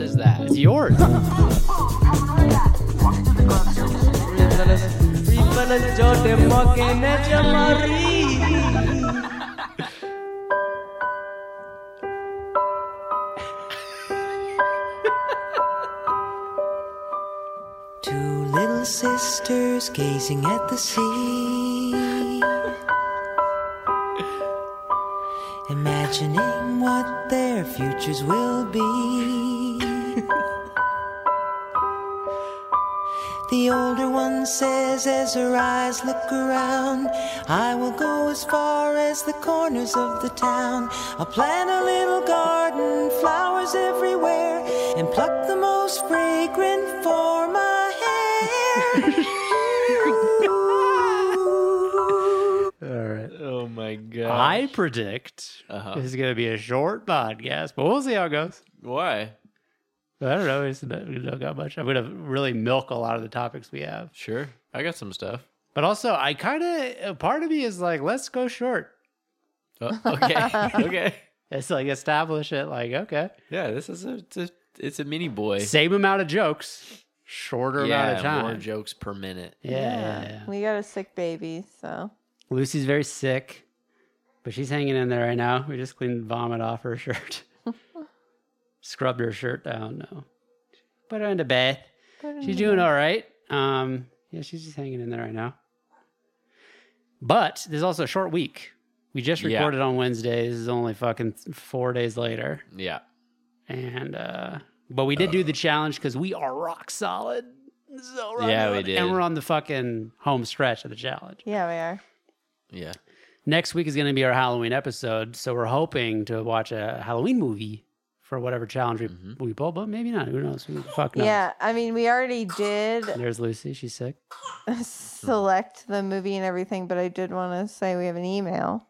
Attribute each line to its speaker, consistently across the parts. Speaker 1: it's yours.
Speaker 2: Two little sisters gazing at the sea. Imagining what their futures will be. the older one says, as her eyes look around, I will go as far as the corners of the town. I'll plant a little garden, flowers everywhere, and pluck the most fragrant for my hair.
Speaker 3: All right.
Speaker 4: Oh my god.
Speaker 1: I predict uh,
Speaker 4: Uh-huh.
Speaker 1: this is going to be a short podcast, but we'll see how it goes.
Speaker 4: Why?
Speaker 1: I don't know. It's not, we don't got much. I'm going to really milk a lot of the topics we have.
Speaker 4: Sure. I got some stuff.
Speaker 1: But also, I kind of, a part of me is like, let's go short.
Speaker 4: Oh, okay. okay.
Speaker 1: It's like establish it, like, okay.
Speaker 4: Yeah, this is a it's a, it's a mini boy.
Speaker 1: Same amount of jokes, shorter amount
Speaker 4: yeah,
Speaker 1: of time.
Speaker 4: more jokes per minute.
Speaker 1: yeah, yeah, yeah.
Speaker 5: We got a sick baby, so
Speaker 1: Lucy's very sick, but she's hanging in there right now. We just cleaned vomit off her shirt, scrubbed her shirt down. No, put her in the bath.
Speaker 4: Mm.
Speaker 1: She's doing all right. Um, yeah, she's just hanging in there right now. But there's also a short week. We just
Speaker 4: Yeah.
Speaker 1: recorded on Wednesday. This is only fucking four days later,
Speaker 4: Yeah.
Speaker 1: and uh, but we did do the challenge because we are rock solid. So rock
Speaker 4: Yeah, we
Speaker 1: solid.
Speaker 4: did.
Speaker 1: and we're on the fucking home stretch of the challenge
Speaker 5: yeah, we are.
Speaker 4: Yeah.
Speaker 1: next week is going to be our Halloween episode, so we're hoping to watch a Halloween movie for whatever challenge we,
Speaker 4: Mm-hmm.
Speaker 1: we pull, but maybe not. Who knows? Who the fuck knows?
Speaker 5: Yeah, I mean, we already did
Speaker 1: There's Lucy. She's sick.
Speaker 5: select the movie and everything, but I did want to say we have an email.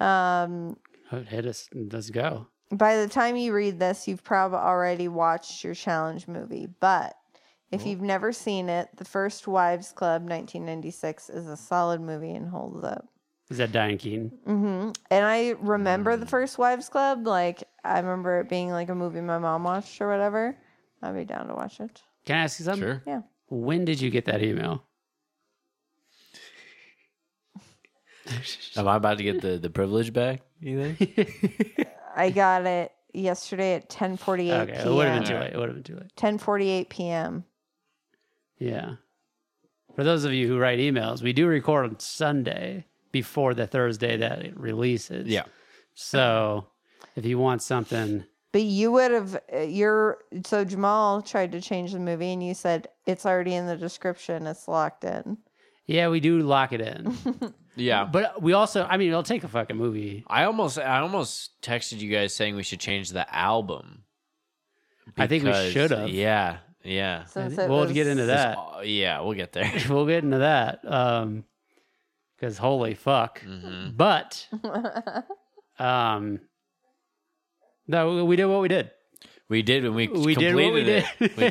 Speaker 5: Um,
Speaker 1: Oh, hit us. Let's go.
Speaker 5: by the time you read this, you've probably already watched your challenge movie. But if
Speaker 1: Mm-hmm.
Speaker 5: you've never seen it, The First Wives Club 1996 is a solid movie and holds up.
Speaker 1: Is that Diane Keaton?
Speaker 5: hmm And I remember
Speaker 1: Mm.
Speaker 5: The First Wives Club. Like, I remember it being like a movie my mom watched or whatever. I'd be down to watch it.
Speaker 1: Can I ask you something?
Speaker 4: Sure.
Speaker 5: Yeah.
Speaker 1: When did you get that email?
Speaker 4: Am I about to get the the privilege back? You think?
Speaker 5: I got it yesterday at 10:48
Speaker 1: Okay, it would have
Speaker 5: p.m.
Speaker 1: been too late. It would have been too late.
Speaker 5: 10:48 p.m.
Speaker 1: Yeah. For those of you who write emails, we do record on Sunday before the Thursday that it releases.
Speaker 4: Yeah.
Speaker 1: So if you want something,
Speaker 5: But you would have uh, your so Jamal tried to change the movie and you said it's already in the description, it's locked in.
Speaker 1: yeah, we do lock it in.
Speaker 4: Yeah.
Speaker 1: But we also, I mean, it'll take a fucking movie.
Speaker 4: I almost I almost texted you guys saying we should change the album.
Speaker 1: I think we
Speaker 4: Because-
Speaker 1: should've.
Speaker 4: Yeah. Yeah.
Speaker 5: Since it
Speaker 1: We'll get into
Speaker 5: was-
Speaker 1: that.
Speaker 4: Oh, yeah, we'll get there.
Speaker 1: We'll get into that. Um, because holy fuck.
Speaker 4: Mhm.
Speaker 1: But, um, no, we did what we did.
Speaker 4: We did when we
Speaker 1: We did
Speaker 4: completed
Speaker 1: what we
Speaker 4: it.
Speaker 1: did.
Speaker 4: we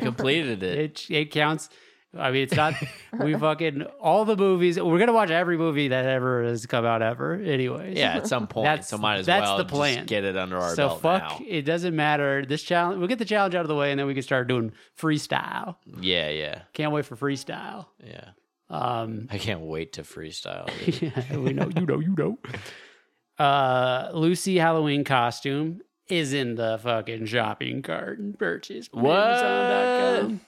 Speaker 4: completed it.
Speaker 1: It it counts. I mean, it's not. we fucking all the movies. We're gonna watch every movie that ever has come out ever. Anyways.
Speaker 4: Yeah, at some point.
Speaker 1: That's-
Speaker 4: so might as
Speaker 1: that's
Speaker 4: well
Speaker 1: the plan.
Speaker 4: just get it under our
Speaker 1: So
Speaker 4: belt
Speaker 1: fuck.
Speaker 4: now.
Speaker 1: It doesn't matter. This challenge. We'll get the challenge out of the way, and then we can start doing freestyle.
Speaker 4: Yeah, yeah,
Speaker 1: Can't wait for freestyle.
Speaker 4: yeah.
Speaker 1: Um.
Speaker 4: I can't wait to freestyle. dude.
Speaker 1: yeah, we know you know you know. Uh, Lucy Halloween costume is in the fucking shopping cart and purchase. from
Speaker 4: What?
Speaker 1: Amazon.com.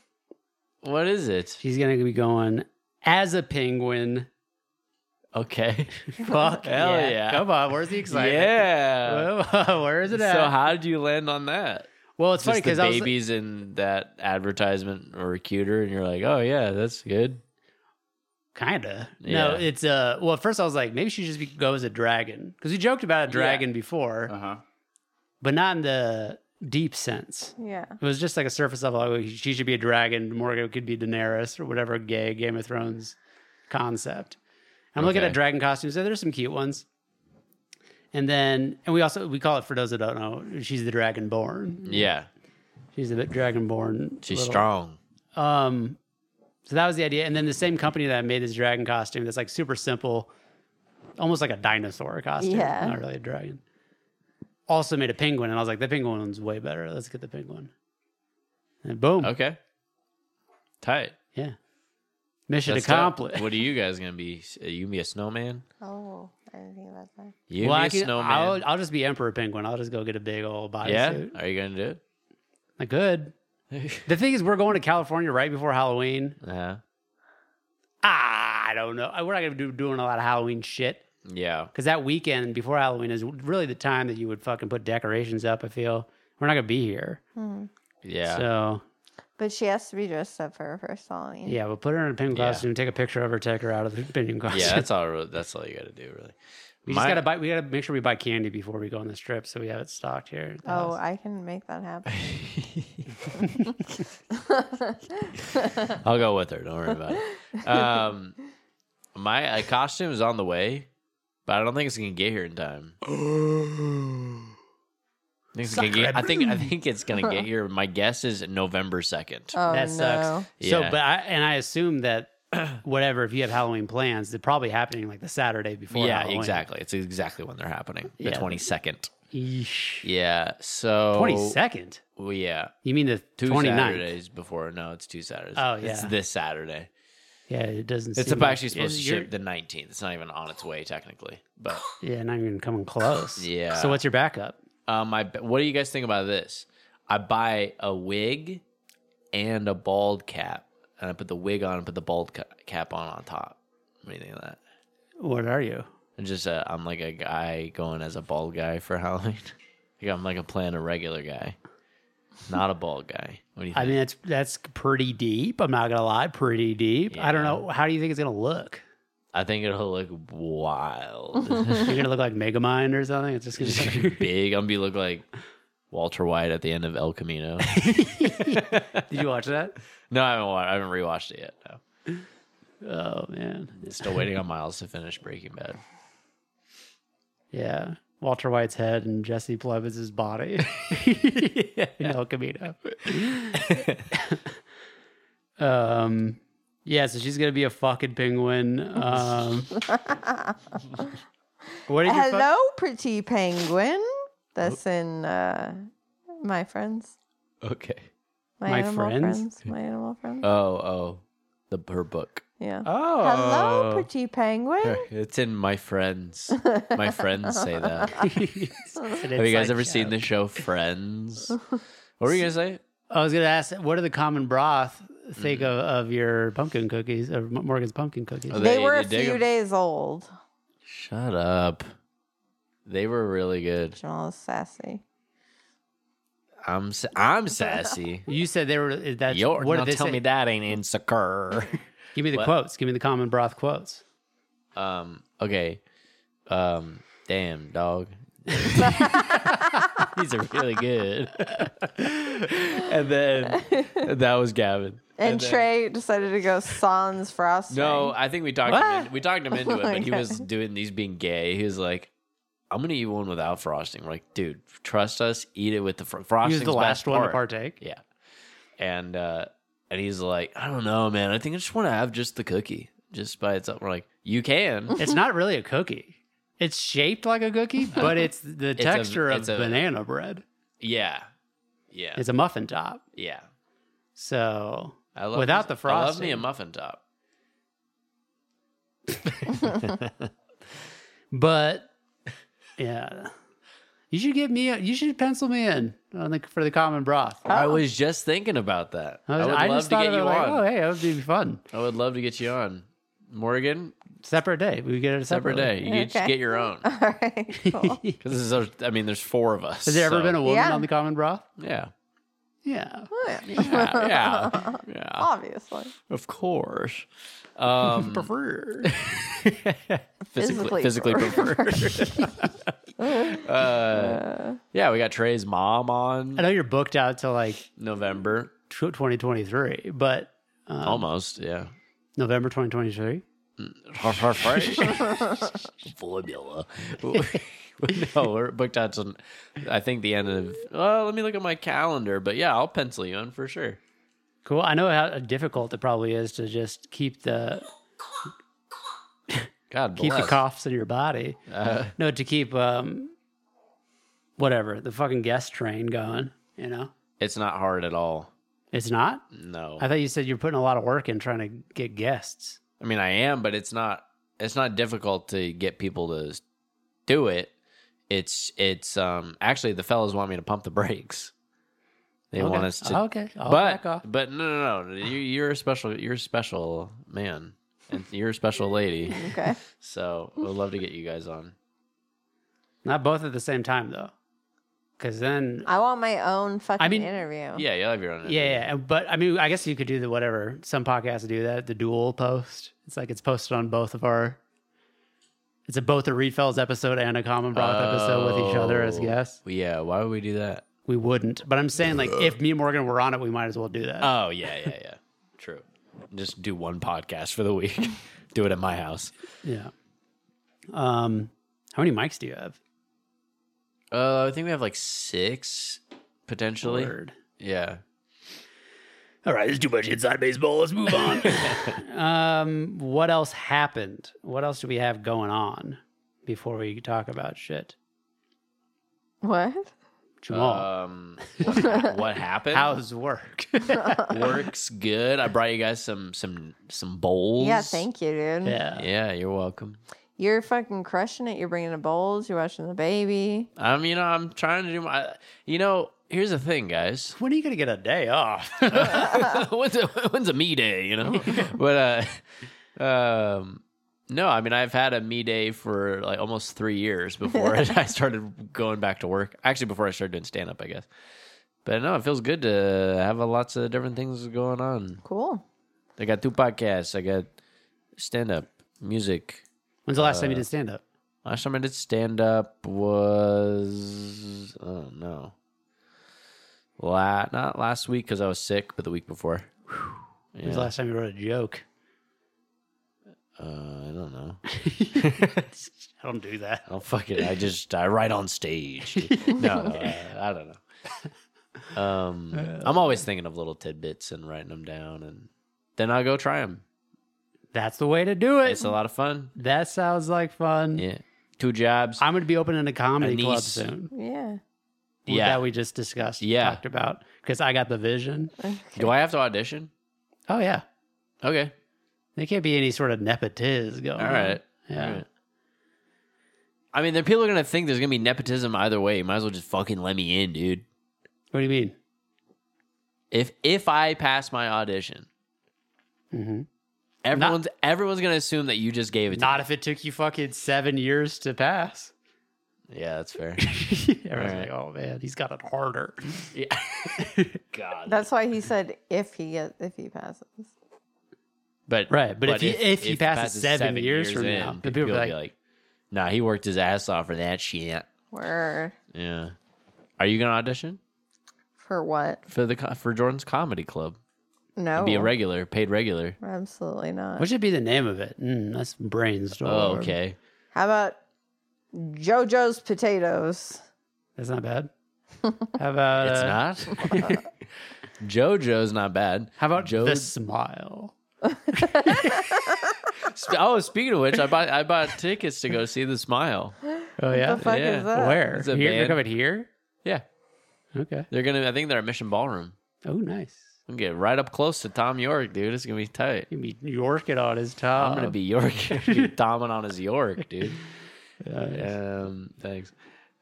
Speaker 4: what is it?
Speaker 1: She's gonna be going as a penguin.
Speaker 4: Okay.
Speaker 1: Fuck
Speaker 4: Hell yeah.
Speaker 1: Come on, where's the excitement?
Speaker 4: yeah.
Speaker 1: Where is it at?
Speaker 4: So how did you land on that?
Speaker 1: well, it's funny
Speaker 4: Just the
Speaker 1: because I was
Speaker 4: babies in that advertisement or cuter, and you're like, oh yeah, that's good.
Speaker 1: kinda. No,
Speaker 4: Yeah.
Speaker 1: it's uh. Well, at first I was like, maybe she just be, go as a dragon because we joked about a dragon before,
Speaker 4: Uh.
Speaker 3: huh.
Speaker 1: but not in the deep sense.
Speaker 5: Yeah.
Speaker 1: It was just like a surface level. Like she should be a dragon. Morgan could be Daenerys or whatever gay Game of Thrones concept. I'm looking
Speaker 4: Okay.
Speaker 1: at dragon costumes. There- There's some cute ones. And then, and we also we call it for those that don't know. She's the dragonborn.
Speaker 4: Yeah,
Speaker 1: She's the dragonborn.
Speaker 4: she's
Speaker 1: little-
Speaker 4: strong.
Speaker 1: Um, so that was the idea. And then the same company that made this dragon costume that's like super simple, almost like a dinosaur costume,
Speaker 5: Yeah.
Speaker 1: not really a dragon, also made a penguin. And I was like, the penguin one's way better. Let's get the penguin. And boom.
Speaker 4: Okay. Tight.
Speaker 1: Yeah. Mission
Speaker 4: That's tough.
Speaker 1: accomplished.
Speaker 4: What are you guys gonna be? Are you gonna be a snowman?
Speaker 5: Oh, I didn't think about that.
Speaker 4: You
Speaker 1: Well, I
Speaker 4: gonna be a
Speaker 1: can,
Speaker 4: snowman?
Speaker 1: I'll, I'll just be Emperor Penguin. I'll just go get a big old bodysuit.
Speaker 4: yeah. Are you gonna do
Speaker 1: I could.
Speaker 4: it? Uh,
Speaker 1: The thing is, we're going to California right before Halloween.
Speaker 4: yeah.
Speaker 1: Ah, I don't know. We're not going to be doing a lot of Halloween shit
Speaker 4: Yeah.
Speaker 1: because that weekend before Halloween is really the time that you would fucking put decorations up. I feel we're not going to be here.
Speaker 5: Mhm.
Speaker 4: Yeah.
Speaker 1: So
Speaker 5: But she has to be dressed up for her first Halloween.
Speaker 1: yeah, we'll put her in a penguin
Speaker 4: Yeah.
Speaker 1: costume, take a picture of her, take her out of the penguin costume.
Speaker 4: yeah. That's all. re- That's all you gotta do, really.
Speaker 1: we
Speaker 4: My-
Speaker 1: just got to buy. We got to make sure we buy candy before we go on this trip, so we have it stocked here. at the
Speaker 5: Oh,
Speaker 1: house.
Speaker 5: I can make that happen.
Speaker 4: I'll go with her. Don't worry about it. Um, my uh, costume is on the way, but I don't think it's gonna get here in time. I think, it's gonna get, I think I think it's gonna get here. My guess is November second.
Speaker 5: Oh
Speaker 1: that sucks.
Speaker 5: no.
Speaker 1: So,
Speaker 4: Yeah.
Speaker 1: but I, and I assume that whatever, if you have Halloween plans, they're probably happening like the Saturday before.
Speaker 4: yeah,
Speaker 1: Halloween.
Speaker 4: exactly. It's exactly when they're happening. The
Speaker 1: Yeah.
Speaker 4: twenty second.
Speaker 1: Eesh.
Speaker 4: Yeah. So
Speaker 1: Twenty second.
Speaker 4: Well, yeah.
Speaker 1: You mean the
Speaker 4: Two
Speaker 1: 29th?
Speaker 4: Saturdays before. No, it's two Saturdays.
Speaker 1: Oh,
Speaker 4: It's
Speaker 1: yeah.
Speaker 4: this Saturday.
Speaker 1: Yeah, it doesn't.
Speaker 4: It's
Speaker 1: seem
Speaker 4: about
Speaker 1: like-
Speaker 4: actually supposed to
Speaker 1: you're-
Speaker 4: ship the 19th. It's not even on its way technically. But
Speaker 1: Yeah, not even coming close.
Speaker 4: Yeah.
Speaker 1: So what's your backup?
Speaker 4: um, I, what do you guys think about this? I buy a wig and a bald cap, and I put the wig on and put the bald ca- cap on on top. What do you think of that?
Speaker 1: What are you?
Speaker 4: And just uh, I'm like a guy going as a bald guy for Halloween. like I'm like a plan a regular guy, not a bald guy. What do you think?
Speaker 1: I mean, that's that's pretty deep. I'm not gonna lie, pretty deep. I don't
Speaker 4: Yeah.
Speaker 1: know. How do you think it's gonna look?
Speaker 4: I think it'll look wild.
Speaker 1: You're gonna look like Megamind or something. It's just gonna.
Speaker 4: just
Speaker 1: be-
Speaker 4: gonna be big. I'm gonna be look like Walter White at the end of El Camino.
Speaker 1: Did you watch that?
Speaker 4: no, I haven't. Watched, I haven't rewatched it yet. No,
Speaker 1: Oh man.
Speaker 4: still waiting on Miles to finish Breaking Bad.
Speaker 1: Yeah. Walter White's head and Jesse Plemons' body in El Camino. um, yeah, so she's gonna be a fucking penguin. Um, what did you? Oh. fu-
Speaker 5: Hello, pretty penguin. That's in uh, my friends.
Speaker 4: Okay.
Speaker 5: My,
Speaker 1: My
Speaker 5: animal
Speaker 1: friends? Uh,
Speaker 5: friends? My animal friends.
Speaker 4: Oh, oh, the her book.
Speaker 5: yeah.
Speaker 1: oh,
Speaker 5: Hello, pretty penguin.
Speaker 4: It's in my friends. My friends say that. Have
Speaker 1: Have
Speaker 4: you guys ever seen the show Friends? What were you gonna say?
Speaker 1: I was gonna ask, what do the common broth think
Speaker 4: Mm.
Speaker 1: of, of your pumpkin cookies, of M- Morgan's pumpkin cookies?
Speaker 4: Oh,
Speaker 5: They
Speaker 4: They-
Speaker 5: were a
Speaker 4: you dig
Speaker 5: few
Speaker 4: 'em?
Speaker 5: days old.
Speaker 4: Shut up. They were really good.
Speaker 5: Joel is sassy.
Speaker 4: I'm s- I'm sassy.
Speaker 1: you said they were. That's
Speaker 4: You're
Speaker 1: what
Speaker 4: not
Speaker 1: did they
Speaker 4: tell
Speaker 1: say?
Speaker 4: me that ain't insecure.
Speaker 1: Give me the
Speaker 4: What?
Speaker 1: quotes. Give me the common broth quotes.
Speaker 4: Um. Okay. Um. Damn, dog. These are really good. and then that was Gavin.
Speaker 5: And,
Speaker 4: then-
Speaker 5: Trey decided to go sans frosting.
Speaker 4: No, I think we talked him in, we talked him
Speaker 1: Oh
Speaker 4: into it, but he
Speaker 5: Okay.
Speaker 4: was doing these being gay. He was like, "I'm gonna eat one without frosting." We're like, "Dude, trust us. Eat it with the fr- frosting."
Speaker 1: He was the last
Speaker 4: best
Speaker 1: one to
Speaker 4: part.
Speaker 1: partake.
Speaker 4: Yeah. And uh and he's like, I don't know, man. I think I just want to have just the cookie, just by itself. We're like, you can.
Speaker 1: It's not really a cookie. It's shaped like a cookie, but it's the
Speaker 4: a-
Speaker 1: texture of
Speaker 4: it's a-
Speaker 1: banana bread.
Speaker 4: yeah, yeah,
Speaker 1: It's a muffin top.
Speaker 4: yeah.
Speaker 1: So
Speaker 4: I love
Speaker 1: without the frosting,
Speaker 4: I love me a muffin top.
Speaker 1: but yeah, you should give me. A, you should pencil me in on the, for the common broth.
Speaker 4: I was just thinking about that. I,
Speaker 1: Oh. was-
Speaker 4: would love
Speaker 1: just
Speaker 4: to
Speaker 1: thought
Speaker 4: get
Speaker 1: about
Speaker 4: you
Speaker 1: like,
Speaker 4: on.
Speaker 1: Oh, hey, that would be fun.
Speaker 4: I would love to get you on, Morgan.
Speaker 1: Separate day. We get it a
Speaker 4: Separate day. You could just
Speaker 5: Okay.
Speaker 4: get your own
Speaker 5: All right. Cool.
Speaker 4: because this is. our- I mean, there's four of us.
Speaker 1: Has there ever
Speaker 4: so- Hmm.
Speaker 1: been a woman
Speaker 5: Yeah.
Speaker 1: on the common broth?
Speaker 4: Yeah.
Speaker 1: Yeah.
Speaker 4: Yeah, yeah, yeah.
Speaker 5: Obviously.
Speaker 4: Of course. Um,
Speaker 1: Preferred.
Speaker 4: physically,
Speaker 5: Physically
Speaker 4: physically preferred. uh,
Speaker 5: Uh,
Speaker 4: yeah, we got Trey's mom on
Speaker 1: I know you're booked out till like
Speaker 4: November,
Speaker 1: tw- 2023, but um,
Speaker 4: almost. Yeah.
Speaker 1: November 2023.
Speaker 4: Formula. no, we're booked out to. I think the end of. Well, let me look at my calendar. But yeah, I'll pencil you in for sure.
Speaker 1: Cool. I know how difficult it probably is to just keep the
Speaker 4: God
Speaker 1: keep
Speaker 4: bless.
Speaker 1: the coughs in your body.
Speaker 4: Uh-huh.
Speaker 1: no, to keep um, whatever the fucking guest train going. You know,
Speaker 4: It's not hard at all.
Speaker 1: It's not?
Speaker 4: No.
Speaker 1: I thought you said you're putting a lot of work in trying to get guests.
Speaker 4: I mean, I am, but it's not. It's not difficult to get people to s- do it. It's it's um actually the fellas want me to pump the brakes. They
Speaker 1: okay.
Speaker 4: want us to,
Speaker 1: Okay. I'll
Speaker 4: but
Speaker 1: back off.
Speaker 4: but no no no. You, you're a special. You're a special man, and you're a special lady.
Speaker 5: Okay.
Speaker 4: So we'd love to get you guys on.
Speaker 1: Not both at the same time, though. Because then,
Speaker 5: I want my own fucking
Speaker 1: mean,
Speaker 5: interview.
Speaker 4: Yeah, you'll have your own.
Speaker 1: yeah, yeah. and- But I mean, I guess you could do the whatever. Some podcasts do that, the dual post. It's like it's posted on both of our. It's a both a Reed Fells episode and a Common Broth episode with each other as
Speaker 4: Oh.
Speaker 1: guests.
Speaker 4: Yeah. Why would we do that?
Speaker 1: We wouldn't. But I'm saying, like, if me and Morgan were on it, we might as well do that.
Speaker 4: Oh yeah yeah yeah. True. Just do one podcast for the week. do it at my house.
Speaker 1: yeah. Um, How many mics do you have?
Speaker 4: Uh, I think we have like six potentially.
Speaker 1: Word.
Speaker 4: Yeah.
Speaker 1: All right, there's too much inside baseball. Let's move on. um, what else happened? What else do we have going on before we talk about shit?
Speaker 5: What?
Speaker 1: Jamal,
Speaker 4: Um, what, what happened?
Speaker 1: how's work?
Speaker 4: works good? I brought you guys some some some bowls.
Speaker 5: Yeah, thank you, dude.
Speaker 1: yeah.
Speaker 4: Yeah, you're welcome.
Speaker 5: You're fucking crushing it. You're bringing the bowls. You're watching the baby.
Speaker 4: Um, you know, I'm trying to do my. You know, here's the thing, guys.
Speaker 1: When are you gonna get a day off?
Speaker 4: when's a when's a me day? You know, but uh, um, no, I mean, I've had a me day for like almost three years before I started going back to work. Actually, before I started doing stand up, I guess. But no, it feels good to have a, lots of different things going on.
Speaker 5: Cool.
Speaker 4: I got two podcasts. I got stand up, music.
Speaker 1: When's the last
Speaker 4: Uh,
Speaker 1: time you did stand up?
Speaker 4: Last time I did stand up was oh no, La- not last week because I was sick, but the week before.
Speaker 1: When's the last time you wrote a joke?
Speaker 4: Uh, I don't know.
Speaker 1: I don't do that.
Speaker 4: I don't fucking. I just I write on stage. dude. no, no, I, I don't know. Um, I'm always thinking of little tidbits and writing them down, and then I'll go try them.
Speaker 1: That's the way to do it.
Speaker 4: It's a lot of fun.
Speaker 1: that sounds like fun.
Speaker 4: Yeah, two jobs.
Speaker 1: I'm gonna be opening a comedy club
Speaker 4: niece.
Speaker 1: soon.
Speaker 5: Yeah.
Speaker 4: Yeah.
Speaker 1: that we just discussed.
Speaker 4: Yeah.
Speaker 1: talked about because I got the vision.
Speaker 4: Do I have to audition?
Speaker 1: Oh yeah,
Speaker 4: Okay,
Speaker 1: there can't be any sort of nepotism going.
Speaker 4: all right.
Speaker 1: on. Oh, yeah.
Speaker 4: All right. I mean, the people are gonna think there's gonna be nepotism either way. You might as well just fucking let me in, dude.
Speaker 1: What do you mean?
Speaker 4: If if I pass my audition,
Speaker 1: Mhm.
Speaker 4: everyone's everyone's gonna assume that you just gave it. to
Speaker 1: Not if it took you fucking seven years to pass.
Speaker 4: me. Yeah, that's fair.
Speaker 1: Everyone's
Speaker 4: Right.
Speaker 1: like, oh man, he's got it harder.
Speaker 4: yeah.
Speaker 5: That's why he said if he gets if he passes.
Speaker 4: But
Speaker 1: Right, but if he- if he passes seven years from now, the people
Speaker 4: people
Speaker 1: be
Speaker 4: will be
Speaker 1: like-
Speaker 4: like, "Nah, he worked his ass off for that shit."
Speaker 5: Word.
Speaker 4: Yeah. Are you gonna audition
Speaker 5: For what?
Speaker 4: for the co- for Jordan's comedy club?
Speaker 5: No.
Speaker 4: Be a regular, paid regular.
Speaker 5: Absolutely not.
Speaker 1: What should be the name of it? Mm, that's brainstorm.
Speaker 4: Oh, okay.
Speaker 5: How about JoJo's potatoes?
Speaker 1: That's not bad. How about
Speaker 4: It's
Speaker 1: uh,
Speaker 4: not. JoJo's not bad.
Speaker 1: How about
Speaker 4: Joe?
Speaker 1: the smile?
Speaker 4: Sp- Oh, speaking of which, I bought I bought tickets to go see The Smile.
Speaker 1: Oh yeah,
Speaker 5: The fuck
Speaker 4: yeah.
Speaker 5: is that?
Speaker 1: where?
Speaker 4: It's a
Speaker 1: Here, they're
Speaker 4: band.
Speaker 1: coming here.
Speaker 4: Yeah,
Speaker 1: Okay.
Speaker 4: they're gonna. I think they're at Mission Ballroom.
Speaker 1: Oh nice.
Speaker 4: I'm gonna get right up close to Tom York, dude. It's gonna be tight.
Speaker 1: You be Yorking on his top.
Speaker 4: I'm gonna be York, be Domin on his York, dude. Um, thanks.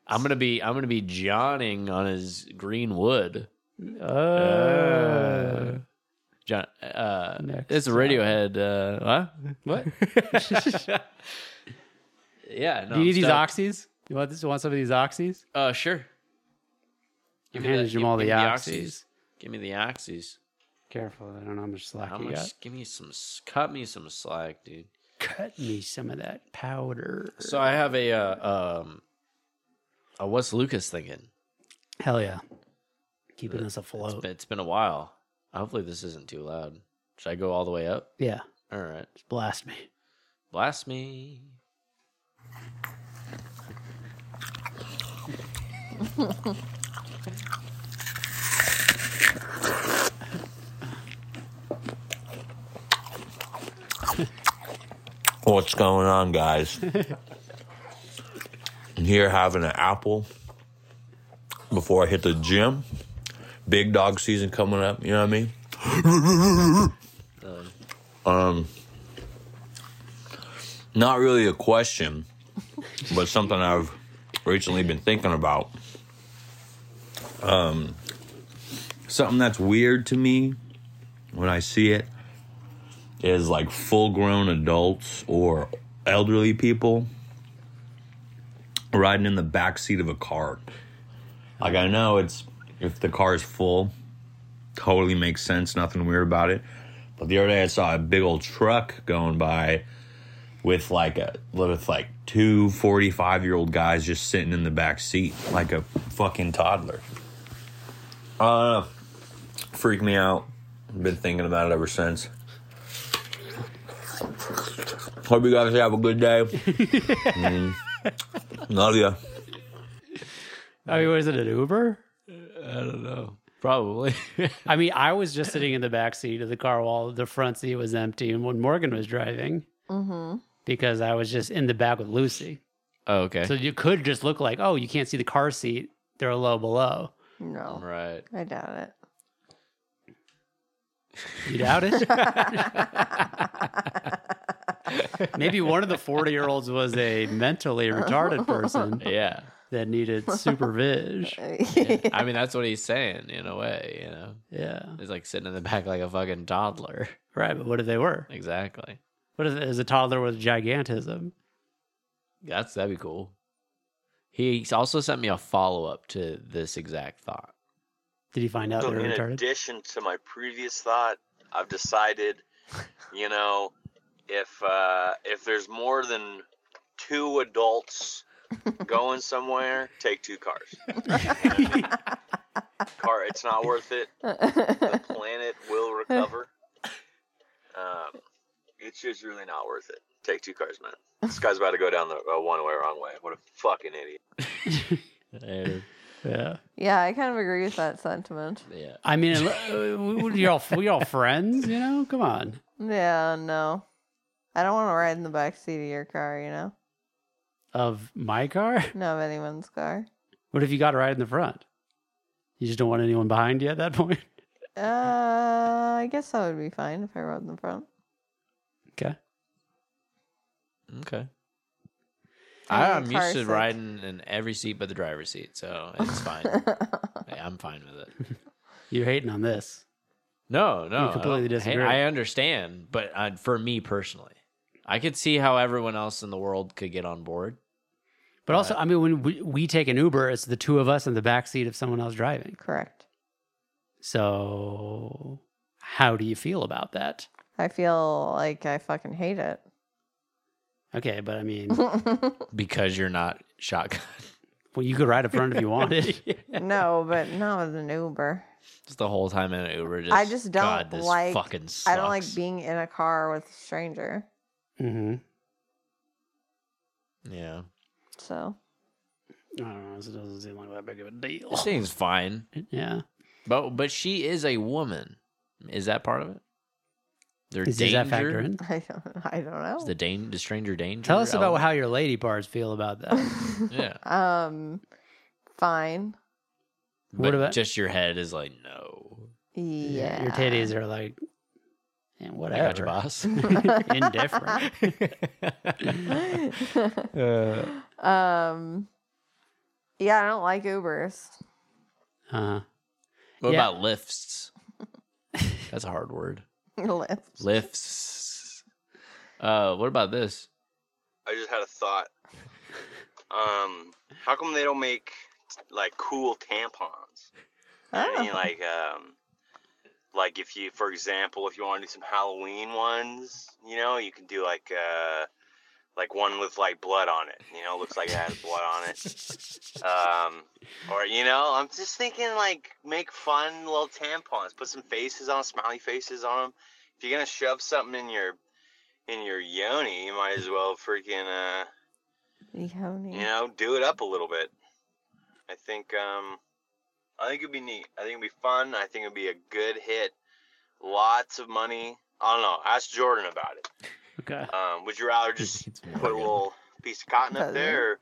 Speaker 4: I'm gonna be I'm gonna be Johnning on his Greenwood.
Speaker 1: Oh. Uh,
Speaker 4: John, uh,
Speaker 1: Next
Speaker 4: it's a Radiohead. Uh,
Speaker 1: what?
Speaker 4: what? yeah. No,
Speaker 1: Do you need these
Speaker 4: oxygen?
Speaker 1: oxys? You want this? You want some of these oxys?
Speaker 4: Uh, sure.
Speaker 1: Give
Speaker 4: me the-
Speaker 1: handed
Speaker 4: give-
Speaker 1: him all
Speaker 4: give
Speaker 1: the
Speaker 4: me
Speaker 1: oxys.
Speaker 4: Give me the oxys.
Speaker 1: Careful, I don't know how much slack
Speaker 4: How
Speaker 1: you
Speaker 4: much?
Speaker 1: got.
Speaker 4: Give me some. s- Cut me some slack, dude.
Speaker 1: Cut me some of that powder.
Speaker 4: So I have a uh, um, a what's Lucas thinking?
Speaker 1: Hell yeah, keeping us afloat.
Speaker 4: It's been a while. Hopefully this isn't too loud. Should I go all the way up?
Speaker 1: yeah,
Speaker 4: All right.
Speaker 1: just blast me.
Speaker 4: Blast me.
Speaker 3: What's going on, guys? I'm here having an apple before I hit the gym. big dog season coming up. You know what I mean? um, not really a question, but something I've recently been thinking about. Um, something that's weird to me when I see it is like full grown adults or elderly people riding in the back seat of a car. Like I know it's if the car is full, totally makes sense, nothing weird about it. But the other day I saw a big old truck going by with like a with like two 45 year old guys just sitting in the back seat like a fucking toddler. Uh freaked me out. Been thinking about it ever since. Hope you guys have a good day. Mm. Love ya.
Speaker 1: I mean, was it an Uber?
Speaker 4: Uh, I don't know. Probably.
Speaker 1: I mean, I was just sitting in the back seat of the car while the front seat was empty, and when Morgan was driving,
Speaker 5: Mm-hmm.
Speaker 1: because I was just in the back with Lucy.
Speaker 4: oh, okay.
Speaker 1: So you could just look like, oh, you can't see the car seat; they're a low below.
Speaker 5: No,
Speaker 4: right.
Speaker 5: I doubt it.
Speaker 1: You doubt it? Maybe one of the forty-year-olds was a mentally retarded person
Speaker 4: Yeah.
Speaker 1: that needed supervision.
Speaker 4: I mean, that's what he's saying in a way, you know.
Speaker 1: Yeah,
Speaker 4: He's like sitting in the back like a fucking toddler.
Speaker 1: right. But what if they were?
Speaker 4: Exactly.
Speaker 1: What if is a toddler with gigantism?
Speaker 4: That's that'd be cool. He also sent me a follow up to this exact thought.
Speaker 1: Did he find out
Speaker 6: So
Speaker 1: they were
Speaker 6: in
Speaker 1: retarded?
Speaker 6: addition to my previous thought, I've decided, you know, if uh, if there's more than two adults going somewhere, take two cars. Car, it's not worth it. The planet will recover. Um, it's just really not worth it. Take two cars, man. This guy's about to go down the uh, one way, wrong way. What a fucking idiot.
Speaker 4: Uh,
Speaker 1: Yeah.
Speaker 5: yeah, I kind of agree with that sentiment.
Speaker 4: yeah.
Speaker 1: I mean, uh, we are all we all friends, you know. Come on.
Speaker 5: Yeah, no. I don't want to ride in the back seat of your car, you know?
Speaker 1: Of my car.
Speaker 5: Not of anyone's car.
Speaker 1: What if you got a ride in the front? You just don't want anyone behind you at that point.
Speaker 5: Uh, I guess that would be fine if I rode in the front.
Speaker 1: Okay.
Speaker 4: Okay.
Speaker 5: I
Speaker 4: I,
Speaker 5: mean,
Speaker 4: I'm
Speaker 5: car
Speaker 4: used to
Speaker 5: sick.
Speaker 4: riding in every seat but the driver's seat, so it's fine. Hey, I'm fine with it.
Speaker 1: You're hating on this.
Speaker 4: No, no, I
Speaker 1: completely
Speaker 4: don't- hey,
Speaker 1: disagree.
Speaker 4: I understand, but uh, for me personally, I could see how everyone else in the world could get on board.
Speaker 1: But also, I mean, when we, we take an Uber, it's the two of us in the back seat of someone else driving.
Speaker 5: Correct.
Speaker 1: So, how do you feel about that?
Speaker 5: I feel like I fucking hate it.
Speaker 1: Okay, but I mean,
Speaker 4: because you're not shotgun.
Speaker 1: well, you could ride in front if you wanted.
Speaker 5: no, but not with an Uber.
Speaker 4: Just the whole time in an Uber. Just,
Speaker 5: I just don't
Speaker 4: God, this
Speaker 5: like-
Speaker 4: Fucking
Speaker 5: I don't like
Speaker 4: sucks."
Speaker 5: being in a car with a stranger.
Speaker 1: hmm
Speaker 4: Yeah,
Speaker 5: So,
Speaker 1: I don't know. It doesn't seem like that big of a deal.
Speaker 4: this thing's fine,
Speaker 1: Yeah.
Speaker 4: but but she is a woman. Is that part of it? Their
Speaker 1: Is, does
Speaker 4: danger.
Speaker 1: that factor in?
Speaker 5: I don't, I don't know.
Speaker 4: Is the dan- the stranger danger.
Speaker 1: Tell us about
Speaker 4: element?
Speaker 1: how your lady parts feel about that.
Speaker 4: Yeah,
Speaker 5: um, fine.
Speaker 4: but
Speaker 1: What about-
Speaker 4: just your head is like no.
Speaker 5: Yeah.
Speaker 1: Your titties are like, and
Speaker 4: I
Speaker 1: whatever.
Speaker 4: got your boss.
Speaker 1: Indifferent.
Speaker 5: um, yeah, I don't like Ubers.
Speaker 1: Uh,
Speaker 4: What
Speaker 1: Yeah.
Speaker 4: about lifts? That's a hard word.
Speaker 5: Lyft.
Speaker 4: Lifts. Uh, what about this?
Speaker 6: I just had a thought. Um, how come they don't make like cool tampons? I mean,
Speaker 5: Oh.
Speaker 6: like, um, like if you, for example, if you want to do some Halloween ones, you know, you can do like, uh, like one with like blood on it. You know, looks like it has blood on it.
Speaker 4: Uh,
Speaker 6: Um, or you know, I'm just thinking like make fun little tampons. Put some faces on, smiley faces on them. If you're gonna shove something in your in your yoni, you might as well freaking uh,
Speaker 5: Yoni.
Speaker 6: you know, do it up a little bit. I think um I think it'd be neat. I think it'd be fun. I think it'd be a good hit. Lots of money. I don't know. Ask Jordan about it.
Speaker 1: okay.
Speaker 6: Um, would you rather just
Speaker 4: It's
Speaker 6: put a little piece of cotton up
Speaker 5: Doesn't
Speaker 6: there or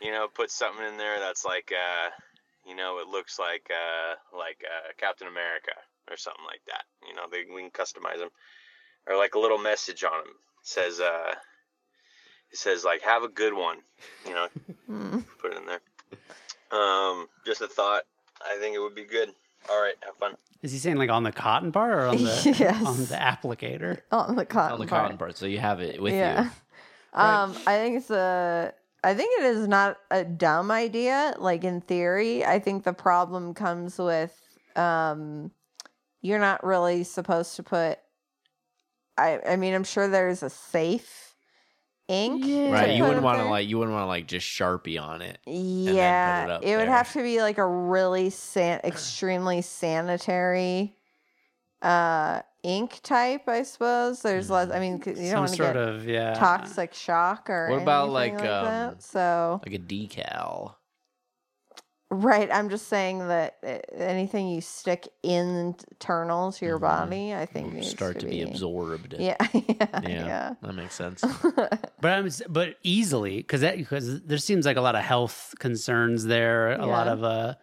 Speaker 6: you know, put something in there that's like uh You know, it looks like uh, like uh, Captain America or something like that. You know, they, we can customize them, or like a little message on them says uh, it says like have a good one. You know,
Speaker 5: Mm.
Speaker 6: put it in there. Um, just a thought. I think it would be good. All right, have fun.
Speaker 1: Is he saying like on the cotton bar or on the
Speaker 5: Yes.
Speaker 1: on the applicator?
Speaker 5: On the cotton.
Speaker 4: on the
Speaker 5: part.
Speaker 4: cotton part, so you have it with
Speaker 5: yeah.
Speaker 4: you.
Speaker 1: Right.
Speaker 5: Um, I think it's a. I think it is not a dumb idea. Like in theory, I think the problem comes with um, you're not really supposed to put. I I mean, I'm sure there's a safe ink.
Speaker 1: Yeah.
Speaker 4: Right,
Speaker 5: to
Speaker 4: you
Speaker 5: put
Speaker 4: wouldn't
Speaker 5: up
Speaker 4: want to
Speaker 5: there.
Speaker 4: like you wouldn't want to like just sharpie on it. then put
Speaker 5: Yeah,
Speaker 4: it
Speaker 5: it,
Speaker 4: up
Speaker 5: would
Speaker 4: there.
Speaker 5: have to be like a really san- extremely sanitary uh ink type, I suppose. There's lots. I mean, 'cause you don't
Speaker 1: Some sort
Speaker 5: want to get
Speaker 1: of yeah.
Speaker 5: toxic shock or
Speaker 4: Uh-huh. What about,
Speaker 5: anything
Speaker 4: like, um,
Speaker 5: that. So
Speaker 4: Like a decal.
Speaker 5: right, I'm just saying that uh, anything you stick internal to your
Speaker 4: Mhm.
Speaker 5: body, I think
Speaker 4: will
Speaker 5: needs
Speaker 4: start to be, absorbed.
Speaker 5: Yeah, yeah, yeah.
Speaker 4: That makes sense.
Speaker 1: But I'm s- but easily because that because there seems like a lot of health concerns there, a lot
Speaker 5: Yeah.
Speaker 1: of uh,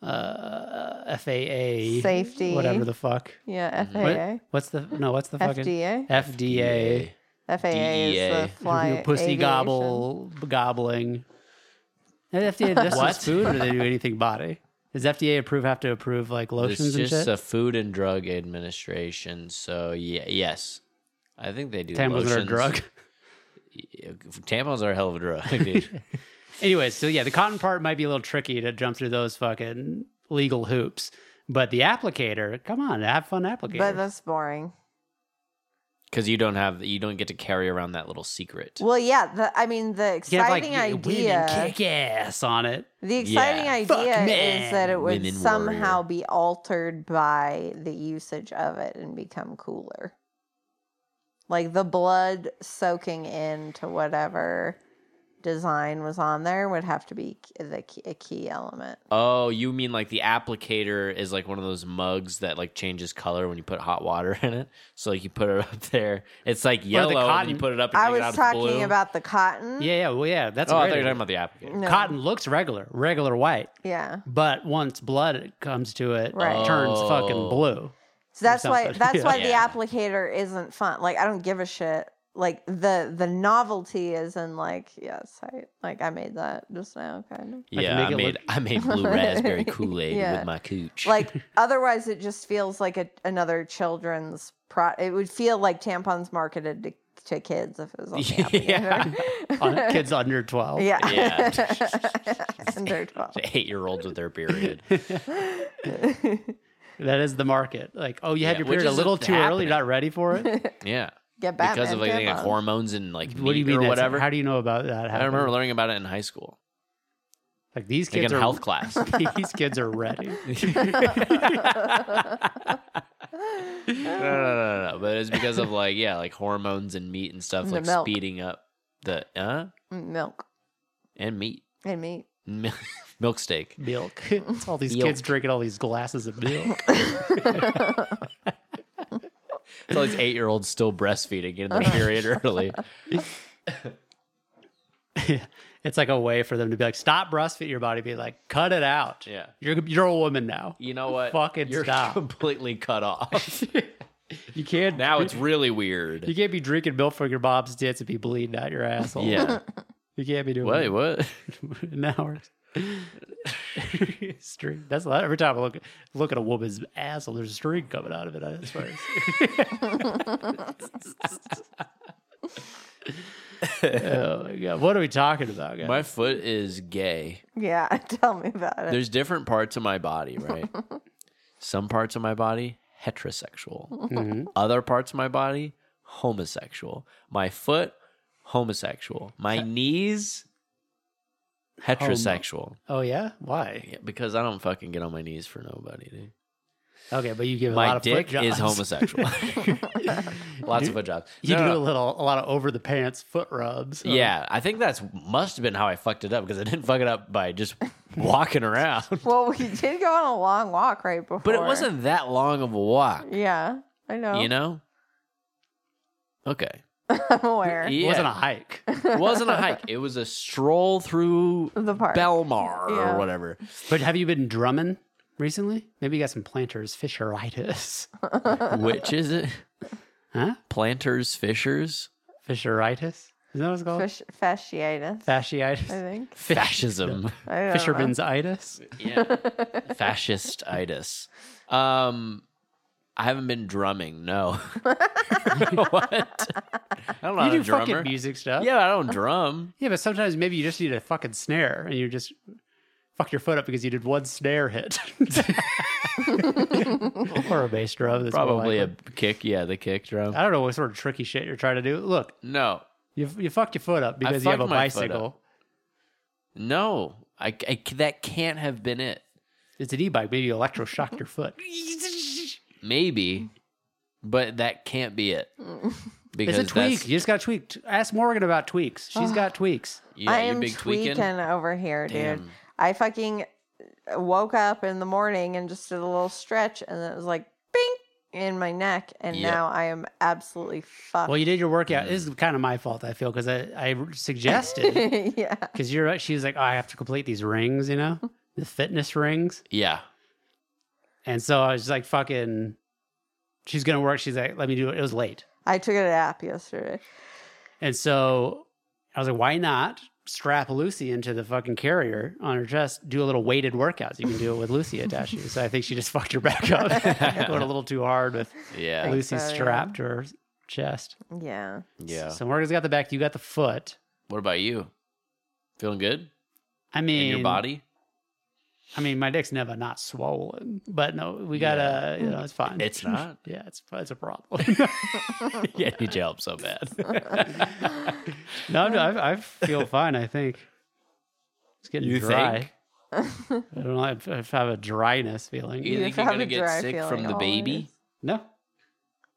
Speaker 1: uh FAA
Speaker 5: Safety.
Speaker 1: whatever the fuck.
Speaker 5: yeah,
Speaker 4: Mhm.
Speaker 5: FAA,
Speaker 1: What's the no? What's the fucking
Speaker 5: FDA,
Speaker 1: FDA?
Speaker 5: FAA is the
Speaker 4: DEA.
Speaker 5: fly
Speaker 1: pussy
Speaker 5: aviation.
Speaker 1: gobble gobbling. And the FDA just
Speaker 4: What?
Speaker 1: does food, or do they do anything body? Does FDA approve have to approve like
Speaker 4: It's
Speaker 1: lotions and
Speaker 4: just
Speaker 1: shit?
Speaker 4: a Food and Drug Administration. So yeah, yes, I think they do.
Speaker 1: Tampons are a
Speaker 4: lotions.
Speaker 1: drug.
Speaker 4: Yeah, Tampons are a hell of a drug, dude.
Speaker 1: Anyways, so yeah, the cotton part might be a little tricky to jump through those fucking legal hoops. But the applicator, come on, have fun applicator.
Speaker 5: But that's boring.
Speaker 4: Because you don't have you don't get to carry around that little secret.
Speaker 5: Well, yeah. The, I mean, the
Speaker 1: You have, like,
Speaker 5: exciting
Speaker 1: y-
Speaker 5: idea.
Speaker 1: Women kick ass on it.
Speaker 5: The exciting
Speaker 4: Yeah.
Speaker 1: Fuck
Speaker 5: idea is
Speaker 1: men,
Speaker 5: that it would
Speaker 4: women
Speaker 5: somehow
Speaker 4: warrior.
Speaker 5: be altered by the usage of it and become cooler. Like the blood soaking into whatever design was on there would have to be k- the key, a key element.
Speaker 4: Oh, you mean like the applicator is like one of those mugs that like changes color when you put hot water in it. So like you put it up there, it's like yellow, and you
Speaker 1: cotton.
Speaker 4: put it up. And
Speaker 5: I
Speaker 4: take it
Speaker 5: was
Speaker 4: out, it's
Speaker 5: talking
Speaker 4: blue.
Speaker 5: about the cotton.
Speaker 1: Yeah, yeah, well, yeah. That's
Speaker 4: Oh,
Speaker 1: a
Speaker 4: I
Speaker 1: great
Speaker 4: thought you were
Speaker 1: idea.
Speaker 4: talking about the applicator.
Speaker 5: Mm-hmm. No.
Speaker 1: Cotton looks regular, regular white,
Speaker 5: Yeah.
Speaker 1: but once blood comes to it,
Speaker 5: Right.
Speaker 1: it turns fucking
Speaker 4: Oh.
Speaker 1: blue.
Speaker 5: So that's why
Speaker 1: something.
Speaker 5: that's why
Speaker 4: Yeah.
Speaker 5: the applicator isn't fun. Like I don't give a shit. Like the the novelty is in like yes, I like I made that just now kind of.
Speaker 1: Like,
Speaker 4: Yeah,
Speaker 1: make
Speaker 4: I
Speaker 1: it
Speaker 4: made
Speaker 1: look-
Speaker 4: I made blue raspberry Kool Aid
Speaker 5: Yeah.
Speaker 4: with my cooch.
Speaker 5: like otherwise it just feels like a, another children's pro it would feel like tampons marketed to, to kids if it was on the
Speaker 4: Yeah.
Speaker 5: applicator.
Speaker 1: On it, kids under 12.
Speaker 5: yeah
Speaker 4: Yeah.
Speaker 5: under 12
Speaker 4: eight year olds with their period.
Speaker 1: That is the market. Like, oh, you had
Speaker 4: Yeah,
Speaker 1: your
Speaker 4: which
Speaker 1: period a
Speaker 4: is
Speaker 1: little too early,
Speaker 4: happening.
Speaker 1: you're not ready for it?
Speaker 4: Yeah,
Speaker 5: get back
Speaker 4: because of like, they got
Speaker 5: tampons.
Speaker 4: hormones and like
Speaker 1: what do you
Speaker 4: meat
Speaker 1: mean?
Speaker 4: or
Speaker 1: that's-
Speaker 4: whatever.
Speaker 1: How do you know about that?
Speaker 4: I remember
Speaker 1: happening?
Speaker 4: learning about it in high school,
Speaker 1: like these
Speaker 4: like
Speaker 1: kids
Speaker 4: in
Speaker 1: are
Speaker 4: health class.
Speaker 1: these kids are ready.
Speaker 4: No, no, no, no, no. But it's because of like yeah, like hormones and meat and stuff,
Speaker 5: And the
Speaker 4: like
Speaker 5: milk.
Speaker 4: speeding up the uh
Speaker 5: Mm, milk
Speaker 4: and meat,
Speaker 5: and meat
Speaker 4: Mil- milk steak.
Speaker 1: Milk. It's all these kids
Speaker 4: Milk.
Speaker 1: drinking all these glasses of milk.
Speaker 4: So these eight year olds still breastfeeding in their period early.
Speaker 1: it's like a way for them to be like, stop breastfeeding your body. Be like, cut it out.
Speaker 4: Yeah.
Speaker 1: You're you're a woman now.
Speaker 4: You know what?
Speaker 1: Fucking
Speaker 4: You're
Speaker 1: stop.
Speaker 4: completely cut off.
Speaker 1: You can't
Speaker 4: now
Speaker 1: be-
Speaker 4: it's really
Speaker 1: you
Speaker 4: weird.
Speaker 1: can't be drinking milk from your mom's tits and be bleeding out your asshole.
Speaker 4: Yeah.
Speaker 1: You can't be doing
Speaker 4: Wait, what?
Speaker 1: an hour. string. That's a lot. every time I look look at a woman's asshole, there's a string coming out of it. I swear. oh my god! What are we talking about, guys?
Speaker 4: My foot is gay.
Speaker 5: yeah tell me about it
Speaker 4: There's different parts of my body, right? Some parts of my body heterosexual.
Speaker 1: Mhm.
Speaker 4: Other parts of my body homosexual. My foot homosexual. My knees heterosexual.
Speaker 1: Oh yeah, why?
Speaker 4: Yeah, because I don't fucking get on my knees for nobody, dude.
Speaker 1: Okay, but you give a lot
Speaker 4: My
Speaker 1: of
Speaker 4: dick
Speaker 1: foot
Speaker 4: is
Speaker 1: jobs.
Speaker 4: homosexual. Lots of foot jobs.
Speaker 1: You
Speaker 4: No,
Speaker 1: do
Speaker 4: no,
Speaker 1: a little, a lot of over the pants foot rubs. so-
Speaker 4: Yeah, I think that's must have been how I fucked it up because I didn't fuck it up by just walking around.
Speaker 5: well we did go on a long walk right before
Speaker 4: But it wasn't that long of a walk,
Speaker 5: Oh. yeah i know
Speaker 4: you know? Okay.
Speaker 5: I'm aware.
Speaker 1: It
Speaker 4: Yeah.
Speaker 1: wasn't a hike.
Speaker 4: wasn't a hike. It was a stroll through
Speaker 5: The park.
Speaker 4: Belmar
Speaker 5: Yeah.
Speaker 4: or whatever.
Speaker 1: But have you been drumming recently? Maybe you got some planters, fisheritis.
Speaker 4: Which is it?
Speaker 1: Huh?
Speaker 4: Planters, fishers,
Speaker 1: Fisheritis? Isn't that what it's called?
Speaker 5: Fish, fasciitis, I
Speaker 1: Fasciitis?
Speaker 5: think.
Speaker 4: fascism.
Speaker 5: I don't know.
Speaker 1: Fisherman's itis?
Speaker 4: yeah. Fascist itis. Um, I haven't been drumming. No. what? I don't know.
Speaker 1: You
Speaker 4: how to
Speaker 1: do
Speaker 4: drummer.
Speaker 1: fucking music stuff.
Speaker 4: Yeah, I don't drum.
Speaker 1: Yeah, but sometimes maybe you just need a fucking snare and you just fuck your foot up because you did one snare hit. or a bass drum. That's more
Speaker 4: Probably a
Speaker 1: likely.
Speaker 4: kick. Yeah, the kick drum.
Speaker 1: I don't know what sort of tricky shit you're trying to do. Look,
Speaker 4: No,
Speaker 1: you you fucked your foot up because you have a
Speaker 4: fucked my foot
Speaker 1: bicycle.
Speaker 4: no. I, I that can't have been it.
Speaker 1: It's an e-bike. Maybe you electroshocked your foot.
Speaker 4: Maybe, but that can't be it. Because
Speaker 1: it's a tweak.
Speaker 4: that's- Ah.
Speaker 1: You just got tweaked. Ask Morgan about tweaks. She's got tweaks.
Speaker 4: yeah,
Speaker 5: I
Speaker 4: you
Speaker 5: am
Speaker 4: big
Speaker 5: tweaking
Speaker 4: tweaking.
Speaker 5: over here, dude.
Speaker 4: Damn.
Speaker 5: I fucking uh, woke up in the morning and just did a little stretch, and then it was like bing in my neck, and
Speaker 4: Yep.
Speaker 5: now I am absolutely fucked.
Speaker 1: Well, you did your workout. This
Speaker 4: Mm.
Speaker 1: is kind of my fault, I feel, because I, I suggested
Speaker 5: yeah,
Speaker 1: because you're right. She was like, oh, I have to complete these rings, you know, the fitness rings.
Speaker 4: Yeah.
Speaker 1: And so I was just like, fucking, she's gonna work. She's like, let me do it. It was late,
Speaker 5: I took a nap yesterday.
Speaker 1: and so I was like, why not strap Lucy into the fucking carrier on her chest? Do a little weighted workouts. You can do it with Lucy attached to you. So I think she just fucked her back up, going a little too hard with
Speaker 4: Yeah.
Speaker 1: Lucy
Speaker 5: so, yeah.
Speaker 1: strapped to her chest.
Speaker 5: Yeah,
Speaker 4: Yeah.
Speaker 1: So Morgan's got the back. You got the foot.
Speaker 4: What about you? Feeling good
Speaker 1: I mean,
Speaker 4: in your body?
Speaker 1: I mean, my dick's never not swollen, but no, we
Speaker 4: Yeah.
Speaker 1: gotta, you know, it's fine.
Speaker 4: It's not?
Speaker 1: yeah, it's it's a problem.
Speaker 4: yeah, you jail so bad.
Speaker 1: No, I'm, I, I feel fine. I think it's getting
Speaker 4: You
Speaker 1: dry.
Speaker 4: think?
Speaker 1: I don't know if, if I have a dryness feeling.
Speaker 4: You
Speaker 5: You
Speaker 4: think you're
Speaker 5: have
Speaker 4: gonna
Speaker 5: a
Speaker 4: get
Speaker 5: dry
Speaker 4: sick
Speaker 5: feeling
Speaker 4: from the
Speaker 5: always.
Speaker 4: baby?
Speaker 1: No,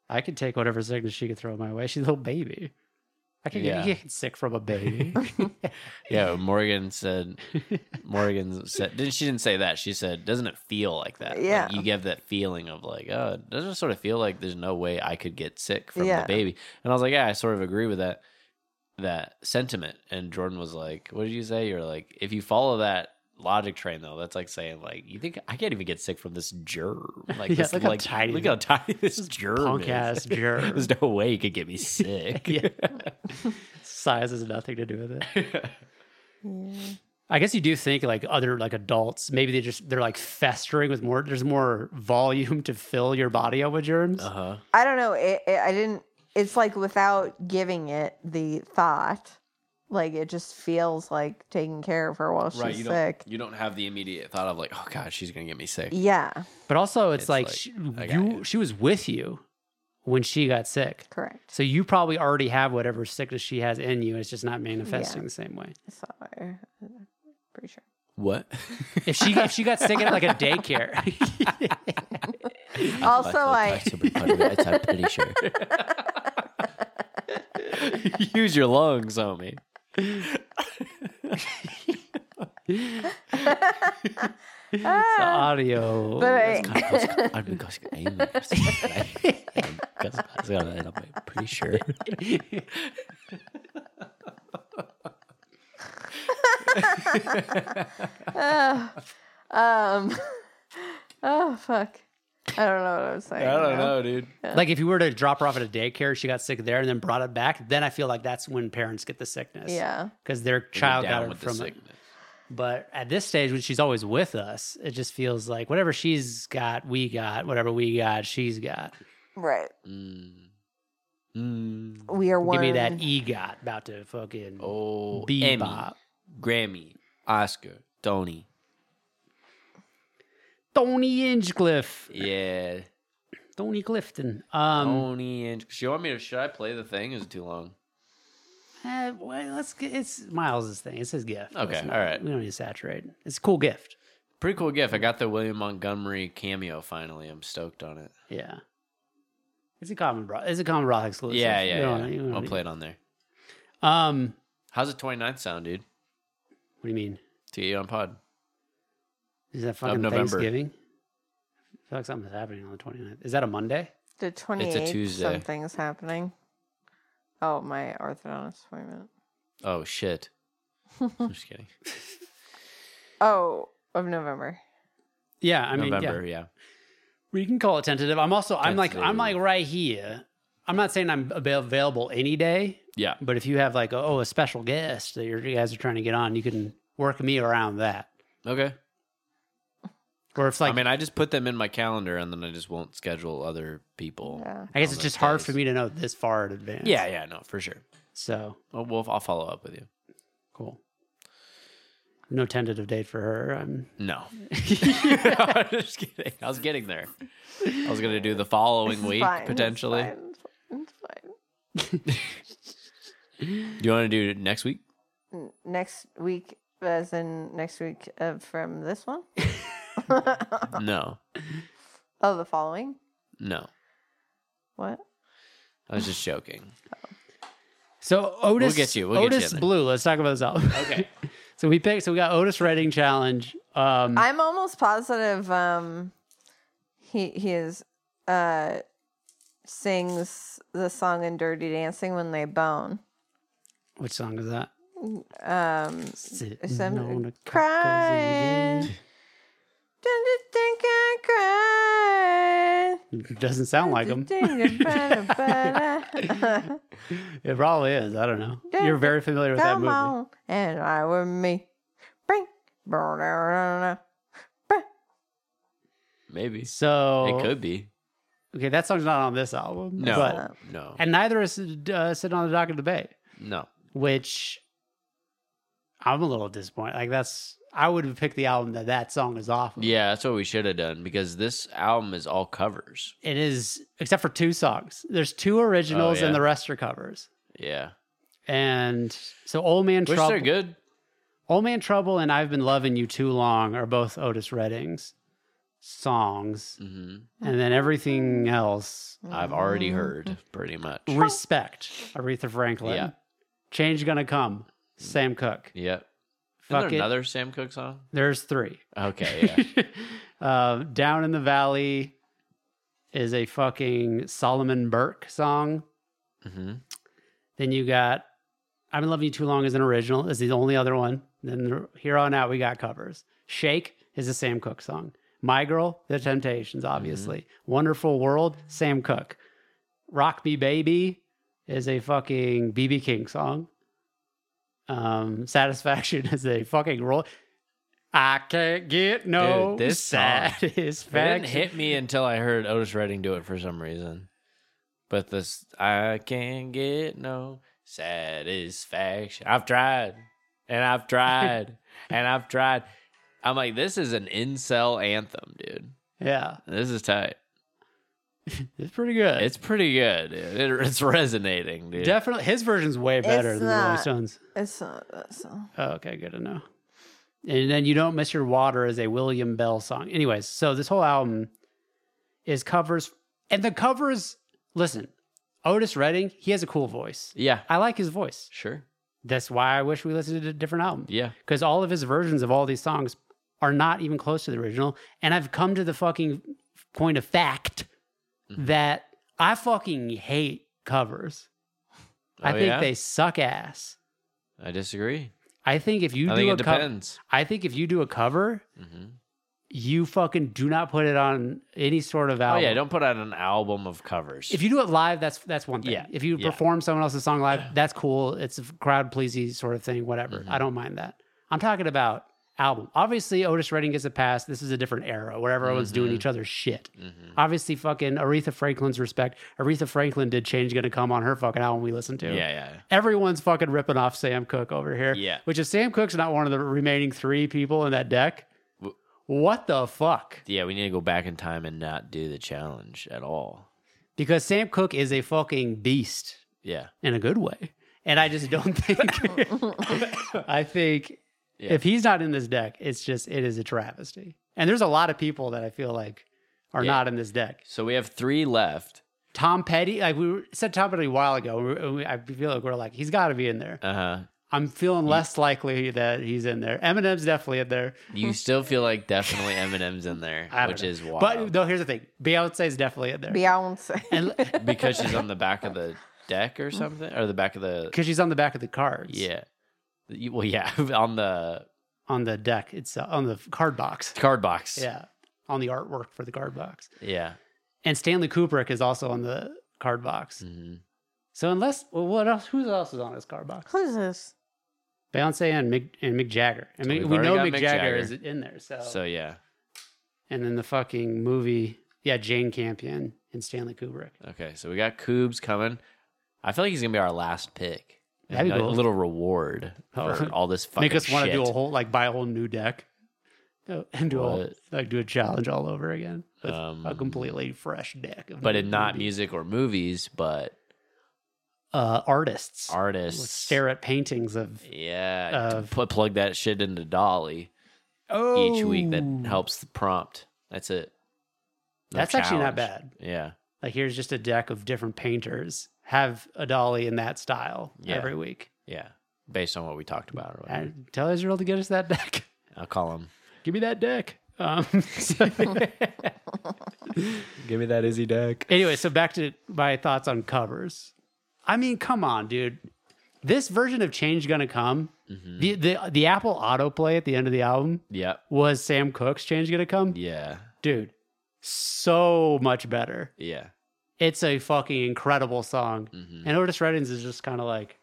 Speaker 1: I could take whatever sickness she could throw my way. She's a little baby. I could
Speaker 4: Yeah.
Speaker 1: get, you get sick from a baby.
Speaker 4: Yeah, Morgan said. Morgan said. Didn't she didn't say that? She said, "Doesn't it feel like that? Like,
Speaker 5: Yeah.
Speaker 4: you give that feeling of like, oh, doesn't it sort of feel like there's no way I could get sick from
Speaker 5: Yeah.
Speaker 4: the baby?" And I was like, "Yeah, I sort of agree with that that sentiment." And Jordan was like, "What did you say? You're like, if you follow that." Logic train though, that's like saying like you think I can't even get sick from this germ. Like
Speaker 1: Yeah,
Speaker 4: this,
Speaker 1: look how
Speaker 4: like
Speaker 1: tiny
Speaker 4: look
Speaker 1: the-
Speaker 4: how tiny this germ
Speaker 1: punk
Speaker 4: is.
Speaker 1: ass germ.
Speaker 4: There's no way it could get me sick.
Speaker 1: yeah, size has nothing to do with it.
Speaker 5: Yeah.
Speaker 1: I guess you do think like other like adults, maybe they just they're like festering with more. There's more volume to fill your body up with germs.
Speaker 4: Uh huh.
Speaker 5: I don't know. It, it, I didn't. It's like without giving it the thought, like it just feels like taking care of her while she's
Speaker 4: Right. You
Speaker 5: sick.
Speaker 4: don't. You don't have the immediate thought of like, oh god, she's gonna get me sick.
Speaker 5: Yeah,
Speaker 1: But also, it's,
Speaker 4: It's
Speaker 1: like,
Speaker 4: like,
Speaker 1: she,
Speaker 4: I got
Speaker 1: you,
Speaker 4: you.
Speaker 1: she was with you when she got sick.
Speaker 5: correct.
Speaker 1: So you probably already have whatever sickness she has in you. It's just not manifesting the same way.
Speaker 5: So, I- I'm pretty sure.
Speaker 4: What?
Speaker 1: If she if she got sick at like a daycare,
Speaker 5: Also, I
Speaker 4: I'm pretty sure. Use your lungs on me.
Speaker 1: the audio.
Speaker 5: Ah. but I,
Speaker 4: I'm pretty sure.
Speaker 5: Um. Oh fuck. I don't know what I was saying.
Speaker 4: I don't
Speaker 5: now.
Speaker 4: know, dude.
Speaker 1: like if you were to drop her off at a daycare, she got sick there and then brought it back. Then I feel like that's when parents get the sickness.
Speaker 5: Yeah.
Speaker 1: because their child
Speaker 4: down
Speaker 1: got it
Speaker 4: with the
Speaker 1: from it.
Speaker 4: sickness.
Speaker 1: But at this stage, when she's always with us, it just feels like whatever she's got, we got. Whatever we got, she's got.
Speaker 5: Right.
Speaker 4: Mm. Mm.
Speaker 5: We are one.
Speaker 1: Give me that e- EGOT about to fucking
Speaker 4: Oh, Emmy,
Speaker 1: bebop.
Speaker 4: Grammy, Oscar, Tony.
Speaker 1: Tony Inchcliffe.
Speaker 4: Yeah,
Speaker 1: Tony Clifton. Um,
Speaker 4: Tony and. Do you want me to? Should I play the thing? Is it too long?
Speaker 1: eh, well, let's get it's Miles's thing. It's his gift.
Speaker 4: Okay,
Speaker 1: Let's not-
Speaker 4: all right.
Speaker 1: We don't need to saturate. It's a cool gift.
Speaker 4: Pretty cool gift. I got the William Montgomery cameo finally. I'm stoked on it.
Speaker 1: Yeah. It's a common broth. It's a common broth exclusive.
Speaker 4: yeah,
Speaker 1: You
Speaker 4: yeah,
Speaker 1: don't-
Speaker 4: yeah.
Speaker 1: you don't
Speaker 4: I'll
Speaker 1: need-
Speaker 4: play it on there.
Speaker 1: Um,
Speaker 4: How's the 29th sound, dude?
Speaker 1: what do you mean?
Speaker 4: To get you on pod.
Speaker 1: Is that fucking
Speaker 4: November.
Speaker 1: Thanksgiving? I feel like something's happening on the 29th. Is that a Monday?
Speaker 5: The twenty eighth.
Speaker 4: Tuesday.
Speaker 5: Something's happening. Oh, my orthodontist appointment.
Speaker 4: Oh shit. I'm just kidding.
Speaker 5: Oh, of November.
Speaker 1: Yeah, I mean, yeah.
Speaker 4: November, yeah.
Speaker 1: Well, you can call it tentative. I'm also I'm like I'm
Speaker 4: Tentative.
Speaker 1: like right here. I'm not saying I'm ab- available any day,
Speaker 4: yeah.
Speaker 1: but if you have like oh a special guest that your you guys are trying to get on, you can work me around that.
Speaker 4: Okay.
Speaker 1: Or if like I,
Speaker 4: I mean, I just put them in my calendar and then I just won't schedule other people.
Speaker 5: Yeah.
Speaker 1: guess
Speaker 4: on
Speaker 1: it's
Speaker 4: those
Speaker 1: just hard
Speaker 4: days.
Speaker 1: for me to know this far in advance.
Speaker 4: Yeah, yeah, no, for sure.
Speaker 1: So
Speaker 4: Well, we'll I'll follow up with you.
Speaker 1: cool. No tentative date for her. I'm
Speaker 4: No. I'm just kidding. I was getting there. I was going to do the following
Speaker 5: It's
Speaker 4: week
Speaker 5: fine, it's
Speaker 4: potentially.
Speaker 5: fine, It's fine.
Speaker 4: Do you want to do it next week?
Speaker 5: N- Next week, as in next week uh, from this one?
Speaker 4: No.
Speaker 5: oh, the following?
Speaker 4: No.
Speaker 5: What?
Speaker 4: I was just joking.
Speaker 1: so Otis.
Speaker 4: get you, we'll get you
Speaker 1: Otis
Speaker 4: in there.
Speaker 1: Blue. Let's talk about this album.
Speaker 4: Okay.
Speaker 1: so we picked. So we got Otis Redding challenge. Um,
Speaker 5: I'm almost positive um he he is uh sings the song in Dirty Dancing when they bone.
Speaker 1: which song is that?
Speaker 5: Um
Speaker 1: Sitting
Speaker 5: some
Speaker 1: on a
Speaker 5: crying.
Speaker 1: cockazoo.
Speaker 5: Don't you think I cried?
Speaker 1: Doesn't sound like him.
Speaker 5: him.
Speaker 1: It probably is. I don't know. You're very familiar with that
Speaker 5: Come
Speaker 1: movie.
Speaker 5: on, and I with me. Bring.
Speaker 4: Maybe.
Speaker 1: So
Speaker 4: It could be.
Speaker 1: Okay, that song's not on this album.
Speaker 4: No.
Speaker 5: Uh-huh.
Speaker 1: but-
Speaker 4: No.
Speaker 1: and neither is uh, sitting on the dock of the bay,
Speaker 4: No.
Speaker 1: which I'm a little disappointed. Like that's I would have picked the album that that song is off. Of.
Speaker 4: Yeah, that's what we should have done because this album is all covers.
Speaker 1: It is except for two songs. There's two originals
Speaker 4: Oh, yeah.
Speaker 1: and the rest are covers.
Speaker 4: Yeah.
Speaker 1: And so Old Man
Speaker 4: Which
Speaker 1: Trouble
Speaker 4: they're good.
Speaker 1: Old Man Trouble and I've Been Loving You Too Long are both Otis Redding's songs.
Speaker 4: hmm
Speaker 1: And then everything else
Speaker 4: I've already
Speaker 1: Mm-hmm.
Speaker 4: heard pretty much.
Speaker 1: Respect, Aretha Franklin.
Speaker 4: Yeah.
Speaker 1: Change gonna come. Sam Cooke.
Speaker 4: Yep.
Speaker 1: Fuck
Speaker 4: Isn't there
Speaker 1: it.
Speaker 4: another Sam Cooke song?
Speaker 1: There's three.
Speaker 4: Okay, yeah.
Speaker 1: uh, Down in the Valley is a fucking Solomon Burke song.
Speaker 4: hmm
Speaker 1: Then you got I've been loving you too long is an original. Is the only other one. Then the- here on out we got covers. Shake is a Sam Cooke song. My Girl, The Temptations, obviously.
Speaker 4: Mm-hmm.
Speaker 1: Wonderful World, Sam Cooke. Rock Me Baby is a fucking BB King song. Um, Satisfaction is a fucking roll. I can't get no
Speaker 4: Dude, this song- It
Speaker 1: satisfaction.
Speaker 4: didn't hit me until I heard Otis Redding do it for some reason. But this, I can't get no satisfaction. I've tried, and I've tried, and I've tried. I'm like, this is an incel anthem, dude.
Speaker 1: Yeah,
Speaker 4: This is tight.
Speaker 1: it's pretty good.
Speaker 4: It's pretty good. Dude. It, it's resonating, dude.
Speaker 1: definitely his version's way better
Speaker 5: It's
Speaker 1: than the Rolling
Speaker 5: not-
Speaker 1: Stones.
Speaker 5: It's not that song.
Speaker 1: Oh, okay, good to know. And then You Don't Miss Your Water is a William Bell song. Anyways, so this whole album is covers. And the covers, listen, Otis Redding, he has a cool voice.
Speaker 4: yeah,
Speaker 1: I like his voice.
Speaker 4: sure.
Speaker 1: That's why I wish we listened to a different album.
Speaker 4: Yeah,
Speaker 1: Because all of his versions of all these songs are not even close to the original. And I've come to the fucking point of fact
Speaker 4: Mm-hmm.
Speaker 1: that I fucking hate covers. I
Speaker 4: Oh,
Speaker 1: think
Speaker 4: yeah?
Speaker 1: they suck ass.
Speaker 4: I disagree.
Speaker 1: I think if you
Speaker 4: I
Speaker 1: do
Speaker 4: think
Speaker 1: a
Speaker 4: it
Speaker 1: cover-
Speaker 4: depends.
Speaker 1: I think if you do a cover,
Speaker 4: hmm
Speaker 1: you fucking do not put it on any sort of
Speaker 4: Oh
Speaker 1: album.
Speaker 4: yeah, don't put out an album of covers.
Speaker 1: If you do it live, that's that's one thing.
Speaker 4: Yeah,
Speaker 1: If you
Speaker 4: yeah.
Speaker 1: perform someone else's song live, that's cool. It's a crowd pleasing sort of thing. Whatever.
Speaker 4: Mm-hmm.
Speaker 1: I don't mind that. I'm talking about album. Obviously, Otis Redding gets a pass. This is a different era where everyone's
Speaker 4: Mm-hmm.
Speaker 1: doing each other's shit. Obviously, fucking Aretha Franklin's respect. Aretha Franklin did "Change Gonna Come" on her fucking album we listened to.
Speaker 4: yeah, yeah,
Speaker 1: Everyone's fucking ripping off Sam Cook over here.
Speaker 4: Yeah.
Speaker 1: Which if Sam Cook's not one of the remaining three people in that deck,
Speaker 4: W-
Speaker 1: what the fuck?
Speaker 4: yeah, we need to go back in time and not do the challenge at all.
Speaker 1: Because Sam Cook is a fucking beast
Speaker 4: Yeah.
Speaker 1: in a good way. And I just don't think I think
Speaker 4: Yeah.
Speaker 1: if he's not in this deck, it's just it is a travesty. And there's a lot of people that I feel like are
Speaker 4: Yeah.
Speaker 1: not in this deck.
Speaker 4: So we have three left.
Speaker 1: Tom Petty, like we were, said Tom Petty a while ago, we- we, I feel like we're like he's got to be in there.
Speaker 4: Uh huh.
Speaker 1: I'm feeling less likely that he's in there. Eminem's definitely in there.
Speaker 4: You still feel like definitely Eminem's in there,
Speaker 1: I don't
Speaker 4: which
Speaker 1: know.
Speaker 4: is wild.
Speaker 1: But no, here's the thing: Beyonce's definitely in there.
Speaker 5: Beyonce.
Speaker 1: And
Speaker 4: because she's on the back of the deck or something, or the back of the
Speaker 1: because she's on the back of the cards.
Speaker 4: yeah. You- Well, yeah, on the
Speaker 1: on the deck. It's uh, on the card box.
Speaker 4: card box.
Speaker 1: Yeah, on the artwork for the card box.
Speaker 4: yeah.
Speaker 1: And Stanley Kubrick is also on the card box.
Speaker 4: hmm
Speaker 1: So unless, well, what else? Who else is on this card box?
Speaker 5: Who's this?
Speaker 1: Beyonce and Mick and Mick Jagger. And
Speaker 4: So
Speaker 1: Mick-
Speaker 4: we've
Speaker 1: we
Speaker 4: already
Speaker 1: know
Speaker 4: got
Speaker 1: Mick,
Speaker 4: Mick
Speaker 1: Jagger
Speaker 4: Jagger.
Speaker 1: is in there. So.
Speaker 4: So yeah,
Speaker 1: and then the fucking movie, yeah, Jane Campion and Stanley Kubrick.
Speaker 4: okay. So we got Coobs coming. I feel like he's gonna be our last pick.
Speaker 1: That'd be
Speaker 4: And a
Speaker 1: cool.
Speaker 4: little reward
Speaker 1: Oh.
Speaker 4: for all this fucking
Speaker 1: Make us want to
Speaker 4: shit.
Speaker 1: do a whole like buy a whole new deck. Oh, and do a,
Speaker 4: What?
Speaker 1: like do a challenge all over again with a
Speaker 4: Um,
Speaker 1: completely fresh deck, of
Speaker 4: but in not
Speaker 1: movie-
Speaker 4: music or movies, but
Speaker 1: uh, artists.
Speaker 4: artists.
Speaker 1: Let's stare at paintings of
Speaker 4: Yeah, to
Speaker 1: of-
Speaker 4: put plug that shit into Dolly each week. That
Speaker 1: Oh.
Speaker 4: helps the prompt. That's it. No
Speaker 1: That's actually not
Speaker 4: challenge. Yeah,
Speaker 1: Like here's just a deck of different painters. Have a dolly in that style
Speaker 4: Yeah.
Speaker 1: every week.
Speaker 4: yeah. Based on what we talked about, or whatever.
Speaker 1: And tell Israel to get us that deck.
Speaker 4: I'll call him.
Speaker 1: Give me that deck. Um, so-
Speaker 4: Give me that Izzy deck.
Speaker 1: anyway, so back to my thoughts on covers. I mean, come on, dude. This version of Change Gonna Come, the,
Speaker 4: Mm.
Speaker 1: the the Apple autoplay at the end of the album
Speaker 4: Mm-hmm. Yep.
Speaker 1: was Sam Cooke's Change Gonna Come.
Speaker 4: Yeah.
Speaker 1: Dude, so much better.
Speaker 4: Yeah.
Speaker 1: It's a fucking incredible song.
Speaker 4: hmm
Speaker 1: And Otis Reddings is just kind of like,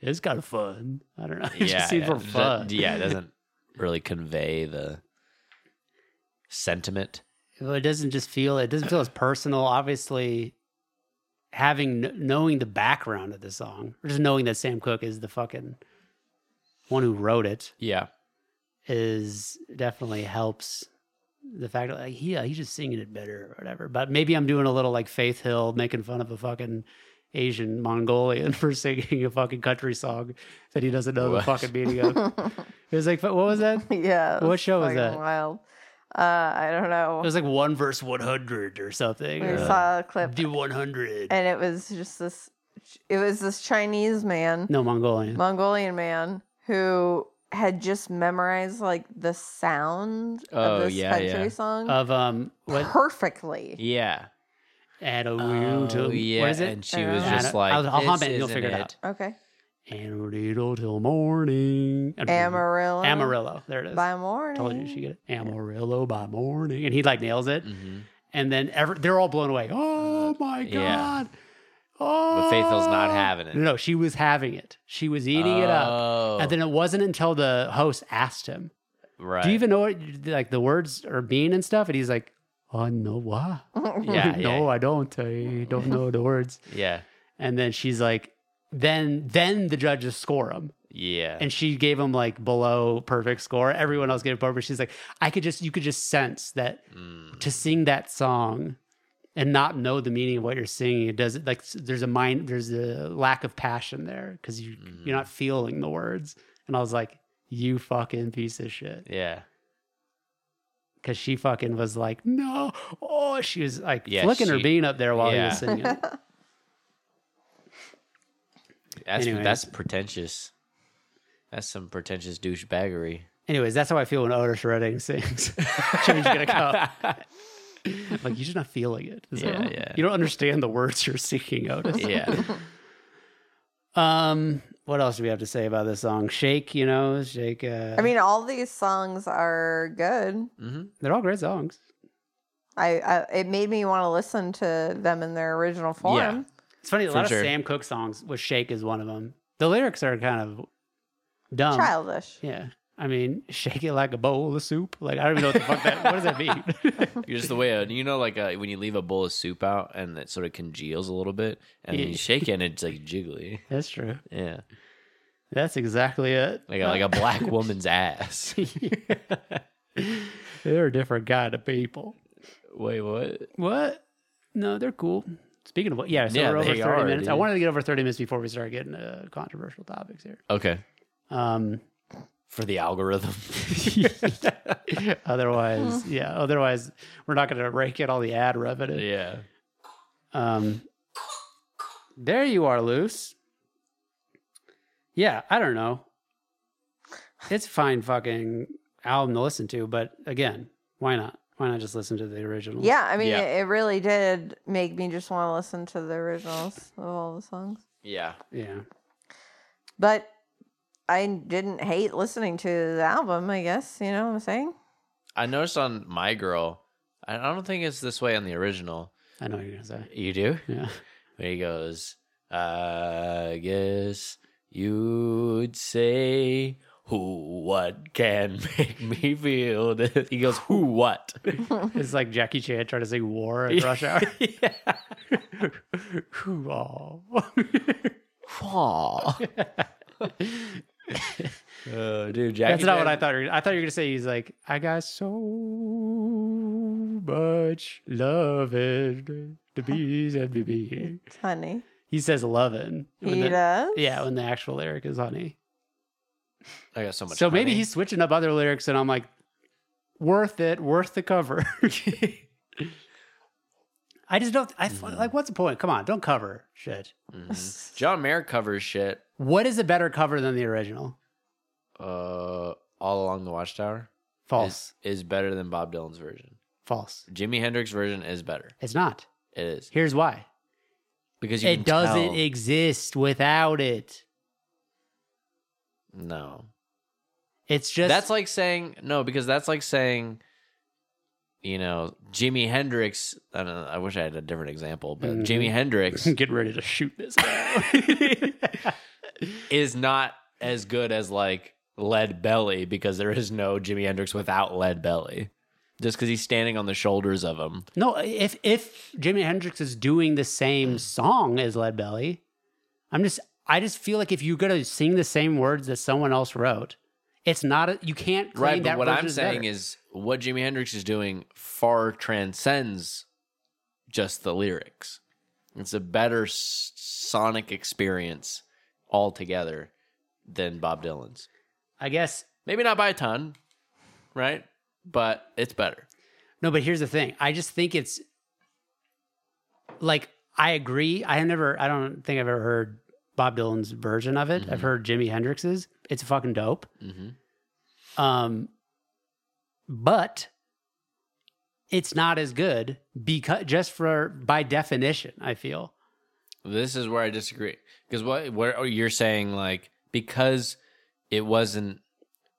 Speaker 1: it's kind of fun. I don't know. It
Speaker 4: yeah.
Speaker 1: just seems
Speaker 4: yeah.
Speaker 1: for
Speaker 4: That-
Speaker 1: fun.
Speaker 4: yeah. It doesn't really convey the sentiment.
Speaker 1: Well, it doesn't just feel, it doesn't feel as personal. Obviously, having, kn- knowing the background of the song, or just knowing that Sam Cooke is the fucking one who wrote it,
Speaker 4: Yeah.
Speaker 1: is definitely helps the fact that, like, yeah, he's just singing it better or whatever. But maybe I'm doing a little like Faith Hill making fun of a fucking. Asian Mongolian for singing a fucking country song that he doesn't know the
Speaker 4: What?
Speaker 1: fucking meaning of. It was like, what was that? It
Speaker 5: yeah.
Speaker 1: What show was
Speaker 5: fucking
Speaker 1: that?
Speaker 5: Wild. Uh, I don't know.
Speaker 1: was like one verse 100 or something.
Speaker 5: we
Speaker 1: or
Speaker 4: Uh,
Speaker 5: saw a clip,
Speaker 1: Do 100.
Speaker 5: and it was just this. It was this Chinese man,
Speaker 1: No, Mongolian.
Speaker 5: Mongolian man, who had just memorized like the sound
Speaker 4: Oh,
Speaker 5: of this
Speaker 4: yeah,
Speaker 5: country
Speaker 4: yeah.
Speaker 5: song
Speaker 1: of, um, what?
Speaker 5: perfectly.
Speaker 4: Yeah.
Speaker 1: At a
Speaker 4: Oh,
Speaker 1: wheel to,
Speaker 4: yeah.
Speaker 1: what is it?
Speaker 4: And she was
Speaker 5: Uh,
Speaker 4: just
Speaker 1: I'll-
Speaker 4: like,
Speaker 1: I'll- I'll
Speaker 4: this
Speaker 1: hum it and you'll
Speaker 4: isn't
Speaker 1: figure it out.
Speaker 5: Okay.
Speaker 1: And a needle till morning. I don't remember.
Speaker 5: Amarillo.
Speaker 1: Amarillo. There it is.
Speaker 5: By morning.
Speaker 1: Told you she get it. Amarillo by morning. And he like nails it.
Speaker 4: Mhm.
Speaker 1: And then every, they're all blown away. Oh my
Speaker 4: Uh, yeah.
Speaker 1: God. Oh.
Speaker 4: But Faith Hill's not having it.
Speaker 1: No, no, she was having it. She was eating it up.
Speaker 4: Oh,
Speaker 1: And then it wasn't until the host asked him,
Speaker 4: right.
Speaker 1: "Do you even know what like the words are mean and stuff?" And he's like, "Oh no, what?
Speaker 5: Mm-hmm.
Speaker 4: Yeah,
Speaker 1: no,
Speaker 4: yeah,
Speaker 1: I don't. I don't know the words."
Speaker 4: yeah,
Speaker 1: And then she's like, "Then, then the judges score him."
Speaker 4: yeah.
Speaker 1: And she gave him like below perfect score. Everyone else gave perfect. She's like, "I could just, you could just sense that
Speaker 4: Mm,
Speaker 1: to sing that song." And not know the meaning of what you're singing. It doesn't like s- there's a mind, there's a lack of passion there because you
Speaker 4: Mm.
Speaker 1: you're not feeling the words. And I was like, you fucking piece of shit.
Speaker 4: yeah,
Speaker 1: because she fucking was like, no, oh, she was like
Speaker 4: Yeah,
Speaker 1: flicking her
Speaker 4: she-
Speaker 1: bean up there while he
Speaker 4: yeah.
Speaker 1: was singing. it.
Speaker 4: that's
Speaker 1: Anyways.
Speaker 4: that's pretentious. That's some pretentious douchebaggery.
Speaker 1: Anyways, that's how I feel when Otis Redding sings. Change gonna come. like you're just not feeling it. It's like,
Speaker 4: Yeah, yeah.
Speaker 1: You don't understand the words you're singing, Otis.
Speaker 4: Yeah,
Speaker 1: Um, what else do we have to say about this song? Shake, you know, shake. Uh,
Speaker 5: I mean, all these songs are good.
Speaker 4: hmm
Speaker 1: they're all great songs.
Speaker 5: I, I it made me want to listen to them in their original form.
Speaker 1: It's funny. A
Speaker 4: For
Speaker 1: lot
Speaker 4: sure.
Speaker 1: of Sam Cooke songs with "Shake" is one of them. The lyrics are kind of dumb.
Speaker 5: Childish.
Speaker 1: Yeah. I mean, shake it like a bowl of soup. Like I don't even know what the fuck that. What does that mean?
Speaker 4: you're just the way you know, like uh, when you leave a bowl of soup out and it sort of congeals a little bit, and then you
Speaker 1: Yeah.
Speaker 4: shake it, and it's like jiggly.
Speaker 1: That's true.
Speaker 4: Yeah,
Speaker 1: That's exactly it.
Speaker 4: like a, like a black woman's ass.
Speaker 1: they're a different kind of people.
Speaker 4: Wait, what?
Speaker 1: What? No, they're cool. Speaking of what, yeah, so
Speaker 4: Yeah,
Speaker 1: we're over
Speaker 4: they
Speaker 1: 30
Speaker 4: are,
Speaker 1: minutes. I
Speaker 4: dude.
Speaker 1: wanted to get over 30 minutes before we start getting uh, controversial topics here.
Speaker 4: Okay,
Speaker 1: Um,
Speaker 4: for the algorithm.
Speaker 1: otherwise, yeah, otherwise, we're not going to rake in all the ad revenue.
Speaker 4: yeah.
Speaker 1: Um, there you are, Luce. Yeah, I don't know. It's a fine fucking album to listen to, but again, why not? Why not just listen to the original?
Speaker 5: Yeah, I mean,
Speaker 4: Yeah.
Speaker 5: It, it really did make me just want to listen to the originals of all the songs.
Speaker 4: Yeah.
Speaker 1: Yeah.
Speaker 5: But I didn't hate listening to the album, I guess. You know what I'm saying?
Speaker 4: I noticed on My Girl, I I don't think it's this way on the original.
Speaker 1: I know what you're going to say.
Speaker 4: You do?
Speaker 1: Yeah.
Speaker 4: Where he goes, I guess you'd say, who, what can make me feel this? He goes, who, what?
Speaker 1: It's like Jackie Chan trying to say war at rush hour.
Speaker 4: yeah.
Speaker 1: Who all?
Speaker 4: Aw. Oh, dude, Jackie
Speaker 1: That's not what
Speaker 4: Chan-
Speaker 1: I thought. You were, I thought you were going to say he's like, I got so much loving to be and to be.
Speaker 5: Honey.
Speaker 1: He says loving. when
Speaker 5: He
Speaker 1: the-
Speaker 5: does?
Speaker 1: Yeah, when the actual lyric is honey.
Speaker 4: I got so much.
Speaker 1: so maybe
Speaker 4: honey.
Speaker 1: he's switching up other lyrics, and I'm like, worth it, worth the cover. I just don't. I
Speaker 4: Mm.
Speaker 1: like. What's the point? Come on, don't cover shit.
Speaker 4: Mhm. John Mayer covers shit
Speaker 1: What is a better cover than the original?
Speaker 4: uh, all along the Watchtower.
Speaker 1: False.
Speaker 4: Is, is better than Bob Dylan's version.
Speaker 1: False.
Speaker 4: Jimi Hendrix version is better.
Speaker 1: It's not.
Speaker 4: It is
Speaker 1: Here's why.
Speaker 4: because you
Speaker 1: It
Speaker 4: can
Speaker 1: doesn't e-
Speaker 4: tell-
Speaker 1: exist without it.
Speaker 4: no,
Speaker 1: It's just
Speaker 4: that's like saying no because that's like saying, you know, Jimi Hendrix. I, don't know, I wish I had a different example, but
Speaker 1: Mhm.
Speaker 4: Jimi Hendrix
Speaker 1: get ready to shoot this.
Speaker 4: is not as good as like Lead Belly because there is no Jimi Hendrix without Lead Belly. Just because he's standing on the shoulders of him,
Speaker 1: no, if if Jimi Hendrix is doing the same song as Lead Belly, I'm just I just feel like if you're gonna sing the same words that someone else wrote, it's not a, you can't claim
Speaker 4: right? But
Speaker 1: that
Speaker 4: what
Speaker 1: version
Speaker 4: I'm saying
Speaker 1: better.
Speaker 4: is, what Jimi Hendrix is doing far transcends just the lyrics. It's a better s- sonic experience altogether than Bob Dylan's.
Speaker 1: I guess
Speaker 4: Maybe not by a ton, right? But it's better.
Speaker 1: No, but here's the thing. I just think it's like I agree. I have never. I don't think I've ever heard Bob Dylan's version of it.
Speaker 4: Mm-hmm.
Speaker 1: I've heard Jimi Hendrix's. It's fucking dope.
Speaker 4: hmm
Speaker 1: Um, but it's not as good because just for by definition, I feel.
Speaker 4: This is where I disagree because what where you're saying like because it wasn't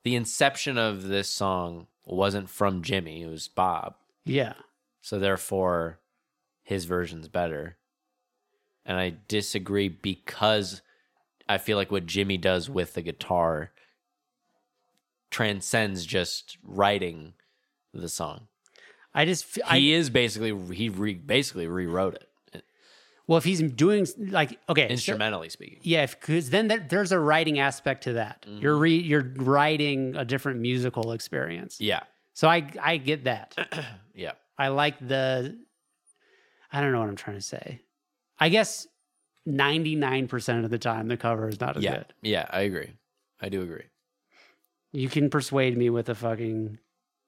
Speaker 4: the inception of this song wasn't from Jimmy, it was Bob.
Speaker 1: Yeah.
Speaker 4: So therefore, his version's better. And I disagree because I feel like what Jimmy does with the guitar transcends just writing the song.
Speaker 1: I just f- I-
Speaker 4: He is basically he re, basically rewrote it
Speaker 1: well, if he's doing s- like okay, so-
Speaker 4: instrumentally speaking.
Speaker 1: Yeah, because then there, there's a writing aspect to that.
Speaker 4: Mm-hmm.
Speaker 1: You're re, you're writing a different musical experience.
Speaker 4: Yeah.
Speaker 1: So I I get that.
Speaker 4: Yeah.
Speaker 1: I like the I don't know what I'm trying to say. I guess 99% of the time the cover is not as
Speaker 4: Yeah.
Speaker 1: good.
Speaker 4: Yeah, I agree. I do agree.
Speaker 1: You can persuade me with a fucking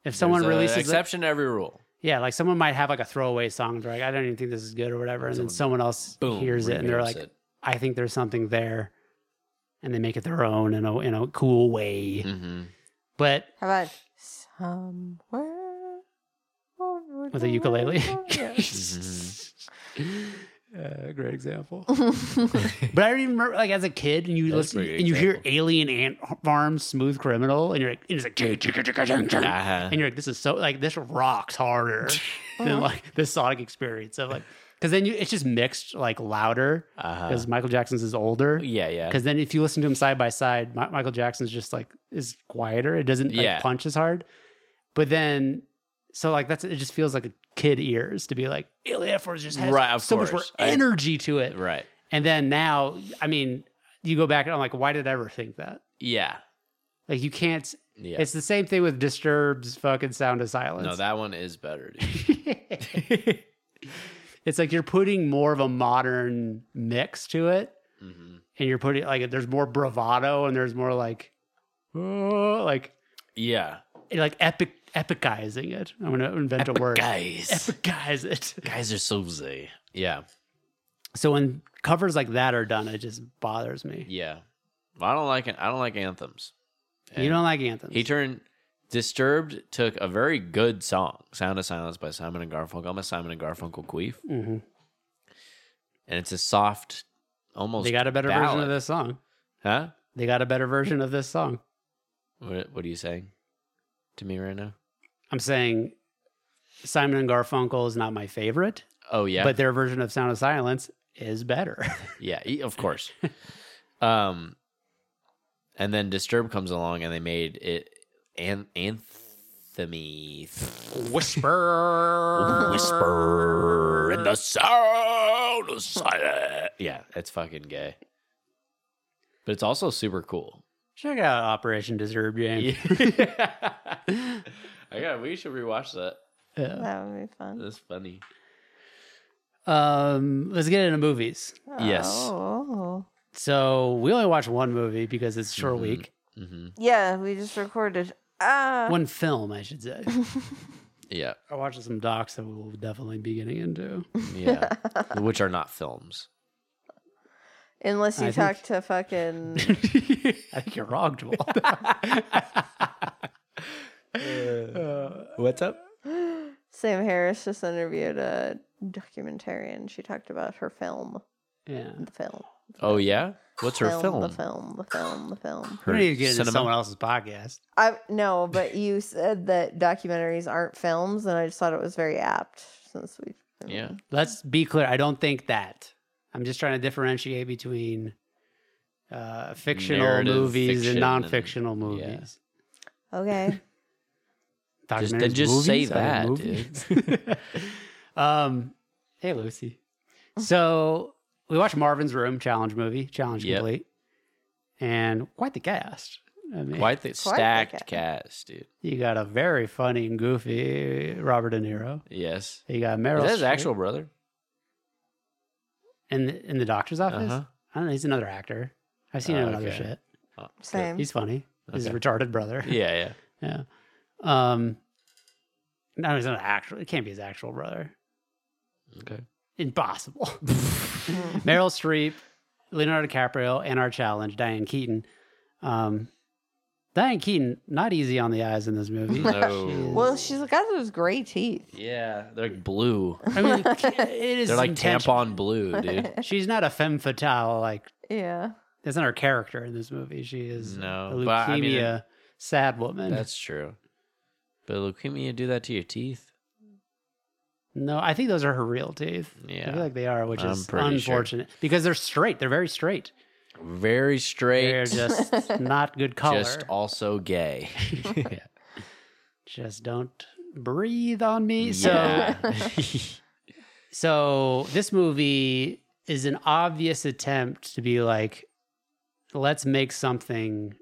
Speaker 1: if someone
Speaker 4: There's a
Speaker 1: releases it,
Speaker 4: exception to every rule.
Speaker 1: yeah, like someone might have like a throwaway song and they're like I don't even think this is good or whatever and then someone else
Speaker 4: Boom.
Speaker 1: hears it and they're
Speaker 4: rewrites
Speaker 1: like
Speaker 4: it.
Speaker 1: I think there's something there and they make it their own in a in a cool way.
Speaker 4: Mhm.
Speaker 1: But
Speaker 5: How about somewhere? over
Speaker 1: with
Speaker 5: the
Speaker 1: a ukulele.
Speaker 5: rainbow?
Speaker 1: Uh, great example. but I remember, like as a kid, and you
Speaker 4: That is
Speaker 1: listen
Speaker 4: a pretty good
Speaker 1: and you hear
Speaker 4: example.
Speaker 1: Alien Ant Farm, Smooth Criminal, and you're like, and it's like, "Ching, ching, ching, ching, ching, ching,"
Speaker 4: Uh-huh.
Speaker 1: and you're like, this is so like this rocks harder than like the Sonic experience of like, because then you it's just mixed like louder
Speaker 4: Uh-huh.
Speaker 1: because Michael Jackson's is older.
Speaker 4: Yeah, yeah.
Speaker 1: Because then if you listen to them side by side, Mi- Michael Jackson's just like is quieter. It doesn't like,
Speaker 4: Yeah.
Speaker 1: punch as hard. But then, so like that's it. Just feels like a kid ears to be like Alien Force just has
Speaker 4: Right, of
Speaker 1: so much more
Speaker 4: course. I-
Speaker 1: energy to it.
Speaker 4: Right.
Speaker 1: And then now, I mean, you go back and I'm like, why did I ever think that?
Speaker 4: Yeah.
Speaker 1: Like you can't.
Speaker 4: Yeah.
Speaker 1: It's the same thing with Disturbs fucking Sound of Silence.
Speaker 4: No, that one is better. dude.
Speaker 1: it's like you're putting more of a modern mix to it
Speaker 4: Mm-hmm.
Speaker 1: and you're putting like there's more bravado and there's more like oh, like
Speaker 4: Yeah.
Speaker 1: like epic epicizing it i'm gonna invent a word
Speaker 4: Guys.
Speaker 1: epicize it
Speaker 4: Guys are so zay. Yeah.
Speaker 1: so when covers like that are done it just bothers me
Speaker 4: Yeah. Well, I don't like it. I don't like anthems.
Speaker 1: you don't like anthems
Speaker 4: He turned Disturbed took a very good song, "Sound of Silence" by Simon and Garfunkel. I'm a Simon and Garfunkel queef,
Speaker 1: hmm
Speaker 4: and it's a soft, almost.
Speaker 1: They got a better version of
Speaker 4: ballad.
Speaker 1: this song.
Speaker 4: huh?
Speaker 1: They got a better version of this song.
Speaker 4: What, what are you saying to me right now?
Speaker 1: I'm saying Simon and Garfunkel is not my favorite,
Speaker 4: Oh yeah,
Speaker 1: but their version of Sound of Silence is better.
Speaker 4: Yeah, e- of course. um, and then Disturb comes along and they made it an anthemy whisper whisper in the sound of silence. Yeah, it's fucking gay, but it's also super cool.
Speaker 1: Check out Operation Deserve James.
Speaker 4: I got. We should rewatch that.
Speaker 1: Yeah.
Speaker 5: That would be fun.
Speaker 4: That's funny.
Speaker 1: Um, let's get into movies.
Speaker 4: Yes.
Speaker 5: Oh.
Speaker 1: So we only watched one movie because it's short
Speaker 4: Mhm.
Speaker 1: week.
Speaker 4: hmm
Speaker 5: Yeah, we just recorded. Ah.
Speaker 1: One film, I should say.
Speaker 4: Yeah,
Speaker 1: I watched some docs that we'll definitely be getting into.
Speaker 4: yeah. Which are not films.
Speaker 5: Unless you
Speaker 1: I
Speaker 5: talk
Speaker 1: think-
Speaker 5: to fucking.
Speaker 1: I think you're wrong, Joel. Uh,
Speaker 4: What's up?
Speaker 5: Sam Harris just interviewed a documentarian. She talked about her film.
Speaker 1: yeah.
Speaker 5: The film.
Speaker 4: Oh yeah. What's her film?
Speaker 5: The film. The film. The film.
Speaker 1: We
Speaker 4: Her
Speaker 1: need to get into
Speaker 4: cinema?
Speaker 1: someone else's podcast.
Speaker 5: I no, but you said that documentaries aren't films, and I just thought it was very apt since we.
Speaker 4: Yeah.
Speaker 1: Let's be clear. I don't think that. I'm just trying to differentiate between uh, fictional
Speaker 4: Narrative
Speaker 1: movies
Speaker 4: fiction and-
Speaker 1: and non-fictional movies.
Speaker 4: yeah.
Speaker 5: Okay.
Speaker 4: Just-
Speaker 1: Documentaries,
Speaker 4: then just say
Speaker 1: movies? I mean, movies. um, hey, Lucy. So we watched Marvin's Room challenge movie, challenge
Speaker 4: Yep.
Speaker 1: complete, and quite the cast. I mean,
Speaker 4: Quite the
Speaker 5: Quite the
Speaker 4: stacked
Speaker 5: cast.
Speaker 4: cast, dude.
Speaker 1: you got a very funny and goofy Robert De Niro.
Speaker 4: Yes.
Speaker 1: You got
Speaker 4: Is
Speaker 1: Meryl.
Speaker 4: that his
Speaker 1: Streep
Speaker 4: actual brother?
Speaker 1: in the, in the doctor's office.
Speaker 4: Uh-huh.
Speaker 1: I don't know. He's another actor. I've seen
Speaker 4: Oh,
Speaker 1: him in other
Speaker 4: okay.
Speaker 1: shit.
Speaker 5: Same.
Speaker 1: He's funny. He's a
Speaker 4: Okay.
Speaker 1: retarded brother.
Speaker 4: Yeah, yeah.
Speaker 1: Yeah. Um, no, he's not actual. It can't be his actual brother.
Speaker 4: Okay.
Speaker 1: Impossible. Meryl Streep, Leonardo DiCaprio, and our challenge, Diane Keaton. Um, Diane Keaton, not easy on the eyes in this movie.
Speaker 4: No.
Speaker 5: well, she's got those gray teeth.
Speaker 4: yeah, they're like blue.
Speaker 1: I mean, it is
Speaker 4: They're like
Speaker 1: intentional.
Speaker 4: tampon blue, dude.
Speaker 1: She's not a femme fatale. Like
Speaker 5: Yeah.
Speaker 1: that's not her character in this movie. She is
Speaker 4: No,
Speaker 1: a
Speaker 4: but
Speaker 1: leukemia
Speaker 4: I mean,
Speaker 1: sad woman.
Speaker 4: That's true. But leukemia do that to your teeth.
Speaker 1: No, I think those are her real teeth. I
Speaker 4: Yeah.
Speaker 1: feel like they are, which
Speaker 4: I'm
Speaker 1: is
Speaker 4: pretty sure.
Speaker 1: unfortunate because they're straight. They're very straight.
Speaker 4: Very
Speaker 1: They're
Speaker 4: straight.
Speaker 1: just not good color.
Speaker 4: Just also gay. yeah.
Speaker 1: Just don't breathe on me. So,
Speaker 4: Yeah.
Speaker 1: so this movie is an obvious attempt to be like, let's make something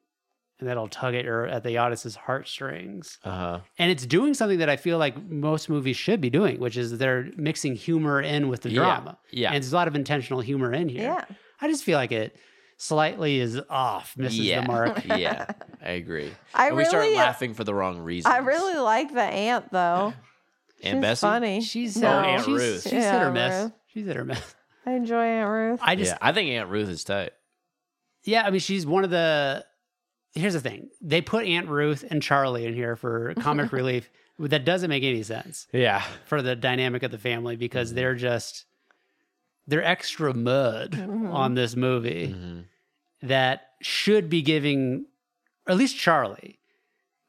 Speaker 1: that'll tug at your at the audience's heartstrings,
Speaker 4: uh-huh.
Speaker 1: and it's doing something that I feel like most movies should be doing, which is they're mixing humor in with the
Speaker 4: Yeah.
Speaker 1: drama.
Speaker 4: Yeah.
Speaker 1: and there's a lot of intentional humor in here.
Speaker 5: Yeah.
Speaker 1: I just feel like it slightly is off, misses
Speaker 4: yeah.
Speaker 1: the mark.
Speaker 4: yeah. I agree.
Speaker 5: I
Speaker 4: and we start
Speaker 5: really. uh,
Speaker 4: laughing for the wrong reasons.
Speaker 5: I really like the aunt though.
Speaker 4: and
Speaker 5: she's
Speaker 4: Bessie?
Speaker 5: funny.
Speaker 1: She's uh,
Speaker 5: No.
Speaker 4: Oh, Aunt
Speaker 1: she's,
Speaker 4: Ruth.
Speaker 1: she's hit
Speaker 5: Yeah,
Speaker 1: or miss.
Speaker 5: Ruth.
Speaker 1: She's hit or miss.
Speaker 5: I enjoy Aunt Ruth.
Speaker 1: I just
Speaker 4: yeah, I think Aunt Ruth is tight.
Speaker 1: yeah. I mean, she's one of the. Here's the thing: they put Aunt Ruth and Charlie in here for comic relief. That doesn't make any sense
Speaker 4: Yeah.
Speaker 1: for the dynamic of the family because they're just they're extra mud
Speaker 5: Mhm.
Speaker 1: on this movie.
Speaker 4: Mm-hmm.
Speaker 1: that should be giving, or at least Charlie,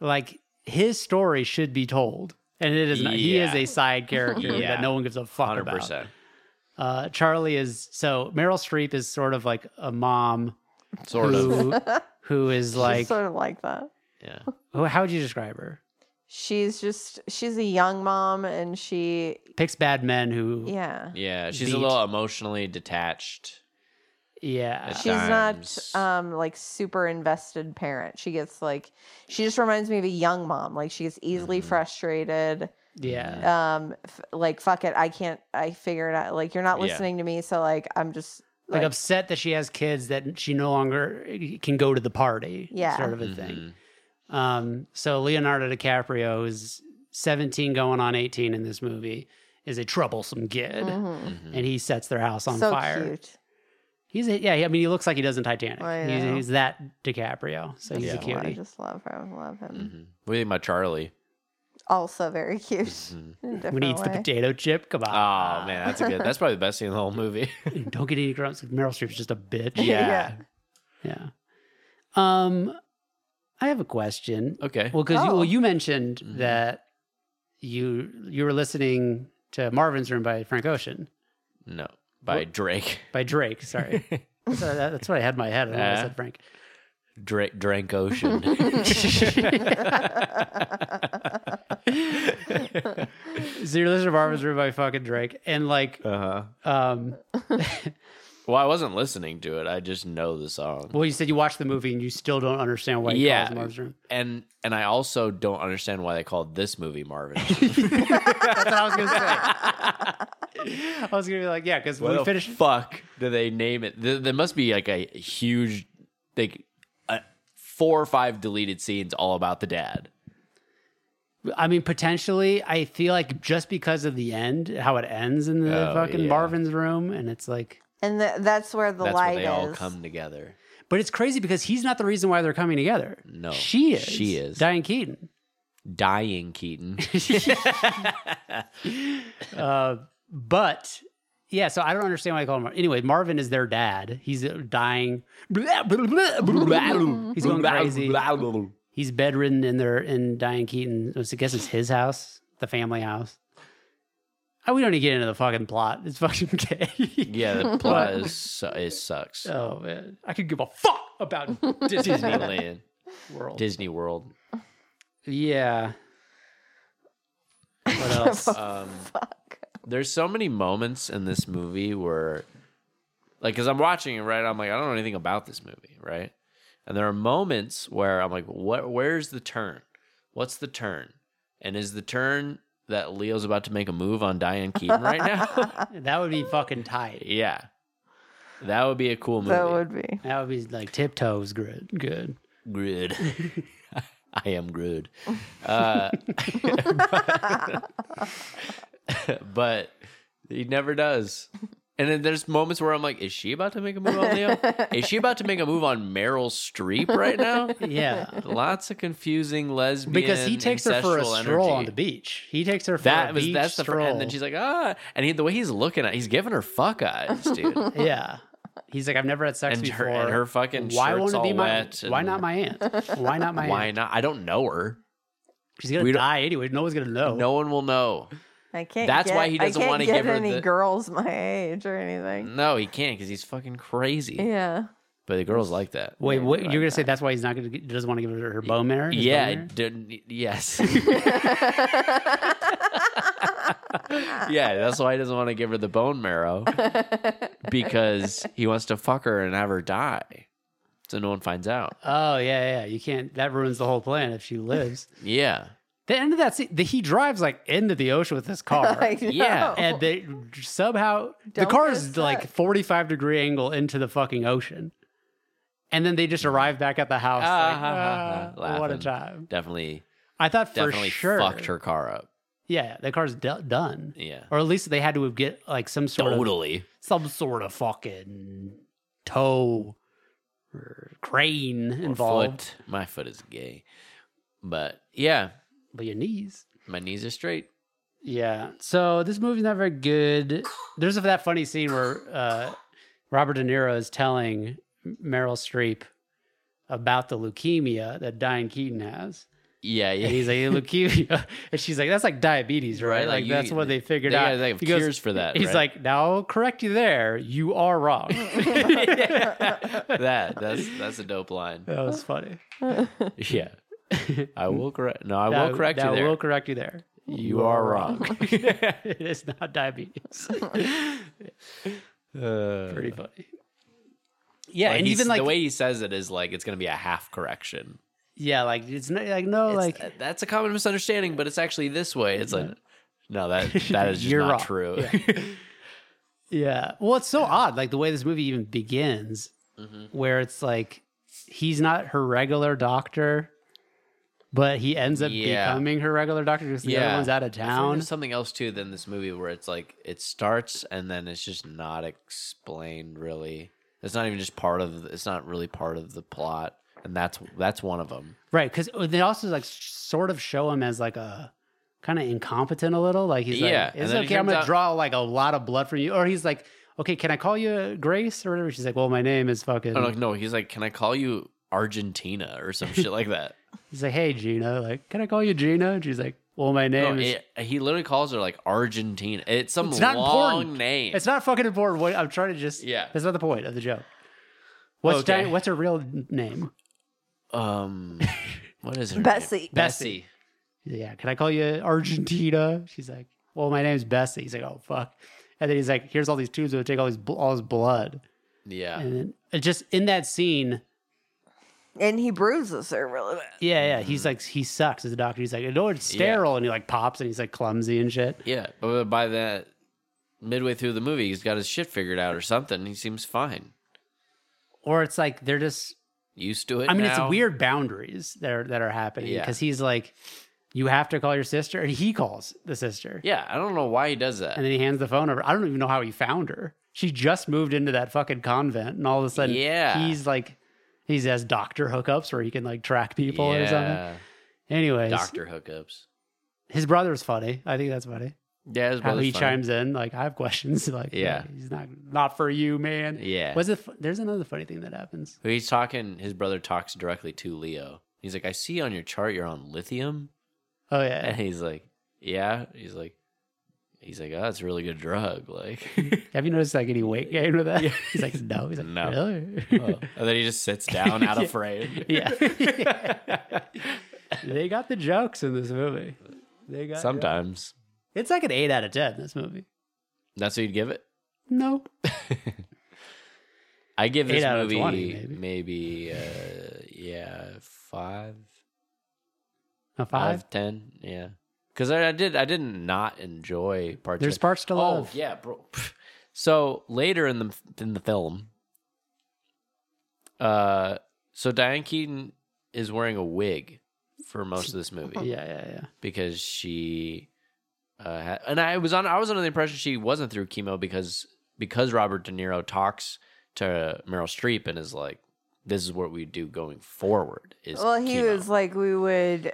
Speaker 1: like his story should be told. And it is not. He is
Speaker 4: Yeah.
Speaker 1: a side character
Speaker 4: Yeah.
Speaker 1: that no one gives a fuck
Speaker 4: Hundred
Speaker 1: about.
Speaker 4: percent.
Speaker 1: Uh, Charlie is so Meryl Streep is sort of like a mom
Speaker 4: Sort of.
Speaker 1: who who is
Speaker 5: Like,
Speaker 1: like
Speaker 5: sort of like that.
Speaker 4: Yeah.
Speaker 1: who- how would you describe her?
Speaker 5: She's just she's a young mom, and she
Speaker 1: Picks bad men who yeah,
Speaker 5: yeah.
Speaker 4: Yeah. She's
Speaker 1: Beat.
Speaker 4: a little emotionally detached. That's-
Speaker 5: She's
Speaker 4: Times.
Speaker 5: not um like super invested parent. She gets like she just reminds me of a young mom. Like she gets easily
Speaker 4: Mhm.
Speaker 5: frustrated.
Speaker 1: yeah.
Speaker 5: Um f- like fuck it, I can't I figure it out. Like you're not
Speaker 4: Yeah.
Speaker 5: listening to me, so like I'm just
Speaker 1: Like,
Speaker 5: like,
Speaker 1: upset that she has kids that she no longer eh, can go to the party.
Speaker 5: Yeah.
Speaker 1: sort of a thing.
Speaker 4: Mhm.
Speaker 1: Um, so Leonardo DiCaprio is 17 going on 18 in this movie is a troublesome kid
Speaker 5: mhm.
Speaker 4: Mm-hmm.
Speaker 1: and he sets their house on
Speaker 5: so
Speaker 1: fire.
Speaker 5: cute.
Speaker 1: He's a, yeah. I mean, he looks like he does in Titanic.
Speaker 5: I
Speaker 1: He's,
Speaker 5: know.
Speaker 1: he's that DiCaprio. So he's a
Speaker 4: Yeah.
Speaker 5: I
Speaker 1: cutie.
Speaker 5: just love her. I love him.
Speaker 4: hmm What do you think about Charlie?
Speaker 5: Also very cute.
Speaker 4: Mhm.
Speaker 5: in a
Speaker 1: When
Speaker 5: different
Speaker 1: he eats the
Speaker 5: way.
Speaker 1: potato chip, come
Speaker 4: Oh
Speaker 1: on,
Speaker 4: man, that's a good. That's probably the best scene in the whole movie.
Speaker 1: don't get any crumbs. Meryl Streep's just a bitch.
Speaker 4: yeah.
Speaker 1: Yeah. Um, I have a question.
Speaker 4: Okay.
Speaker 1: Well, because you,
Speaker 5: Oh.
Speaker 1: well, you mentioned
Speaker 4: Mhm.
Speaker 1: that you you were listening to Marvin's Room by Frank Ocean
Speaker 4: No, by
Speaker 1: What?
Speaker 4: Drake.
Speaker 1: by Drake. Sorry, that's, that- that's what I had in my head when I
Speaker 4: Yeah.
Speaker 1: said Frank.
Speaker 4: Drake drank Ocean.
Speaker 1: Uh-huh. So you're listening to Marvin's Room by fucking Drake, and like,
Speaker 4: Uh huh.
Speaker 1: um,
Speaker 4: Well, I wasn't listening to it. I just know the song,
Speaker 1: well, you said you watched the movie and you still don't understand why
Speaker 4: Yeah.
Speaker 1: yeah. calls it Marvin's Room.
Speaker 4: and and I also don't understand why they called this movie Marvin.
Speaker 1: That's what I was gonna say. I was gonna be like, yeah, because
Speaker 4: What
Speaker 1: when we
Speaker 4: the
Speaker 1: finished,
Speaker 4: fuck do they name it? There, there must be like a huge, like, uh, four or five deleted scenes all about the dad.
Speaker 1: I mean, potentially, I feel like just because of the end, how it ends in the
Speaker 4: Oh,
Speaker 1: fucking
Speaker 4: yeah.
Speaker 1: Marvin's room, and it's like,
Speaker 5: and the, that's where the
Speaker 4: That's
Speaker 5: light
Speaker 4: where they all
Speaker 5: is.
Speaker 4: come together.
Speaker 1: but it's crazy because he's not the reason why they're coming together.
Speaker 4: No,
Speaker 1: she is.
Speaker 4: she is.
Speaker 1: Diane Keaton.
Speaker 4: Dying Keaton.
Speaker 1: Uh, but yeah, so I don't understand why they call him. Mar- Anyway, Marvin is their dad. He's dying. He's going crazy. He's bedridden in their in Diane Keaton. I guess it's his house, the family house. Oh, we don't need to get into the fucking plot. It's fucking gay.
Speaker 4: yeah, the plot is su- it sucks.
Speaker 1: Oh man, I could give a fuck about Disney
Speaker 4: Disneyland,
Speaker 1: World.
Speaker 4: Disney World.
Speaker 1: yeah. What else?
Speaker 4: Um, There's so many moments in this movie where, like, because I'm watching it, right? I'm like, I don't know anything about this movie, right? And there are moments where I'm like, what? Where's the turn? What's the turn? And is the turn that Leo's about to make a move on Diane Keaton right now?
Speaker 1: that would be fucking tight.
Speaker 4: yeah, that would be a cool movie.
Speaker 5: That would be.
Speaker 1: That would be like tiptoes good. Good.
Speaker 4: Grood. I am Grood. Uh, but he never does. And then there's moments where I'm like, is she about to make a move on Leo? Is she about to make a move on Meryl Streep right now?
Speaker 1: Yeah.
Speaker 4: Lots of confusing lesbian
Speaker 1: Because he takes her for a
Speaker 4: incestual
Speaker 1: stroll on
Speaker 4: energy.
Speaker 1: the beach. He takes her for
Speaker 4: That
Speaker 1: a
Speaker 4: was
Speaker 1: beach
Speaker 4: that's the fr-
Speaker 1: stroll.
Speaker 4: and then she's like ah and he, the way he's looking at he's giving her fuck eyes dude
Speaker 1: yeah. He's like, I've never had sex
Speaker 4: and
Speaker 1: before.
Speaker 4: her and her fucking
Speaker 1: why
Speaker 4: shirt's
Speaker 1: won't it
Speaker 4: all
Speaker 1: be my?
Speaker 4: wet and
Speaker 1: Why not my aunt? Why not my
Speaker 4: why
Speaker 1: aunt?
Speaker 4: not I don't know her
Speaker 1: She's gonna
Speaker 4: We don't-
Speaker 1: die anyway. No one's gonna know.
Speaker 4: no one will know
Speaker 5: I can't.
Speaker 4: That's
Speaker 5: get-
Speaker 4: why he
Speaker 5: I
Speaker 4: doesn't
Speaker 5: can't
Speaker 4: wanna
Speaker 5: get
Speaker 4: give her
Speaker 5: any
Speaker 4: the-
Speaker 5: girls my age or anything.
Speaker 4: No, he can't because he's fucking crazy.
Speaker 5: Yeah.
Speaker 4: But the girls like that.
Speaker 1: Wait, what,
Speaker 5: like
Speaker 1: you're gonna say that's why he's not gonna doesn't want to give her her bone marrow? his bone
Speaker 4: yeah,
Speaker 1: marrow?
Speaker 4: it didn't- yes. yeah, that's why he doesn't want to give her the bone marrow because he wants to fuck her and have her die. So no one finds out.
Speaker 1: Oh yeah, yeah. You can't. That ruins the whole plan if she lives.
Speaker 4: Yeah.
Speaker 1: the end of that scene, the, he drives like into the ocean with his car,
Speaker 5: I
Speaker 4: Yeah,
Speaker 5: know.
Speaker 1: and they somehow the
Speaker 5: Don't
Speaker 1: car
Speaker 5: get
Speaker 1: is like
Speaker 5: stuck.
Speaker 1: forty five degree angle into the fucking ocean, and then they just arrive back at the house. like,
Speaker 4: Ah, ha, ha, ha,
Speaker 1: "Ah, what a
Speaker 4: laughing.
Speaker 1: time!
Speaker 4: Definitely,
Speaker 1: I thought for
Speaker 4: definitely
Speaker 1: sure.
Speaker 4: fucked her car up.
Speaker 1: Yeah, the car's do- done,
Speaker 4: Yeah.
Speaker 1: or at least they had to have get like some sort of
Speaker 4: Totally.
Speaker 1: some sort of fucking tow or crane
Speaker 4: Or
Speaker 1: involved.
Speaker 4: Foot. My foot is gay. But yeah,
Speaker 1: But your knees.
Speaker 4: my knees are straight.
Speaker 1: Yeah. So this movie's not very good. There's that funny scene where uh, Robert De Niro is telling Meryl Streep about the leukemia that Diane Keaton has.
Speaker 4: Yeah, yeah.
Speaker 1: And he's like, leukemia. And she's like, that's like diabetes, right?
Speaker 4: Right,
Speaker 1: Like,
Speaker 4: like you-
Speaker 1: that's what they figured
Speaker 4: they
Speaker 1: out.
Speaker 4: gotta, like, have
Speaker 1: He goes-
Speaker 4: cures for that,
Speaker 1: He's
Speaker 4: right?
Speaker 1: like, now I'll correct you there. You are wrong.
Speaker 4: that that's that's a dope line.
Speaker 1: that was funny.
Speaker 4: Yeah. I will correct. No, I
Speaker 1: Now-
Speaker 4: will correct
Speaker 1: now
Speaker 4: you there.
Speaker 1: I will correct you there.
Speaker 4: you are wrong.
Speaker 1: it is not diabetes. Pretty funny. Yeah,
Speaker 4: Like,
Speaker 1: and
Speaker 4: Uh, he's-
Speaker 1: even like
Speaker 4: the way he says it is like it's going to be a half correction.
Speaker 1: yeah, like it's not like no,
Speaker 4: It's,
Speaker 1: Oh, like
Speaker 4: like that's a common misunderstanding, but it's actually this way. It's like no, that that is just
Speaker 1: You're
Speaker 4: not
Speaker 1: wrong.
Speaker 4: true.
Speaker 1: yeah. Well, it's so odd, like the way this movie even begins,
Speaker 4: Mm-hmm.
Speaker 1: where it's like he's not her regular doctor, but he ends up
Speaker 4: Yeah.
Speaker 1: becoming her regular doctor because the other
Speaker 4: Yeah.
Speaker 1: one's out of
Speaker 4: I feel like
Speaker 1: town.
Speaker 4: There's something else too than this movie where it's like it starts and then it's just not explained really. It's not even just part of. It's not really part of the plot, and that's that's one of them.
Speaker 1: Right, because they also like s- sort of show him as like a kind of incompetent a little. Like he's
Speaker 4: Yeah,
Speaker 1: like,
Speaker 4: and
Speaker 1: "It's
Speaker 4: then he
Speaker 1: okay. I'm
Speaker 4: comes
Speaker 1: gonna
Speaker 4: out-
Speaker 1: draw like a lot of blood from you," or he's like, "Okay, can I call you Grace or whatever?" She's like, "Well, my name is fucking."
Speaker 4: Oh, no, no, he's like, can I call you Argentina or some shit like that?
Speaker 1: He's like, "Hey, Gina. Like, can I call you Gina?" And she's like, "Well, my
Speaker 4: No,
Speaker 1: name is."
Speaker 4: it- he literally calls her like Argentina. It's some
Speaker 1: It's not
Speaker 4: long
Speaker 1: important.
Speaker 4: name.
Speaker 1: it's not fucking important. What I'm trying to just.
Speaker 4: Yeah.
Speaker 1: That's not the point of the joke. What's
Speaker 4: Okay.
Speaker 1: Di- What's her real name?
Speaker 4: um, what is her
Speaker 5: Bessie.
Speaker 4: name? Bessie.
Speaker 1: He's like, yeah. Can I call you Argentina? She's like, well, my name's Bessie. He's like, oh fuck. And then he's like, here's all these tubes. that will take all these bl- all his blood.
Speaker 4: Yeah.
Speaker 1: And then
Speaker 4: uh,
Speaker 1: it just in that scene,
Speaker 5: and he bruises her really bad.
Speaker 1: yeah, yeah, he's like, he sucks as a doctor. He's like, no, it's
Speaker 4: Mm-hmm. Yeah.
Speaker 1: sterile, and he like pops, and he's like clumsy and shit.
Speaker 4: Yeah, but by that midway through the movie, he's got his shit figured out or something. He seems fine,
Speaker 1: Or it's like they're just
Speaker 4: used to it.
Speaker 1: I mean,
Speaker 4: now.
Speaker 1: it's weird boundaries that are that are happening
Speaker 4: Yeah.
Speaker 1: because he's like, you have to call your sister, and he calls the sister,
Speaker 4: Yeah, I don't know why he does that.
Speaker 1: and then he hands the phone over. I don't even know how he found her. She just moved into that fucking convent, and all of a sudden,
Speaker 4: Yeah.
Speaker 1: he's like, he's has doctor hookups where he can like track people or something.
Speaker 4: Yeah,
Speaker 1: Anyways,
Speaker 4: doctor hookups.
Speaker 1: his brother's funny. I think that's funny.
Speaker 4: Yeah, his
Speaker 1: How
Speaker 4: brother's
Speaker 1: he
Speaker 4: funny.
Speaker 1: chimes in, like I have questions. Like,
Speaker 4: Yeah.
Speaker 1: he's not not for you, man.
Speaker 4: Yeah,
Speaker 1: Was it? There's another funny thing that happens.
Speaker 4: he's talking. His brother talks directly to Leo. He's like, "I see on your chart you're on lithium,"
Speaker 1: Oh yeah,
Speaker 4: and he's like, "Yeah." He's like, "He's like, oh, that's a really good drug." Like,
Speaker 1: Have you noticed like any weight gain with that? He's like, no. He's like,
Speaker 4: No.
Speaker 1: Really?
Speaker 4: oh. and then he just sits down out of frame.
Speaker 1: yeah. they got the jokes in this movie. They got
Speaker 4: Sometimes
Speaker 1: It's like an eight out of ten. This movie.
Speaker 4: that's what you'd give it.
Speaker 1: No.
Speaker 4: I give
Speaker 1: Eight
Speaker 4: this
Speaker 1: out of
Speaker 4: movie
Speaker 1: 20,
Speaker 4: maybe, uh, yeah five,
Speaker 1: A five.
Speaker 4: five, ten, yeah. Because I, I did, I didn't not enjoy parts.
Speaker 1: There's
Speaker 4: of it.
Speaker 1: parts to love.
Speaker 4: Oh yeah, bro. So later in the in the film, uh, so Diane Keaton is wearing a wig for most of this movie
Speaker 1: Yeah, yeah, yeah.
Speaker 4: because she uh, had, and I was on I was under the impression she wasn't through chemo because because Robert De Niro talks to Meryl Streep and is like, "This is what we do going forward." Is
Speaker 5: Well, he
Speaker 4: chemo.
Speaker 5: was like, we would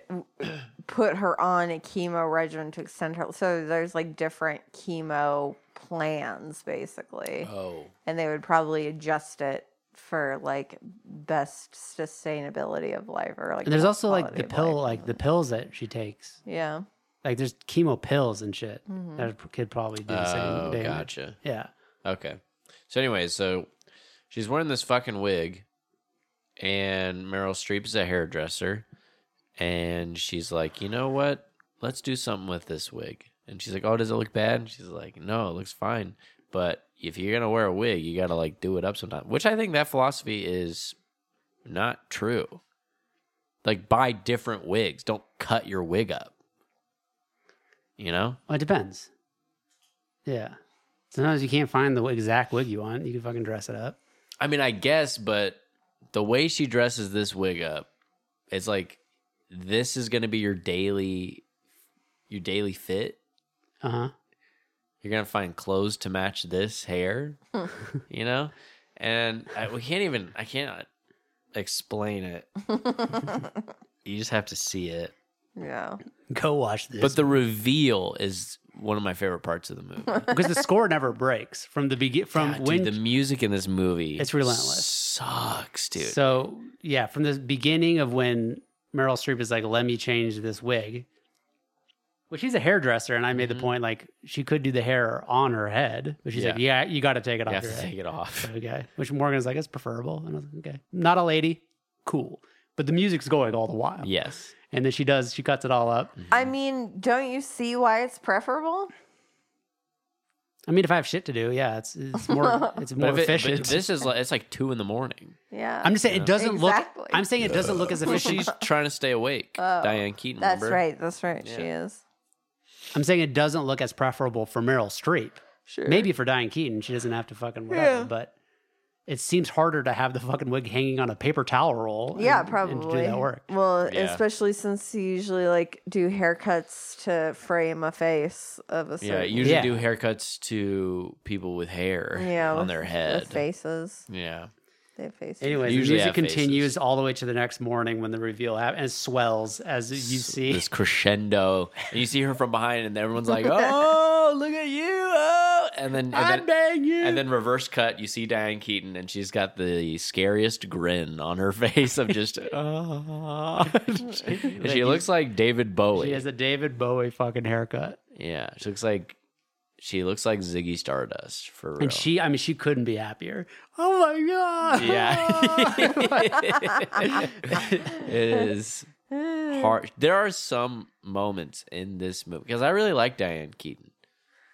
Speaker 5: put her on a chemo regimen to extend her. So there's like different chemo plans, basically,
Speaker 4: "Oh,
Speaker 5: and they would probably adjust it for like best sustainability of life or like.
Speaker 1: And there's
Speaker 5: best
Speaker 1: also like
Speaker 5: quality
Speaker 1: the
Speaker 5: of
Speaker 1: pill,
Speaker 5: life.
Speaker 1: like the pills that she takes.
Speaker 5: yeah.
Speaker 1: Like there's chemo pills and shit
Speaker 5: Mhm.
Speaker 1: that could probably do the same.
Speaker 4: Mm-hmm. oh,
Speaker 1: damage.
Speaker 4: gotcha."
Speaker 1: Yeah.
Speaker 4: Okay. So, anyways, so she's wearing this fucking wig, and Meryl Streep is a hairdresser, and she's like, you know what? Let's do something with this wig. And she's like, oh, does it look bad? And she's like, no, it looks fine. But if you're gonna wear a wig, you gotta like do it up sometime. Which I think that philosophy is not true. Like, buy different wigs. Don't cut your wig up. You know?
Speaker 1: Well, it depends. Yeah. Sometimes you can't find the exact wig you want. You can fucking dress it up.
Speaker 4: I mean, I guess, but the way she dresses this wig up, it's like this is going to be your daily, your daily fit.
Speaker 1: Uh huh.
Speaker 4: You're going to find clothes to match this hair, you know. And I, we can't even. I can't explain it. you just have to see it.
Speaker 5: Yeah.
Speaker 1: Go watch this.
Speaker 4: But the reveal is one of my favorite parts of the movie.
Speaker 1: because the score never breaks from the begin from
Speaker 4: God,
Speaker 1: when
Speaker 4: dude, the music in this movie
Speaker 1: It's relentless.
Speaker 4: Sucks, dude.
Speaker 1: so yeah from the beginning of when Meryl Streep is like let me change this wig which she's a hairdresser and I made
Speaker 4: Mhm.
Speaker 1: the point like she could do the hair on her head but she's like yeah you got to take it off
Speaker 4: you have
Speaker 1: your
Speaker 4: to
Speaker 1: head
Speaker 4: take it off.
Speaker 1: okay which Morgan's like it's preferable and I was like okay not a lady cool but the music's going all the while
Speaker 4: yes.
Speaker 1: and then she does she cuts it all up
Speaker 5: I mean, don't you see why it's preferable?
Speaker 1: I mean if I have shit to do yeah it's it's more it's more
Speaker 4: if it-
Speaker 1: efficient
Speaker 4: this is like it's like two in the morning.
Speaker 5: Yeah.
Speaker 1: I'm just saying it doesn't
Speaker 5: Exactly.
Speaker 1: look I'm saying it doesn't look as
Speaker 4: Well,
Speaker 1: efficient
Speaker 4: she's trying to stay awake.
Speaker 5: Oh,
Speaker 4: Diane Keaton.
Speaker 5: That's
Speaker 4: remember?
Speaker 5: right. That's right. She is.
Speaker 1: I'm saying it doesn't look as preferable for Meryl Streep.
Speaker 5: Sure.
Speaker 1: Maybe for Diane Keaton, she doesn't have to fucking whatever.
Speaker 5: Yeah.
Speaker 1: But it seems harder to have the fucking wig hanging on a paper towel roll.
Speaker 5: yeah,
Speaker 1: and-
Speaker 5: probably.
Speaker 1: And to do that work.
Speaker 5: Well,
Speaker 4: Yeah.
Speaker 5: especially since you usually like do haircuts to frame a face of a
Speaker 4: Yeah,
Speaker 5: certain
Speaker 4: usually
Speaker 1: Yeah.
Speaker 4: do haircuts to people with hair
Speaker 5: Yeah,
Speaker 4: on
Speaker 5: with-
Speaker 4: their
Speaker 5: with
Speaker 4: head.
Speaker 5: faces.
Speaker 4: Yeah.
Speaker 5: They have faces.
Speaker 1: Anyway, the
Speaker 4: Usually
Speaker 1: music
Speaker 4: have faces.
Speaker 1: continues all the way to the next morning when the reveal happens and swells as you
Speaker 4: S-
Speaker 1: see.
Speaker 4: this crescendo, and you see her from behind, and everyone's like, "Oh, look at you!" Oh, and then
Speaker 1: I
Speaker 4: and then,
Speaker 1: bang you.
Speaker 4: and then reverse cut, you see Diane Keaton, and she's got the scariest grin on her face of just, "Oh," and she looks like David Bowie.
Speaker 1: she has a David Bowie fucking haircut.
Speaker 4: yeah, she looks like she looks like Ziggy Stardust for real.
Speaker 1: And she, I mean, she couldn't be happier. Oh my God.
Speaker 4: Yeah. it is hard. There are some moments in this movie because I really like Diane Keaton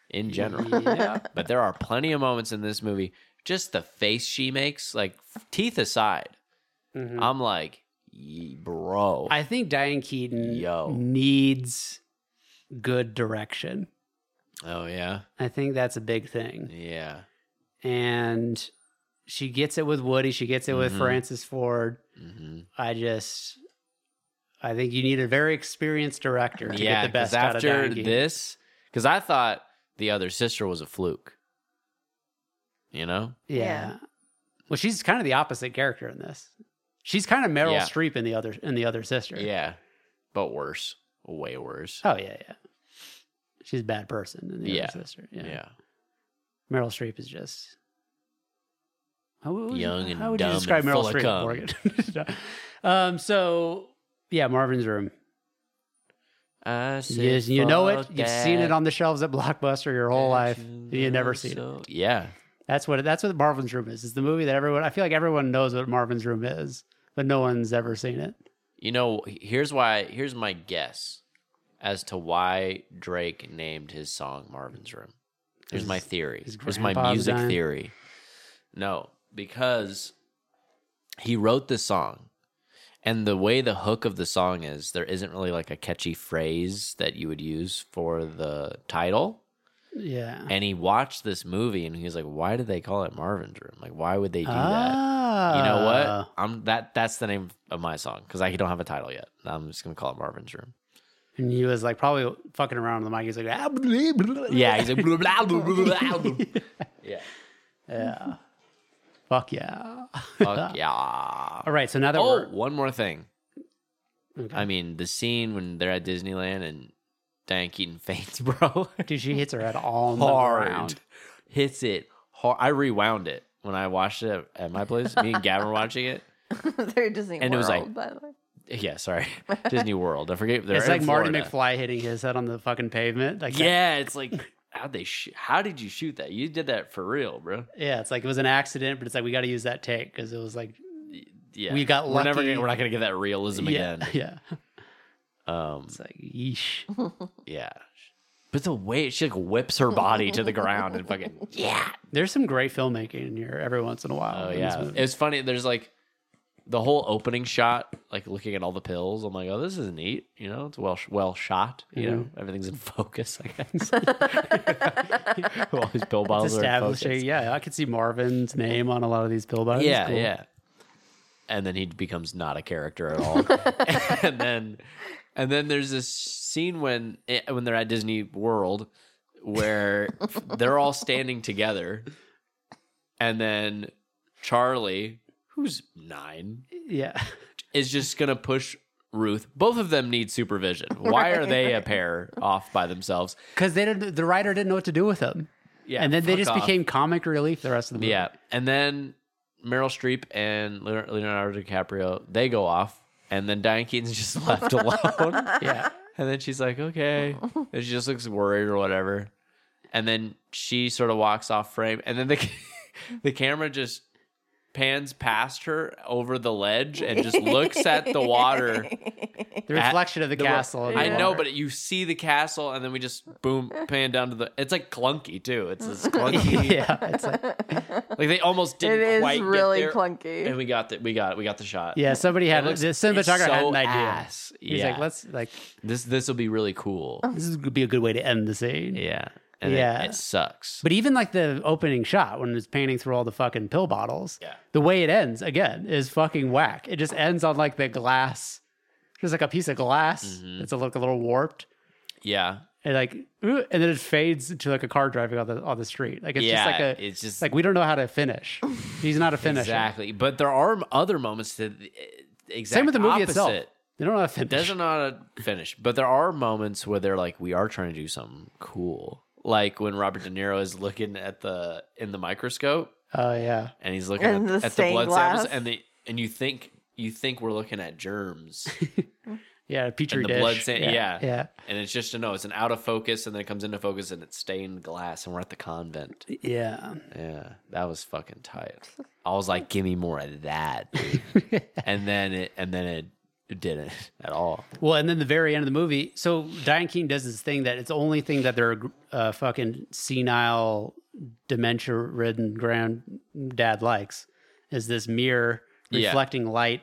Speaker 4: in general,
Speaker 1: Yeah.
Speaker 4: but there are plenty of moments in this movie. Just the face she makes, like teeth aside,
Speaker 1: Mhm.
Speaker 4: I'm like, "Ye- bro.
Speaker 1: I think Diane Keaton
Speaker 4: Yo.
Speaker 1: needs good direction.
Speaker 4: oh yeah,
Speaker 1: I think that's a big thing.
Speaker 4: yeah.
Speaker 1: And she gets it with Woody. She gets it with
Speaker 4: Mhm.
Speaker 1: Francis Ford.
Speaker 4: hmm
Speaker 1: I just, I think you need a very experienced director to
Speaker 4: yeah,
Speaker 1: get the best
Speaker 4: 'cause
Speaker 1: out of
Speaker 4: after
Speaker 1: Diane Keaton.
Speaker 4: this, because I thought the other sister was a fluke. You know,
Speaker 1: Yeah.
Speaker 5: Yeah.
Speaker 1: Well, she's kind of the opposite character in this. She's kind of Meryl
Speaker 4: Yeah.
Speaker 1: Streep in the other in the other sister.
Speaker 4: yeah, but worse, way worse.
Speaker 1: Oh yeah, yeah. She's a bad person in the
Speaker 4: Yeah.
Speaker 1: other sister.
Speaker 4: yeah.
Speaker 1: Yeah. Meryl Streep is just how would you-
Speaker 4: Young and
Speaker 1: how would
Speaker 4: dumb
Speaker 1: you describe
Speaker 4: and
Speaker 1: Meryl
Speaker 4: full of
Speaker 1: Streep,
Speaker 4: cum.
Speaker 1: Morgan? um. So yeah, Marvin's Room.
Speaker 4: I
Speaker 1: You,
Speaker 4: said,
Speaker 1: you know it.
Speaker 4: "Fuck
Speaker 1: You've seen
Speaker 4: that
Speaker 1: it on the shelves at Blockbuster your whole life.
Speaker 4: that you
Speaker 1: You never
Speaker 4: love
Speaker 1: seen it.
Speaker 4: so-" Yeah.
Speaker 1: That's what that's what Marvin's Room is. It's the movie that everyone. I feel like everyone knows what Marvin's Room is, but no one's ever seen it.
Speaker 4: You know, here's why. Here's my guess as to why Drake named his song Marvin's Room. Here's my
Speaker 1: His-
Speaker 4: theory.
Speaker 1: his
Speaker 4: Here's my
Speaker 1: grandpa's
Speaker 4: music
Speaker 1: dying?
Speaker 4: theory. No, because he wrote this song. And the way the hook of the song is, there isn't really like a catchy phrase that you would use for the title.
Speaker 1: Yeah.
Speaker 4: And he watched this movie and he was like, why did they call it Marvin's Room? Like, why would they do that?
Speaker 1: Ah.
Speaker 4: you know what? I'm that. That's the name of my song because I don't have a title yet. I'm just gonna call it Marvin's Room.
Speaker 1: And he was like probably fucking around on the mic. He's like, ah, blah, blah, blah.
Speaker 4: Yeah, he's like, blah, blah, blah, blah, blah. yeah,
Speaker 1: yeah. Fuck yeah.
Speaker 4: fuck yeah.
Speaker 1: All right. So now that
Speaker 4: Oh,
Speaker 1: we're
Speaker 4: one more thing.
Speaker 1: Okay.
Speaker 4: I mean, the scene when they're at Disneyland and Diane Keaton faints, bro,
Speaker 1: Dude, she hits her head all
Speaker 4: Hard.
Speaker 1: hard. Around.
Speaker 4: hits it hard. I rewound it when I watched it at my place. Me and Gavin were watching it.
Speaker 5: They're Disney
Speaker 4: And it was like-
Speaker 5: World, by the way.
Speaker 4: Yeah, sorry, Disney World. I forget. they're
Speaker 1: It's
Speaker 4: in
Speaker 1: like Marty
Speaker 4: Florida.
Speaker 1: McFly hitting his head on the fucking pavement. Like that-
Speaker 4: Yeah, it's like how they shoot. How did you shoot that? You did that for real, bro.
Speaker 1: yeah, it's like it was an accident, but it's like we got to use that take because it was like
Speaker 4: yeah,
Speaker 1: We got
Speaker 4: We're, never
Speaker 1: lucky.
Speaker 4: gonna, we're not going to get that realism
Speaker 1: yeah,
Speaker 4: again.
Speaker 1: yeah.
Speaker 4: Um,
Speaker 1: It's like yeesh.
Speaker 4: yeah, but the way she like whips her body to the ground and fucking yeah,
Speaker 1: There's some great filmmaking in here every once in a while.
Speaker 4: oh
Speaker 1: in this
Speaker 4: yeah,
Speaker 1: movie.
Speaker 4: it's funny. There's like the whole opening shot, like looking at all the pills. I'm like, oh, this is neat. You know, it's well well shot. You
Speaker 1: Mm-hmm.
Speaker 4: know, everything's in focus. I guess all these pill
Speaker 1: It's
Speaker 4: bottles are in focus.
Speaker 1: establishing. Yeah, I could see Marvin's name on a lot of these pill bottles.
Speaker 4: yeah,
Speaker 1: Cool.
Speaker 4: yeah. And then he becomes not a character at all. and then, and then there's this scene when eh, when they're at Disney World where they're all standing together, and then Charlie, who's nine,
Speaker 1: yeah.
Speaker 4: is just gonna push Ruth. Both of them need supervision. Why are they a pair off by themselves?
Speaker 1: Because they didn't. The writer didn't know what to do with them.
Speaker 4: Yeah,
Speaker 1: and then they
Speaker 4: fuck
Speaker 1: just
Speaker 4: off.
Speaker 1: became comic relief the rest of the movie.
Speaker 4: Yeah, and then Meryl Streep and Leonardo Leonardo DiCaprio they go off, and then Diane Keaton's just left alone.
Speaker 1: yeah.
Speaker 4: and then she's like, "Okay," and she just looks worried or whatever. And then she sort of walks off frame, and then the ca- the camera just pans past her over the ledge and just looks at the water.
Speaker 1: The
Speaker 4: At-
Speaker 1: reflection of the,
Speaker 4: the wa-
Speaker 1: castle. in the
Speaker 4: I know,
Speaker 1: water.
Speaker 4: but you see the castle, and then we just boom pan down to the. It's like clunky too. It's this clunky.
Speaker 1: yeah, it's like
Speaker 4: Like they almost
Speaker 5: It
Speaker 4: didn't quite
Speaker 5: is
Speaker 4: get
Speaker 5: really
Speaker 4: there. And
Speaker 5: clunky.
Speaker 4: we got the we got we got the shot.
Speaker 1: yeah. Somebody had
Speaker 4: looks-
Speaker 1: the
Speaker 4: it's
Speaker 1: cinematographer had
Speaker 4: so
Speaker 1: an idea.
Speaker 4: ass.
Speaker 1: He's
Speaker 4: Yeah.
Speaker 1: like, let's like
Speaker 4: This this will be really cool.
Speaker 5: Oh.
Speaker 1: this is gonna be a good way to end the scene.
Speaker 4: Yeah. and it-
Speaker 1: Yeah.
Speaker 4: it, sucks.
Speaker 1: But even like the opening shot when it's panning through all the fucking pill bottles,
Speaker 4: Yeah.
Speaker 1: the way it ends again is fucking whack. It just ends on like the glass, just like a piece of glass
Speaker 4: Mhm.
Speaker 1: that's a, like a little warped,
Speaker 4: yeah,
Speaker 1: and like, ooh, and then it fades to like a car driving on the on the street. Like it's
Speaker 4: yeah,
Speaker 1: just like a,
Speaker 4: it's just
Speaker 1: like we don't know how to finish. He's not a finisher.
Speaker 4: exactly. But there are other moments that the eh, exact
Speaker 1: Same with the movie
Speaker 4: opposite.
Speaker 1: itself. They don't know how to finish.
Speaker 4: doesn't not finish, but there are moments where they're like, we are trying to do something cool. Like when Robert De Niro is looking at the in the microscope
Speaker 1: Oh yeah.
Speaker 4: and he's looking
Speaker 5: And
Speaker 4: at,
Speaker 5: the
Speaker 4: at the
Speaker 5: stained
Speaker 4: blood
Speaker 5: glass.
Speaker 4: samples and the and you think you think we're looking at germs
Speaker 1: Yeah, a petri
Speaker 4: the
Speaker 1: dish.
Speaker 4: blood sa- yeah.
Speaker 1: yeah,
Speaker 4: and it's just a no, it's an out of focus and then it comes into focus and it's stained glass and we're at the convent.
Speaker 1: yeah, yeah.
Speaker 4: Yeah, that was fucking tight. I was like, give me more of that. dude." and then it and then it, it didn't at all.
Speaker 1: Well, and then the very end of the movie, so Diane Keaton does this thing that it's the only thing that their uh, fucking senile, dementia-ridden granddad likes is this mirror
Speaker 4: Yeah.
Speaker 1: reflecting light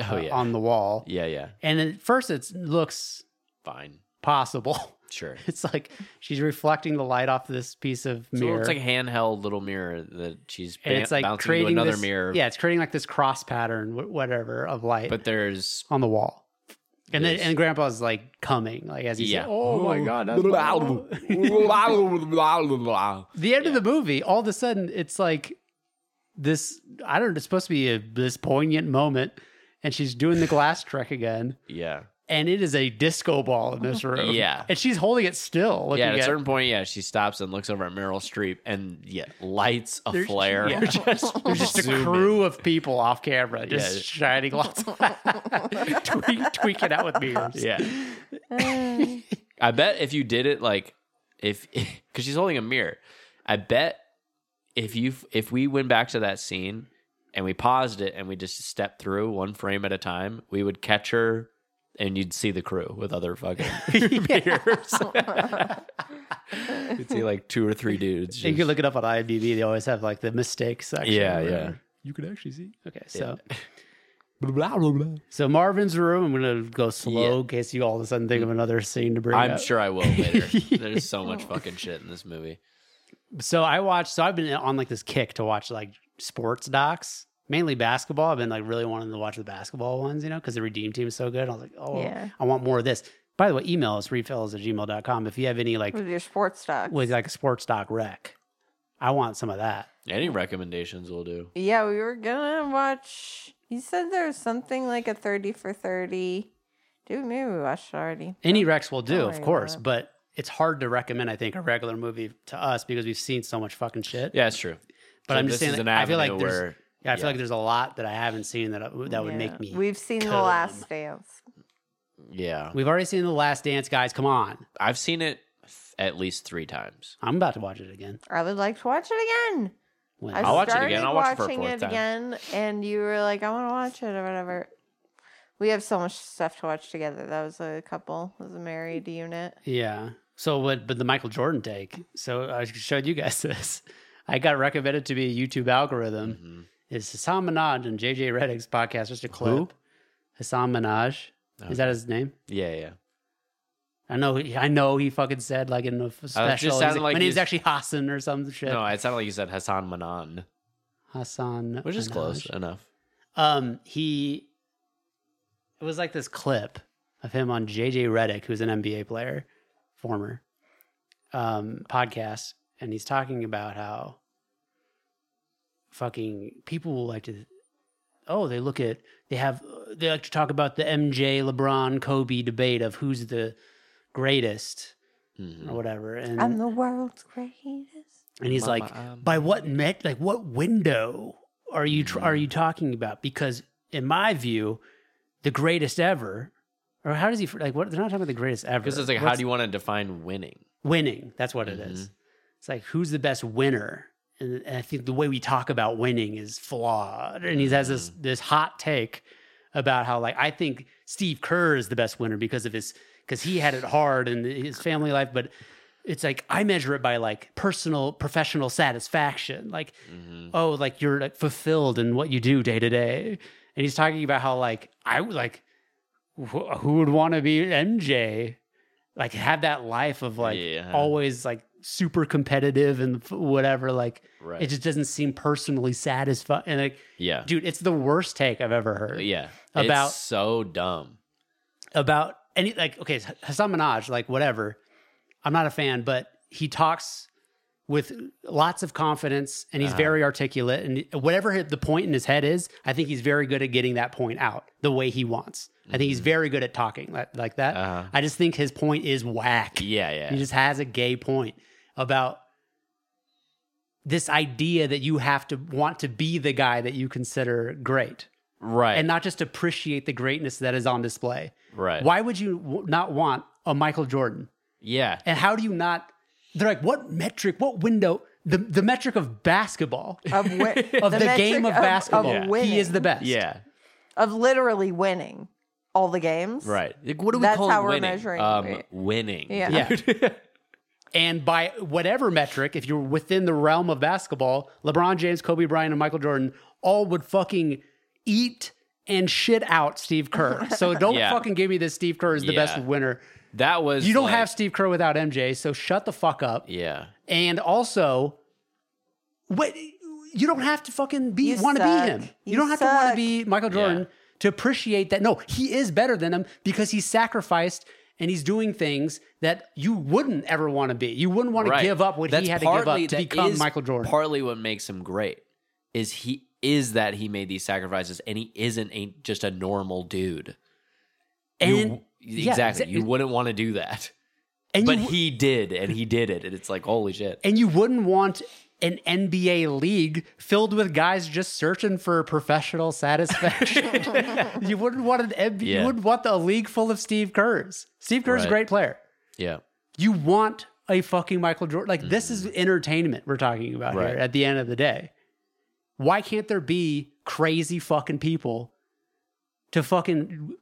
Speaker 4: Oh
Speaker 1: uh,
Speaker 4: yeah.
Speaker 1: on the wall.
Speaker 4: yeah, yeah.
Speaker 1: And at first, it looks
Speaker 4: Fine.
Speaker 1: possible.
Speaker 4: Sure.
Speaker 1: It's like she's reflecting the light off this piece of
Speaker 4: So
Speaker 1: mirror.
Speaker 4: it's like a handheld little mirror that she's
Speaker 1: and
Speaker 4: ba-
Speaker 1: it's like
Speaker 4: bouncing into
Speaker 1: creating
Speaker 4: another
Speaker 1: this,
Speaker 4: mirror.
Speaker 1: Yeah, it's creating like this cross pattern, wh- whatever, of light.
Speaker 4: But there's
Speaker 1: on the wall. And then
Speaker 4: Yes.
Speaker 1: and grandpa's like coming, like as he's
Speaker 4: Yeah.
Speaker 1: yeah. oh my god, that's the end of the movie, all of a sudden it's like this I don't know, it's supposed to be a, this poignant moment, and she's doing the glass trick again,
Speaker 4: yeah.
Speaker 1: and it is a disco ball in this room.
Speaker 4: Yeah.
Speaker 1: And she's holding it still. Looking
Speaker 4: Yeah, at a
Speaker 1: at-
Speaker 4: certain point, yeah, she stops and looks over at Meryl Streep and yeah, lights a
Speaker 1: There's-
Speaker 4: flare.
Speaker 1: yeah, There's just a crew of people off camera just
Speaker 4: Yeah.
Speaker 1: shining lots of tweak, tweaking out with mirrors.
Speaker 4: Yeah. I bet if you did it like if cuz she's holding a mirror. I bet if you if we went back to that scene and we paused it and we just stepped through one frame at a time, we would catch her and you'd see the crew with other fucking mirrors. you'd see like two or three dudes.
Speaker 1: And you
Speaker 4: just-
Speaker 1: can look it up on IMDb. They always have like the mistake section.
Speaker 4: Yeah,
Speaker 1: where
Speaker 4: yeah.
Speaker 1: You can actually see. Okay, so. So Marvin's room. I'm gonna go slow
Speaker 4: Yeah.
Speaker 1: in case you all of a sudden think of another scene to bring
Speaker 4: I'm
Speaker 1: up.
Speaker 4: sure I will later. There's so much fucking shit in this movie.
Speaker 1: So I watched. So I've been on like this kick to watch like sports docs, mainly basketball. I've been like really wanting to watch the basketball ones, you know, because the Redeem Team is so good. I was like, oh,
Speaker 5: Yeah.
Speaker 1: I want more of this. By the way, email us refills at gmail.com if you have any like
Speaker 5: with your sports talk.
Speaker 1: with like a sports doc rec. I want some of that.
Speaker 4: Any recommendations will do.
Speaker 5: yeah, we were gonna watch. You said there was something like a thirty for thirty. Dude, maybe we watched it already.
Speaker 1: Any Rex will do,
Speaker 5: Don't worry
Speaker 1: of
Speaker 5: about
Speaker 1: course,
Speaker 5: it.
Speaker 1: but it's hard to recommend, I think, a regular movie to us because we've seen so much fucking shit.
Speaker 4: Yeah, it's true.
Speaker 1: But I'm just
Speaker 4: this
Speaker 1: saying
Speaker 4: is
Speaker 1: that
Speaker 4: an
Speaker 1: I feel like
Speaker 4: avenue
Speaker 1: there's-
Speaker 4: where
Speaker 1: Yeah, I feel
Speaker 4: Yeah.
Speaker 1: like there's a lot that I haven't seen that uh, that would
Speaker 5: Yeah.
Speaker 1: make me.
Speaker 5: We've seen the
Speaker 1: come.
Speaker 5: Last Dance.
Speaker 4: yeah,
Speaker 1: We've already seen The Last Dance, guys. Come on.
Speaker 4: I've seen it th- at least three times.
Speaker 1: I'm about to watch it again.
Speaker 5: I would like to watch it again.
Speaker 1: When-
Speaker 5: I
Speaker 4: I'll watch it
Speaker 5: started
Speaker 4: again. I'll watch it for a
Speaker 5: watching
Speaker 4: fourth
Speaker 5: it
Speaker 4: time.
Speaker 5: again, and you were like, "I want to watch it" or whatever. We have so much stuff to watch together. That was a couple. That was a married unit.
Speaker 1: Mm-hmm. yeah. So what? But the Michael Jordan take. So I showed you guys this. I got recommended to be a YouTube algorithm.
Speaker 4: Mhm.
Speaker 1: It's Hassan Minaj and JJ Reddick's podcast. Just a clip. Hassan Minaj.
Speaker 4: Okay.
Speaker 1: Is that his name?
Speaker 4: Yeah, yeah.
Speaker 1: I know. he- I know he fucking said like in a f- special.
Speaker 4: just
Speaker 1: he's
Speaker 4: sounded
Speaker 1: like,
Speaker 4: like
Speaker 1: my name's
Speaker 4: he's-
Speaker 1: actually Hassan or some shit.
Speaker 4: No, it sounded like you said Hassan Manan,
Speaker 1: Hassan,
Speaker 4: which is
Speaker 1: Minhaj.
Speaker 4: close enough.
Speaker 1: Um, he. It was like this clip of him on JJ Reddick, who's an NBA player, former, um, podcast, and he's talking about how fucking people will like to. Oh, they look at they have they like to talk about the MJ LeBron Kobe debate of who's the greatest
Speaker 4: Mhm.
Speaker 1: or whatever. And
Speaker 5: I'm the world's greatest.
Speaker 1: and he's
Speaker 4: Mama, um,
Speaker 1: like,
Speaker 4: I'm-
Speaker 1: by what met, like what window are you tr-
Speaker 4: Mm-hmm.
Speaker 1: are you talking about? Because in my view, the greatest ever, or how does he like? What they're not talking about the greatest ever.
Speaker 4: Because it's like, how
Speaker 1: What's-
Speaker 4: do you want to define winning?
Speaker 1: winning? That's what it is. It's like who's the best winner, and, and I think the way we talk about winning is flawed. And he has this this hot take about how like I think Steve Kerr is the best winner because of his because he had it hard in his family life, but it's like I measure it by like personal professional satisfaction, like
Speaker 4: Mhm.
Speaker 1: oh, like you're like fulfilled in what you do day to day. And he's talking about how like I would like wh- who would want to be MJ, like have that life of like
Speaker 4: Yeah.
Speaker 1: always like super competitive and f- whatever. Like
Speaker 4: Right.
Speaker 1: it just doesn't seem personally satisfying. And like,
Speaker 4: yeah.
Speaker 1: dude, it's the worst take I've ever heard
Speaker 4: yeah.
Speaker 1: About-
Speaker 4: it's so dumb.
Speaker 1: about any like okay Hassan Minaj like whatever. I'm not a fan, but he talks with lots of confidence and he's
Speaker 4: Uh-huh.
Speaker 1: very articulate and whatever hi- the point in his head is, I think he's very good at getting that point out the way he wants. I think he's very good at talking like, like that.
Speaker 4: Mm-hmm. Uh-huh.
Speaker 1: I just think his point is whack.
Speaker 4: Yeah, yeah.
Speaker 1: He just has a gay point about this idea that you have to want to be the guy that you consider great
Speaker 4: right.
Speaker 1: and not just appreciate the greatness that is on display.
Speaker 4: right.
Speaker 1: Why would you w- not want a Michael Jordan?
Speaker 4: Yeah.
Speaker 1: And how do you not? They're like, what metric? What window? The the metric of basketball
Speaker 5: Of, wi-
Speaker 1: of the,
Speaker 5: metric
Speaker 1: game of, basketball.
Speaker 5: Of,
Speaker 1: He is the
Speaker 5: winning.
Speaker 1: best.
Speaker 4: Yeah.
Speaker 5: of literally winning all the games.
Speaker 4: Right. Like, what do we
Speaker 5: That's
Speaker 4: call
Speaker 5: how
Speaker 4: it
Speaker 5: we're
Speaker 4: winning?
Speaker 5: measuring
Speaker 4: Um,
Speaker 5: it.
Speaker 4: winning.
Speaker 5: Yeah.
Speaker 1: Yeah. and by whatever metric, if you're within the realm of basketball, LeBron James, Kobe Bryant, and Michael Jordan all would fucking eat and shit out Steve Kerr. So don't
Speaker 4: Yeah.
Speaker 1: fucking give me this Steve Kerr is the best
Speaker 4: Yeah.
Speaker 1: winner.
Speaker 4: That was.
Speaker 1: You don't
Speaker 4: like-
Speaker 1: have Steve Kerr without MJ, so shut the fuck up.
Speaker 4: Yeah.
Speaker 1: And also, what you don't have to fucking be
Speaker 5: You
Speaker 1: want to be
Speaker 5: suck.
Speaker 1: him. You,
Speaker 5: You
Speaker 1: don't have to want to
Speaker 5: suck.
Speaker 1: be Michael Jordan
Speaker 4: Yeah.
Speaker 1: to appreciate that. No, he is better than him because he sacrificed and he's doing things that you wouldn't ever want to be. You wouldn't want
Speaker 4: right.
Speaker 1: to give up what
Speaker 4: That's
Speaker 1: he had to give up
Speaker 4: partly-
Speaker 1: to
Speaker 4: that
Speaker 1: become
Speaker 4: is
Speaker 1: Michael Jordan.
Speaker 4: Partly what makes him great is he is that he made these sacrifices and he isn't a, just a normal dude.
Speaker 1: and
Speaker 4: you,
Speaker 1: yeah,
Speaker 4: exactly,
Speaker 1: exa-
Speaker 4: you wouldn't want to do that,
Speaker 1: and
Speaker 4: but
Speaker 1: you,
Speaker 4: he did, and he did it, and it's like holy shit.
Speaker 1: and you wouldn't want an NBA league filled with guys just searching for professional satisfaction. you wouldn't want an NBA,
Speaker 4: Yeah.
Speaker 1: you wouldn't want a league full of Steve Kerr's. Steve Kerr's a
Speaker 4: Right.
Speaker 1: great player.
Speaker 4: Yeah,
Speaker 1: you want a fucking Michael Jordan. Like this is entertainment we're talking about
Speaker 4: Mm-hmm. Right.
Speaker 1: here at the end of the day. Why can't there be crazy fucking people to fucking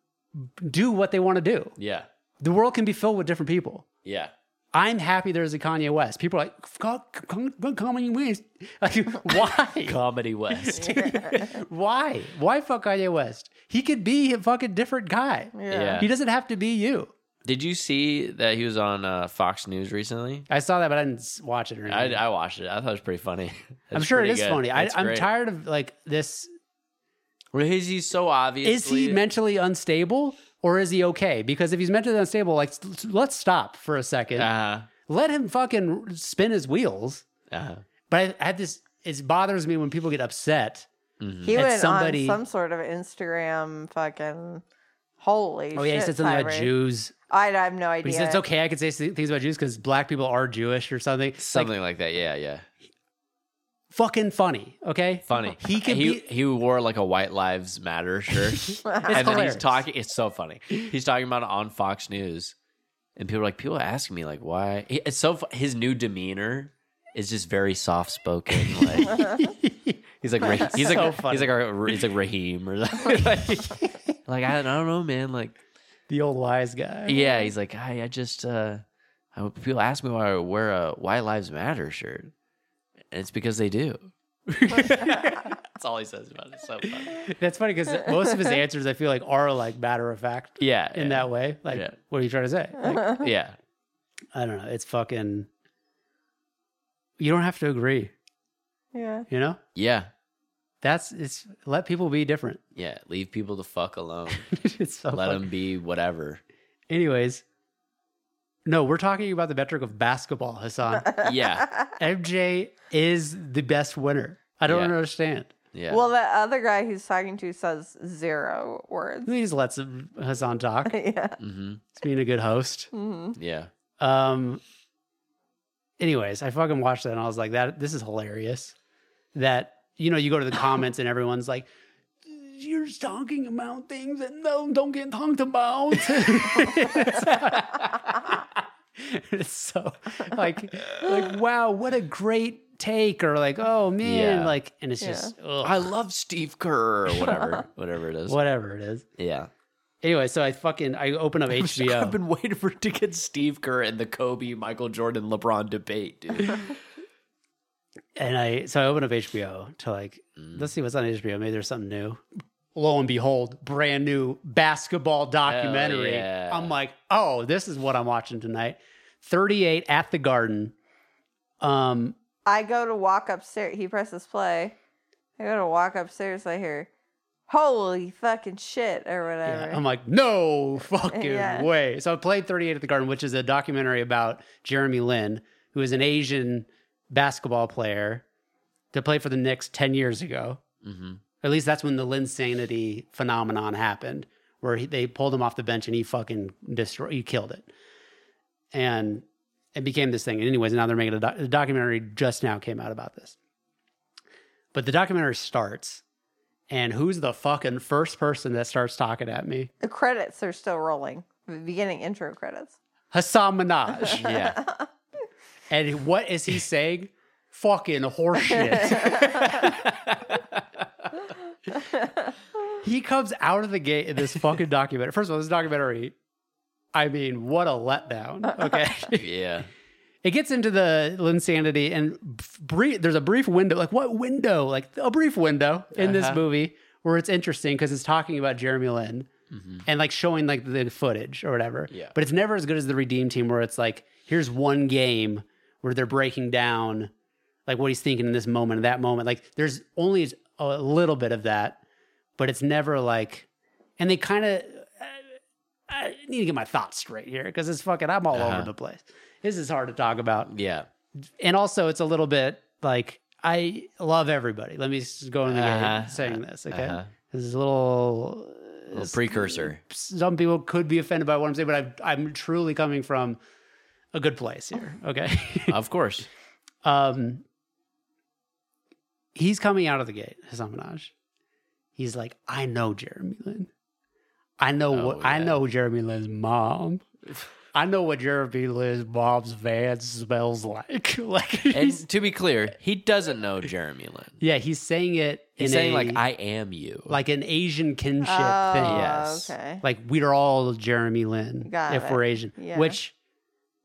Speaker 1: do what they want to do?
Speaker 4: yeah,
Speaker 1: The world can be filled with different people.
Speaker 4: yeah.
Speaker 1: I'm happy there's a Kanye West. People are like, "Fuck, come- come- Kanye West. Like, why?
Speaker 4: Comedy West.
Speaker 1: why? Why fuck Kanye West? He could be a fucking different guy.
Speaker 4: Yeah.
Speaker 1: He doesn't have to be you.
Speaker 4: Did you see that he was on uh, Fox News recently?
Speaker 1: I saw that, but I didn't s- watch it or anything.
Speaker 4: I, I watched it. I thought it was pretty funny.
Speaker 1: I'm
Speaker 4: It's
Speaker 1: sure it
Speaker 4: pretty
Speaker 1: is
Speaker 4: good.
Speaker 1: funny. I,
Speaker 4: It's
Speaker 1: I'm
Speaker 4: great.
Speaker 1: tired of like this.
Speaker 4: Well, Is he so obvious?
Speaker 1: Is he mentally unstable or is he okay? Because if he's mentally unstable, like s- let's stop for a second.
Speaker 4: Uh-huh.
Speaker 1: Let him fucking spin his wheels.
Speaker 4: Uh-huh.
Speaker 1: But I, I have this. It bothers me when people get upset.
Speaker 4: Mm-hmm.
Speaker 5: He
Speaker 1: At
Speaker 5: went
Speaker 1: somebody-
Speaker 5: on some sort of Instagram fucking holy
Speaker 1: Oh
Speaker 5: shit.
Speaker 1: yeah, he said something about
Speaker 5: Tyree.
Speaker 1: Jews.
Speaker 5: I, I have no idea.
Speaker 1: But he said it's okay. I could say things about Jews because black people are Jewish or something. It's like
Speaker 4: Something like that. Yeah, yeah.
Speaker 1: fucking funny. Okay,
Speaker 4: funny.
Speaker 1: He can
Speaker 4: he,
Speaker 1: be.
Speaker 4: he wore like a White Lives Matter shirt, and then
Speaker 1: hilarious.
Speaker 4: he's talking. It's so funny. He's talking about it on Fox News, and people are like, people are asking me like, why? He- It's so fu- his new demeanor is just very soft spoken. Like he's like Rah- he's like
Speaker 1: So funny.
Speaker 4: he's like our, he's like Raheem or like, like I, I don't know, man. Like
Speaker 1: the old wise guy.
Speaker 4: yeah, he's like I I just uh, I, people ask me why I wear a White Lives Matter shirt, and it's because they do. That's all he says about it. It's so funny.
Speaker 1: That's funny because most of his answers I feel like are like matter of fact
Speaker 4: Yeah.
Speaker 1: in that way. Like,
Speaker 4: Yeah. Uh-huh.
Speaker 1: what are you trying to say? Like,
Speaker 4: way. Yeah.
Speaker 1: I don't know. It's fucking. You don't have to agree.
Speaker 5: Yeah.
Speaker 1: You know,
Speaker 4: Yeah.
Speaker 1: that's it's. Let people be different.
Speaker 4: Yeah. Leave people the fuck alone.
Speaker 1: it's so
Speaker 4: Let
Speaker 1: fuck-
Speaker 4: them be whatever.
Speaker 1: Anyways, no, we're talking about the metric of basketball, Hassan.
Speaker 4: Yeah.
Speaker 1: MJ is the best winner. I don't
Speaker 4: Yeah.
Speaker 1: understand.
Speaker 4: Yeah.
Speaker 5: Well, the other guy he's talking to says zero words.
Speaker 1: He just lets him- Hassan talk. He's
Speaker 5: yeah.
Speaker 4: hmm
Speaker 1: being a good host.
Speaker 5: hmm
Speaker 4: Yeah.
Speaker 1: Um. Anyways, I fucking watched that and I was like, "That this is hilarious." That you know, you go to the comments and everyone's like, "You're talking about things that no don't get talked about." it's so like like wow, what a great take, or like, oh man,
Speaker 4: Yeah.
Speaker 1: like, and it's
Speaker 5: Yeah.
Speaker 1: just ugh,
Speaker 4: I love Steve Kerr or whatever. whatever it is.
Speaker 1: whatever it is.
Speaker 4: Yeah.
Speaker 1: Anyway, so I fucking I open up
Speaker 4: I've
Speaker 1: HBO.
Speaker 4: been waiting for to get Steve Kerr and the Kobe, Michael Jordan, LeBron debate, dude.
Speaker 1: and I so I opened up HBO to like
Speaker 4: Mm-hmm.
Speaker 1: let's see what's on HBO. Maybe there's something new. Lo and behold, brand new basketball documentary.
Speaker 4: yeah.
Speaker 1: I'm like, oh, this is what I'm watching tonight. 38 at the Garden Um,
Speaker 5: I go to walk upstairs. He presses play. I go to walk upstairs. I hear, "Holy fucking shit!" or whatever.
Speaker 1: Yeah, I'm like, no fucking
Speaker 5: Yeah.
Speaker 1: way. So I played 38 at the Garden, which is a documentary about Jeremy Lin, who is an Asian basketball player that played for the Knicks 10 years ago.
Speaker 4: hmm
Speaker 1: At least that's when the Lin sanity phenomenon happened, where he, they pulled him off the bench and he fucking destroyed, he killed it. And it became this thing. And anyways, now they're making a, doc- a documentary just now came out about this. But the documentary starts, and who's the fucking first person that starts talking at me?
Speaker 5: the credits are still rolling. The beginning intro credits.
Speaker 1: Hassan Minaj.
Speaker 4: Yeah.
Speaker 1: and what is he saying? Fucking horseshit. he comes out of the gate in this fucking documentary. First of all, this documentary, I mean, what a letdown. Okay.
Speaker 4: yeah.
Speaker 1: it gets into the insanity and brief, there's a brief window, like what window? Like a brief window in this
Speaker 4: Uh-huh.
Speaker 1: movie where it's interesting because it's talking about Jeremy Lin and like showing like the footage or whatever.
Speaker 4: Mm-hmm. Yeah.
Speaker 1: But it's never as good as the Redeem Team where it's like, here's one game where they're breaking down like what he's thinking in this moment, that moment. Like there's only a little bit of that, but it's never like, and they kind of, I need to get my thoughts straight here because it's fucking, I'm all
Speaker 4: Uh-huh.
Speaker 1: over the place. This is hard to talk about
Speaker 4: Yeah.
Speaker 1: and also it's a little bit like I love everybody. Let me just go in the
Speaker 4: Uh-huh.
Speaker 1: gate saying this, okay?
Speaker 4: Uh-huh.
Speaker 1: This is a little.
Speaker 4: Little precursor.
Speaker 1: Some people could be offended by what I'm saying, but i I'm truly coming from a good place here, okay?
Speaker 4: of course.
Speaker 1: um, he's coming out of the gate, Hassan Minaj. He's like, I know Jeremy Lin. I know
Speaker 4: Oh,
Speaker 1: what I
Speaker 4: yeah.
Speaker 1: know Jeremy Lin's mom. I know what Jeremy Lin's mom's van smells like. like he's-
Speaker 4: And to be clear, he doesn't know Jeremy Lin.
Speaker 1: Yeah, he's saying it
Speaker 4: He's
Speaker 1: in
Speaker 4: saying
Speaker 1: a,
Speaker 4: like I am you.
Speaker 1: like an Asian kinship
Speaker 5: Oh,
Speaker 1: thing.
Speaker 4: yes.
Speaker 5: okay.
Speaker 1: Like we are all Jeremy Lin
Speaker 5: Got
Speaker 1: if
Speaker 5: it.
Speaker 1: we're Asian,
Speaker 5: Yeah.
Speaker 1: which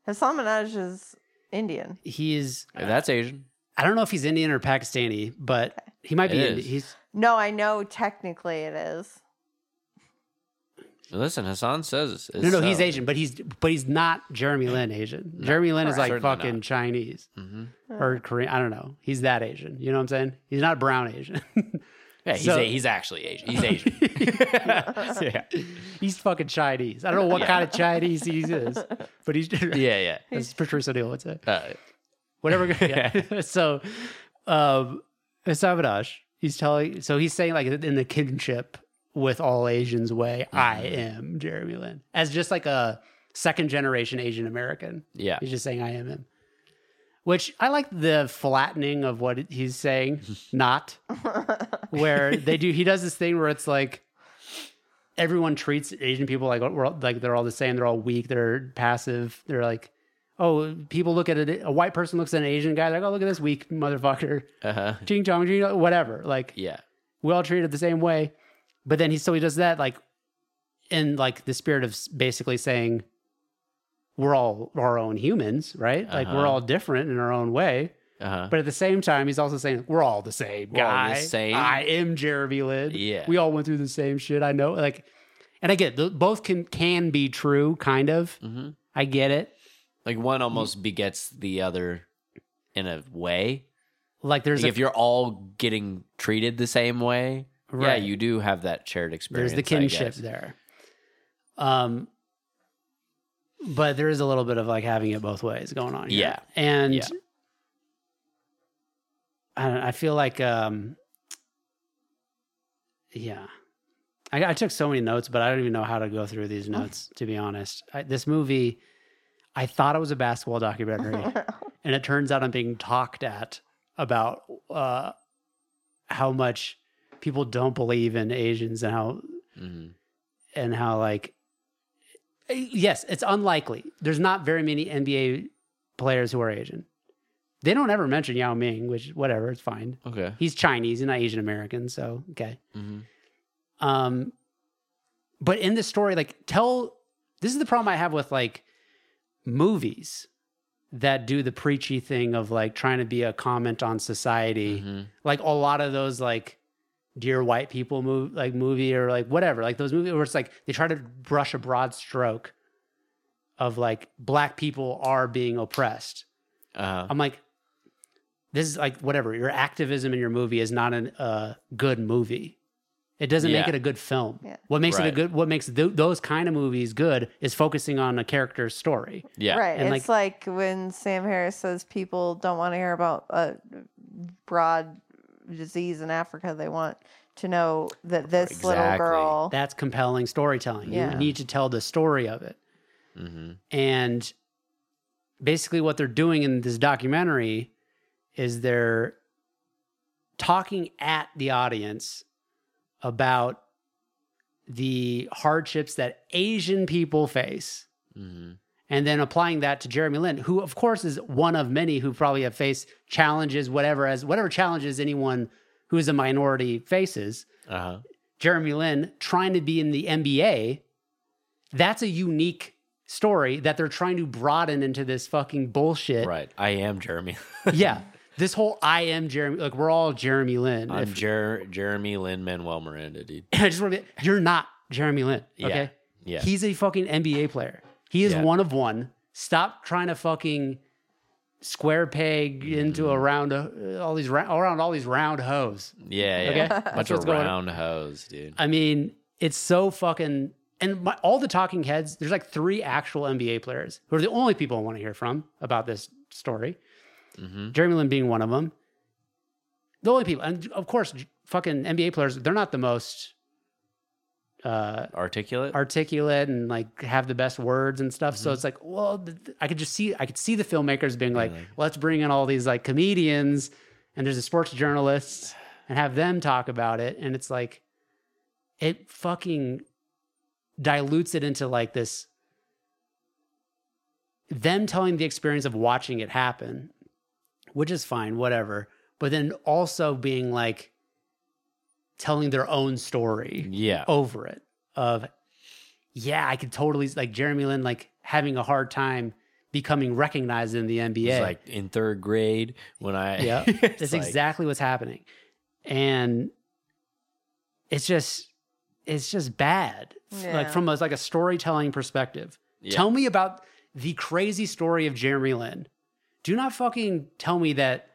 Speaker 5: Hassan Minaj is Indian.
Speaker 1: he is.
Speaker 4: that's Asian.
Speaker 1: I don't know if he's Indian or Pakistani, but he might be.
Speaker 4: It
Speaker 1: Indi-
Speaker 4: is.
Speaker 1: he's
Speaker 5: No, I know technically it is.
Speaker 4: Listen, Hassan says it's
Speaker 1: no, no, he's
Speaker 4: so.
Speaker 1: Asian, but he's but he's not Jeremy Lin Asian. Jeremy Lin is like
Speaker 4: Certainly
Speaker 1: fucking
Speaker 4: not.
Speaker 1: Chinese
Speaker 4: Mhm.
Speaker 1: or Korean. I don't know. He's that Asian. You know what I'm saying? He's not brown Asian.
Speaker 4: Yeah, he's,
Speaker 1: So-
Speaker 4: a, he's actually Asian. He's Asian.
Speaker 1: yeah, he's fucking Chinese. I don't know what kind of Chinese he is, but he's
Speaker 4: yeah, yeah.
Speaker 1: As Patrice O'Neill would say.
Speaker 4: Uh,
Speaker 1: Whatever. yeah. so, um, Savadash, he's telling, so he's saying, like, in the kinship with all Asians way, I
Speaker 4: Mm-hmm.
Speaker 1: am Jeremy Lin, as just like a second generation Asian American.
Speaker 4: yeah.
Speaker 1: He's just saying, I am him. Which I like the flattening of what he's saying, not where they do. He does this thing where it's like everyone treats Asian people like we're all, like they're all the same. They're all weak. They're passive. They're like, oh, people look at it. A white person looks at an Asian guy. They're like, oh, look at this weak motherfucker.
Speaker 4: Uh-huh.
Speaker 1: Ching chong, ching, chong, whatever. Like
Speaker 4: Yeah.
Speaker 1: we all treated the same way. But then he still he does that like in like the spirit of s- basically saying we're all our own humans, right? Like we're
Speaker 4: Uh-huh.
Speaker 1: all different in our own way.
Speaker 4: Uh-huh.
Speaker 1: But at the same time, he's also saying we're all the same
Speaker 4: We're all
Speaker 1: guy.
Speaker 4: the same.
Speaker 1: I am Jeremy Lin.
Speaker 4: Yeah.
Speaker 1: we all went through the same shit. I know. Like, and I get it. Th- both can can be true, kind of.
Speaker 4: hmm
Speaker 1: I get it.
Speaker 4: Like one almost begets the other in a way.
Speaker 1: Like there's
Speaker 4: Like,
Speaker 1: a
Speaker 4: if you're all getting treated the same way, yeah,
Speaker 1: Right.
Speaker 4: you do have that shared experience.
Speaker 1: There's the
Speaker 4: I
Speaker 1: kinship
Speaker 4: guess.
Speaker 1: there. Um, but there is a little bit of like having it both ways going on. here.
Speaker 4: Yeah.
Speaker 1: and
Speaker 4: Yeah.
Speaker 1: I don't. know, I feel like, um, yeah, I, I took so many notes, but I don't even know how to go through these
Speaker 4: Oh.
Speaker 1: notes. to be honest, I, this movie, I thought it was a basketball documentary, and it turns out I'm being talked at about uh, how much people don't believe in Asians and how
Speaker 4: Mhm.
Speaker 1: and how like eh, yes, it's unlikely. There's not very many NBA players who are Asian. They don't ever mention Yao Ming, which whatever, it's fine.
Speaker 4: Okay.
Speaker 1: He's Chinese, he's not Asian American, so okay.
Speaker 4: hmm
Speaker 1: Um, but in this story, like, tell this is the problem I have with like movies that do the preachy thing of like trying to be a comment on society.
Speaker 4: Mhm.
Speaker 1: Like a lot of those like Dear White People move like movie or like whatever, like those movies where it's like they try to brush a broad stroke of like black people are being oppressed.
Speaker 4: Uh-huh.
Speaker 1: I'm like, this is like whatever your activism in your movie is not a uh, good movie. It doesn't make
Speaker 4: Yeah.
Speaker 1: it a good film.
Speaker 5: Yeah.
Speaker 1: What makes it a
Speaker 4: Right.
Speaker 1: good? What makes th- those kind of movies good is focusing on a character's story.
Speaker 4: Yeah.
Speaker 5: Right.
Speaker 1: And,
Speaker 5: it's like, when Sam Harris says people don't want to hear about a broad disease in Africa. They want to know that this little
Speaker 4: Exactly.
Speaker 5: girl.
Speaker 1: That's compelling storytelling.
Speaker 5: Yeah.
Speaker 1: You need to tell the story of it.
Speaker 4: hmm
Speaker 1: And basically, what they're doing in this documentary is they're talking at the audience about the hardships that Asian people face
Speaker 4: hmm
Speaker 1: and then applying that to Jeremy Lin, who of course is one of many who probably have faced challenges, whatever as whatever challenges anyone who is a minority faces.
Speaker 4: Uh huh.
Speaker 1: Jeremy Lin trying to be in the NBA, that's a unique story that they're trying to broaden into this fucking bullshit.
Speaker 4: Right. I am Jeremy.
Speaker 1: Yeah. This whole I am Jeremy, like we're all Jeremy Lin.
Speaker 4: I'm
Speaker 1: If-
Speaker 4: Jer- Jeremy Lin Manuel Miranda, dude.
Speaker 1: I just want to be, you're not Jeremy Lin.
Speaker 4: Yeah.
Speaker 1: Okay.
Speaker 4: Yeah.
Speaker 1: He's a fucking NBA player. He is
Speaker 4: Yeah.
Speaker 1: one of one. Stop trying to fucking square peg into a round, uh, all these round, around all these round hoes.
Speaker 4: yeah.
Speaker 1: Okay.
Speaker 4: Yeah.
Speaker 1: That's what's
Speaker 4: Bunch of
Speaker 1: going on.
Speaker 4: round hoes, dude.
Speaker 1: I mean, it's so fucking. And my, all the talking heads, there's like three actual NBA players who are the only people I want to hear from about this story.
Speaker 4: hmm
Speaker 1: Jeremy Lin being one of them. The only people, and of course, fucking NBA players, they're not the most uh,
Speaker 4: Articulate.
Speaker 1: articulate and like have the best words and stuff. So it's like, well, th- th- I could just see, I could see the filmmakers being like,
Speaker 4: like-
Speaker 1: let's bring in all these like comedians and there's a sports journalists and have them talk about it. And it's like, it fucking dilutes it into like this them telling the experience of watching it happen, which is fine, whatever. But then also being like telling their own story
Speaker 4: yeah.
Speaker 1: over it of yeah i could totally like jeremy lin like having a hard time becoming recognized in the nba
Speaker 4: It's like in third grade when I.
Speaker 1: yeah
Speaker 4: it's
Speaker 1: that's
Speaker 4: like,
Speaker 1: exactly what's happening and it's just it's just bad F- like
Speaker 5: Yeah.
Speaker 1: from a like a storytelling perspective
Speaker 4: Yeah.
Speaker 1: tell me about the crazy story of jeremy lin do not fucking tell me that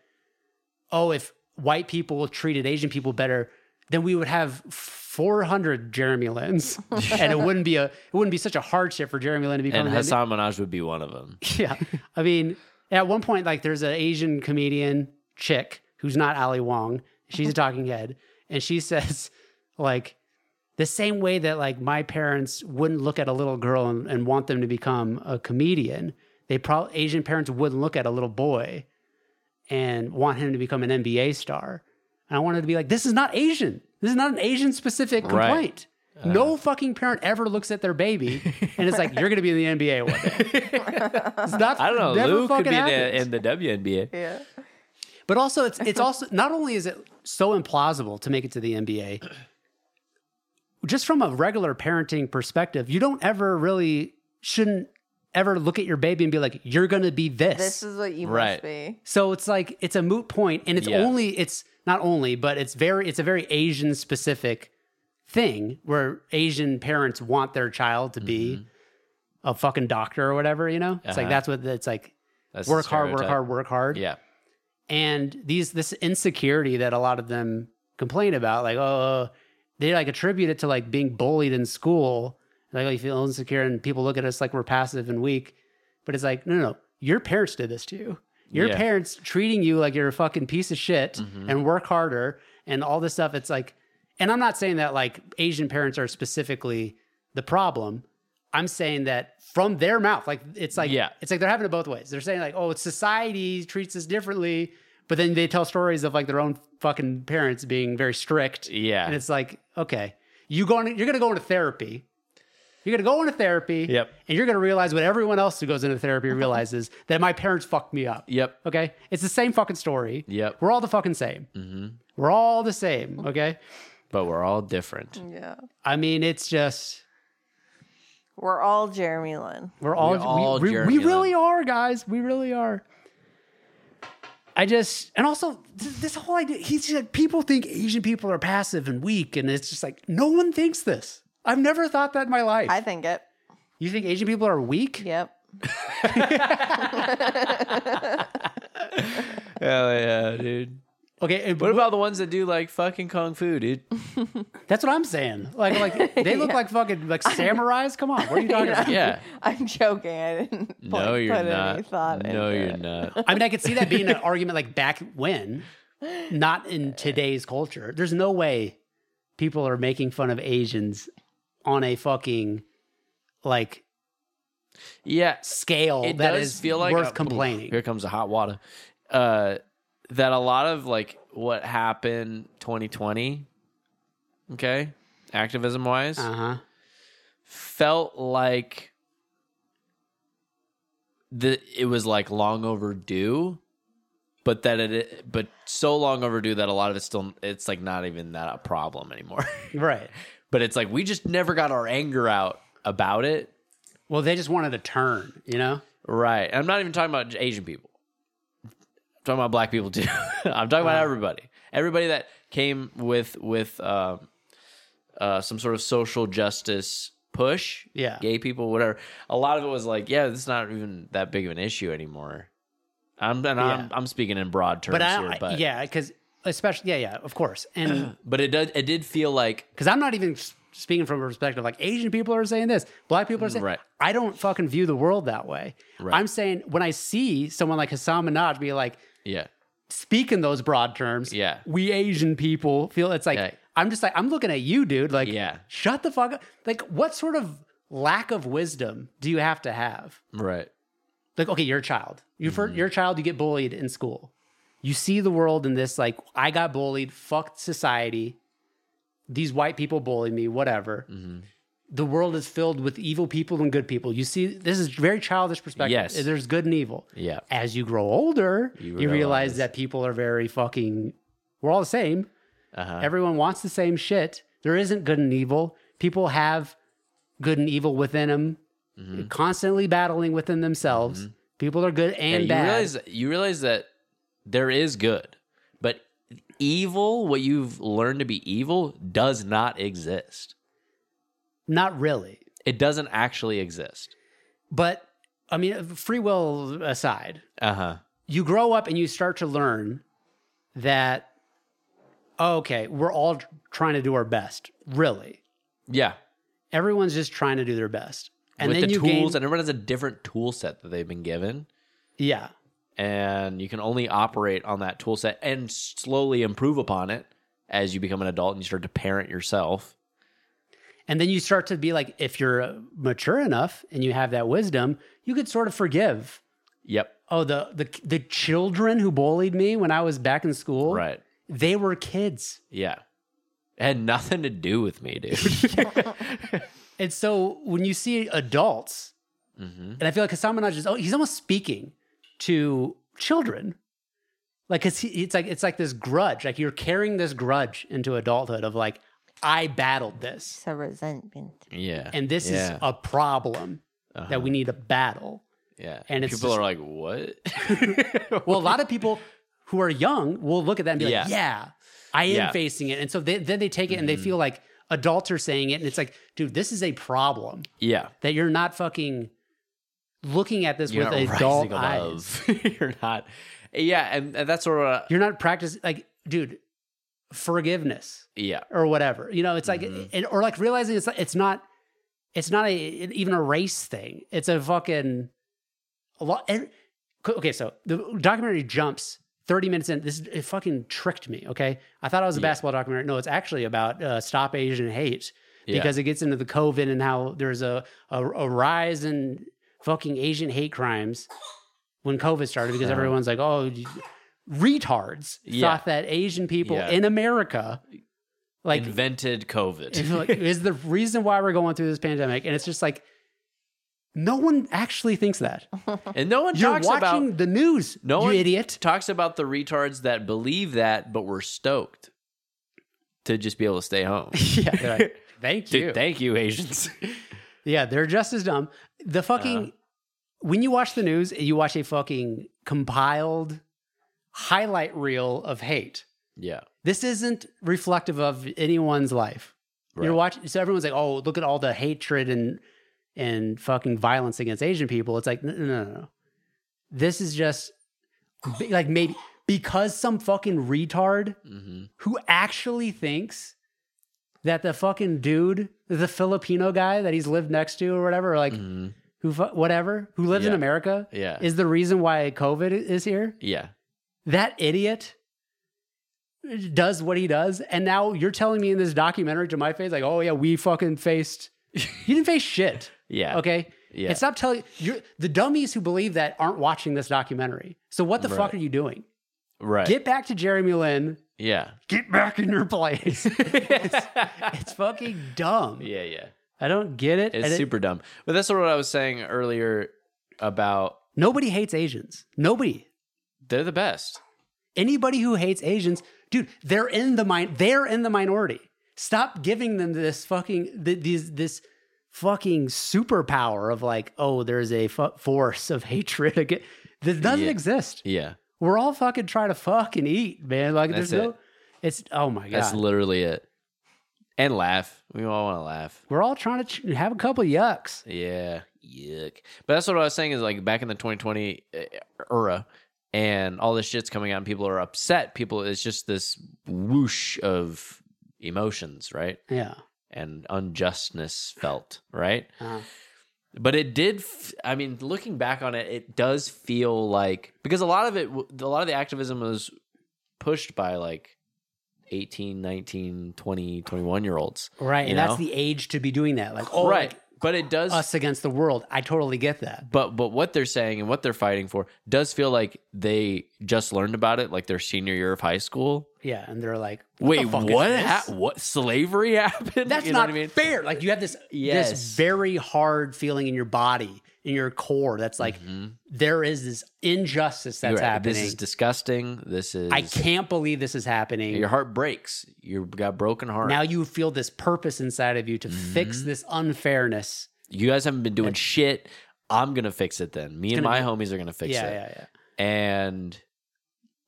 Speaker 1: oh if white people treated asian people better then we would have 400 jeremy lins and it wouldn't be a it wouldn't be such a hardship for jeremy lin to become
Speaker 4: And
Speaker 1: an NBA
Speaker 4: Hassan Minaj would be one of them.
Speaker 1: yeah. I mean, at one point, like there's an Asian comedian chick who's not Ali Wong. She's a talking head. And she says, like, the same way that like my parents wouldn't look at a little girl and, and want them to become a comedian, they probably Asian parents wouldn't look at a little boy and want him to become an NBA star. And I wanted to be like, this is not Asian. This is not an Asian specific
Speaker 4: Right.
Speaker 1: complaint. no fucking parent ever looks at their baby and it's like, you're going to be in the NBA one day. It's not,
Speaker 4: I don't know.
Speaker 1: Never
Speaker 4: Lou could
Speaker 1: fucking
Speaker 4: be in the,
Speaker 1: happens.
Speaker 4: in the WNBA.
Speaker 5: yeah.
Speaker 1: But also, it's it's also not only is it so implausible to make it to the NBA. Just from a regular parenting perspective, you don't ever really shouldn't ever look at your baby and be like, "You're gonna be this."
Speaker 5: This is what you
Speaker 4: Right.
Speaker 5: must be.
Speaker 1: so it's like it's a moot point, and it's
Speaker 4: Yeah.
Speaker 1: only it's not only, but it's very it's a very Asian specific thing where Asian parents want their child to be a fucking doctor or whatever. You know, it's like
Speaker 4: Mm-hmm. Uh-huh.
Speaker 1: that's what it's like.
Speaker 4: That's the
Speaker 1: Work hard, work
Speaker 4: stereotype.
Speaker 1: hard, work hard
Speaker 4: Yeah.
Speaker 1: and these this insecurity that a lot of them complain about like oh they like attribute it to like being bullied in school like oh you feel insecure and people look at us like we're passive and weak but it's like no no, no. your parents did this to you your
Speaker 4: Yeah.
Speaker 1: parents treating you like you're a fucking piece of shit and work harder and all this stuff it's like and i'm not saying that like asian parents are specifically the problem i'm saying that from their mouth like it's like
Speaker 4: Yeah.
Speaker 1: it's like they're having it both ways they're saying like oh it's society treats us differently but then they tell stories of like their own fucking parents being very strict
Speaker 4: Yeah.
Speaker 1: and it's like okay you going you're gonna go into therapy you're gonna go into therapy
Speaker 4: Yep.
Speaker 1: and you're gonna realize what everyone else who goes into therapy realizes that my parents fucked me up
Speaker 4: Yep.
Speaker 1: okay it's the same fucking story
Speaker 4: Yep.
Speaker 1: we're all the fucking same
Speaker 4: Mm-hmm.
Speaker 1: we're all the same okay
Speaker 4: But we're all different.
Speaker 5: Yeah.
Speaker 1: i mean it's just
Speaker 5: We're all Jeremy Lin.
Speaker 1: We're all,
Speaker 4: We're
Speaker 1: we,
Speaker 4: all
Speaker 1: we- we
Speaker 4: Jeremy Lin.
Speaker 1: really are, guys. We really are. I just and also th- this whole idea. He's just like people think Asian people are passive and weak, and it's just like no one thinks this. I've never thought that in my life.
Speaker 5: I think it.
Speaker 1: you think Asian people are weak?
Speaker 5: Yep.
Speaker 4: Hell yeah, dude.
Speaker 1: Okay, and
Speaker 4: What about the ones that do like fucking kung fu, dude?
Speaker 1: that's what I'm saying. Like, like they look
Speaker 5: Yeah.
Speaker 1: like fucking like samurais. Come on, what are you talking about?
Speaker 4: Yeah.
Speaker 5: I'm joking. I didn't put,
Speaker 4: No, you're
Speaker 5: put any
Speaker 4: not.
Speaker 5: thought
Speaker 4: No,
Speaker 5: into
Speaker 4: you're
Speaker 5: it.
Speaker 4: not.
Speaker 1: I mean, I could see that being an argument like back when, not in today's culture. There's no way people are making fun of Asians on a fucking like
Speaker 4: Yeah.
Speaker 1: scale Oh, that is
Speaker 4: It does feel like
Speaker 1: worth
Speaker 4: a-
Speaker 1: complaining.
Speaker 4: Here comes the hot water. Uh, that a lot of like what happened 2020, okay, activism wise,
Speaker 1: Uh huh.
Speaker 4: felt like the it was like long overdue, but that it but so long overdue that a lot of it's still it's like not even that a problem anymore.
Speaker 1: Right.
Speaker 4: but it's like we just never got our anger out about it.
Speaker 1: Well, they just wanted a turn, you know?
Speaker 4: Right. I'm not even talking about Asian people. I'm talking about black people too. I'm
Speaker 1: Uh-huh.
Speaker 4: talking about everybody. Everybody that came with with um uh, some sort of social justice push.
Speaker 1: Yeah.
Speaker 4: Gay people, whatever. A lot of it was like, yeah, this is not even that big of an issue anymore. I'm and I'm I'm speaking in broad terms
Speaker 1: But I
Speaker 4: here,
Speaker 1: don't,
Speaker 4: but
Speaker 1: yeah, because especially, yeah, yeah, of course. And
Speaker 4: but it does it did feel like
Speaker 1: because I'm not even s- speaking from a perspective like Asian people are saying this, black people are saying.
Speaker 4: Right.
Speaker 1: I don't fucking view the world that way. I'm saying when I see someone like Hassan Minaj be like,
Speaker 4: yeah.
Speaker 1: speak in those broad terms,
Speaker 4: Yeah.
Speaker 1: we Asian people feel it's like
Speaker 4: Yeah.
Speaker 1: I'm just like I'm looking at you, dude. Like,
Speaker 4: Yeah.
Speaker 1: shut the fuck up. Like, what sort of lack of wisdom do you have to have?
Speaker 4: Right.
Speaker 1: like okay you're a child you for
Speaker 4: Mm-hmm.
Speaker 1: your child you get bullied in school you see the world in this like i got bullied fucked society these white people bullied me whatever
Speaker 4: Mm-hmm.
Speaker 1: the world is filled with evil people and good people you see this is very childish perspective
Speaker 4: Yes.
Speaker 1: there's good and evil
Speaker 4: Yeah.
Speaker 1: as you grow older you
Speaker 4: You
Speaker 1: realize,
Speaker 4: realize.
Speaker 1: that people are very fucking we're all the same
Speaker 4: Uh-huh.
Speaker 1: everyone wants the same shit there isn't good and evil people have good and evil within them
Speaker 4: Mm-hmm.
Speaker 1: constantly battling within themselves people are good
Speaker 4: Yeah,
Speaker 1: and
Speaker 4: you
Speaker 1: bad
Speaker 4: realize you realize that there is good, but evil, what you've learned to be evil, does not exist.
Speaker 1: not really
Speaker 4: It doesn't actually exist.
Speaker 1: but i mean free will aside
Speaker 4: Uh huh.
Speaker 1: you grow up and you start to learn that okay we're all tr- trying to do our best really
Speaker 4: Yeah.
Speaker 1: everyone's just trying to do their best and
Speaker 4: With
Speaker 1: then
Speaker 4: the
Speaker 1: you
Speaker 4: tools,
Speaker 1: gain-
Speaker 4: and everyone has a different tool set that they've been given,
Speaker 1: yeah
Speaker 4: and you can only operate on that tool set and slowly improve upon it as you become an adult and you start to parent yourself.
Speaker 1: And then you start to be like, if you're uh, mature enough and you have that wisdom, you could sort of forgive.
Speaker 4: Yep.
Speaker 1: Oh, the the the children who bullied me when I was back in school,
Speaker 4: Right.
Speaker 1: They were kids,
Speaker 4: Yeah. It had nothing to do with me, dude.
Speaker 1: and so when you see adults,
Speaker 4: hmm
Speaker 1: and I feel like Hassan Minaj is oh, he's almost speaking to children, like because it's like it's like this grudge, like you're carrying this grudge into adulthood of like I battled this,
Speaker 5: So resentment.
Speaker 4: Yeah.
Speaker 1: and this
Speaker 4: Yeah. Uh-huh.
Speaker 1: is a problem that we need to battle.
Speaker 4: Yeah.
Speaker 1: And it's
Speaker 4: people
Speaker 1: just-
Speaker 4: are like, what?
Speaker 1: Well, a lot of people who are young will look at that and be like,
Speaker 4: Yeah.
Speaker 1: yeah, I am
Speaker 4: Yeah. Mm.
Speaker 1: facing it. And so they, then they take it and they feel like adults are saying it. And it's like, dude, this is a problem
Speaker 4: yeah.
Speaker 1: that you're not fucking looking at this
Speaker 4: You're not
Speaker 1: with
Speaker 4: rising
Speaker 1: adult eyes.
Speaker 4: above. You're not. Yeah. And, and that's sort of,
Speaker 1: You're not practicing, like, dude, forgiveness
Speaker 4: yeah.
Speaker 1: or whatever. You know, it's like, and, or like realizing it's, it's not, it's not a, even a race thing. It's a fucking, a lot. And, okay, so the documentary jumps 30 minutes in. This it fucking tricked me. Okay, I thought it was a basketball documentary. No, it's actually about uh, stop Asian hate
Speaker 4: Yeah.
Speaker 1: because it gets into the COVID and how there's a, a a rise in fucking Asian hate crimes when COVID started because everyone's like, oh, you- retards
Speaker 4: Yeah.
Speaker 1: thought that Asian people
Speaker 4: Yeah.
Speaker 1: in America like
Speaker 4: Invented
Speaker 1: it's
Speaker 4: COVID.
Speaker 1: like, is the reason why we're going through this pandemic. And it's just like, no one actually thinks that.
Speaker 4: and no one
Speaker 1: You're
Speaker 4: talks
Speaker 1: watching
Speaker 4: about,
Speaker 1: the news,
Speaker 4: no
Speaker 1: you
Speaker 4: one
Speaker 1: idiot.
Speaker 4: talks about the retards that believe that, but were stoked to just be able to stay home.
Speaker 1: yeah, they're like, thank
Speaker 4: Dude,
Speaker 1: you.
Speaker 4: thank you, Asians.
Speaker 1: yeah, they're just as dumb. The fucking, when you watch the news, you watch a fucking compiled highlight reel of hate.
Speaker 4: yeah.
Speaker 1: This isn't reflective of anyone's life. You're
Speaker 4: Right.
Speaker 1: watching, so everyone's like, oh, look at all the hatred and and fucking violence against Asian people. It's like, no, no, no, no. This is just b- like maybe because some fucking retard
Speaker 4: hmm
Speaker 1: who actually thinks that the fucking dude, the Filipino guy that he's lived next to or whatever, or like
Speaker 4: hmm
Speaker 1: who, fu- whatever, who lives in
Speaker 4: Yeah.
Speaker 1: America,
Speaker 4: Yeah.
Speaker 1: is the reason why COVID i- is here.
Speaker 4: yeah.
Speaker 1: That idiot does what he does, and now you're telling me in this documentary to my face, like, oh yeah, we fucking faced. You didn't face shit.
Speaker 4: Yeah.
Speaker 1: Okay.
Speaker 4: Yeah.
Speaker 1: And stop telling you're the dummies who believe that aren't watching this documentary. So what the fuck
Speaker 4: Right.
Speaker 1: are you doing?
Speaker 4: right.
Speaker 1: Get back to Jeremy Lin.
Speaker 4: yeah.
Speaker 1: Get back in your place. it's, it's fucking dumb.
Speaker 4: Yeah. Yeah.
Speaker 1: I don't get it.
Speaker 4: It's
Speaker 1: and it-
Speaker 4: super dumb. But that's what I was saying earlier about
Speaker 1: nobody hates Asians. Nobody.
Speaker 4: they're the best.
Speaker 1: Anybody who hates Asians, dude, they're in the min- they're in the minority. Stop giving them this fucking th- these this fucking superpower of like, oh, there's a fu- force of hatred again. This doesn't
Speaker 4: Yeah.
Speaker 1: exist.
Speaker 4: Yeah.
Speaker 1: we're all fucking trying to fuck and eat, man. Like
Speaker 4: That's
Speaker 1: there's no, it's oh my god,
Speaker 4: That's literally it. And laugh. We all want to laugh.
Speaker 1: we're all trying to ch- have a couple yucks.
Speaker 4: Yeah, yuck. But that's what I was saying is like back in the 2020 era, and all this shit's coming out, and people are upset. People, it's just this whoosh of emotions, right?
Speaker 1: Yeah,
Speaker 4: And unjustness felt, right?
Speaker 1: Uh-huh.
Speaker 4: But it did. F- I mean, looking back on it, it does feel like because a lot of it, w- a lot of the activism was pushed by like 18, 19, 20, 21 year olds.
Speaker 1: right.
Speaker 4: You
Speaker 1: and
Speaker 4: know?
Speaker 1: that's the age to be doing that. Like, oh,
Speaker 4: right. But it does
Speaker 1: like, us against the world. I totally get that.
Speaker 4: but but what they're saying and what they're fighting for does feel like they just learned about it like their senior year of high school
Speaker 1: Yeah, and they're like,
Speaker 4: wait
Speaker 1: the fuck is
Speaker 4: what
Speaker 1: this?
Speaker 4: ha- what slavery happened
Speaker 1: That's
Speaker 4: You know
Speaker 1: not
Speaker 4: what i mean
Speaker 1: fair. Like you have this this
Speaker 4: Yes.
Speaker 1: very hard feeling in your body, in your core. That's like
Speaker 4: Mhm.
Speaker 1: there is this injustice mm-hmm. that's
Speaker 4: You're right.
Speaker 1: happening.
Speaker 4: this is disgusting this is
Speaker 1: I can't believe this is happening.
Speaker 4: your heart breaks you got broken heart Mm-hmm.
Speaker 1: now you feel this purpose inside of you to fix this unfairness
Speaker 4: you guys haven't been doing shit i'm gonna fix it then me and
Speaker 1: gonna
Speaker 4: my
Speaker 1: be-
Speaker 4: homies are gonna fix
Speaker 1: yeah,
Speaker 4: it
Speaker 1: yeah,
Speaker 4: and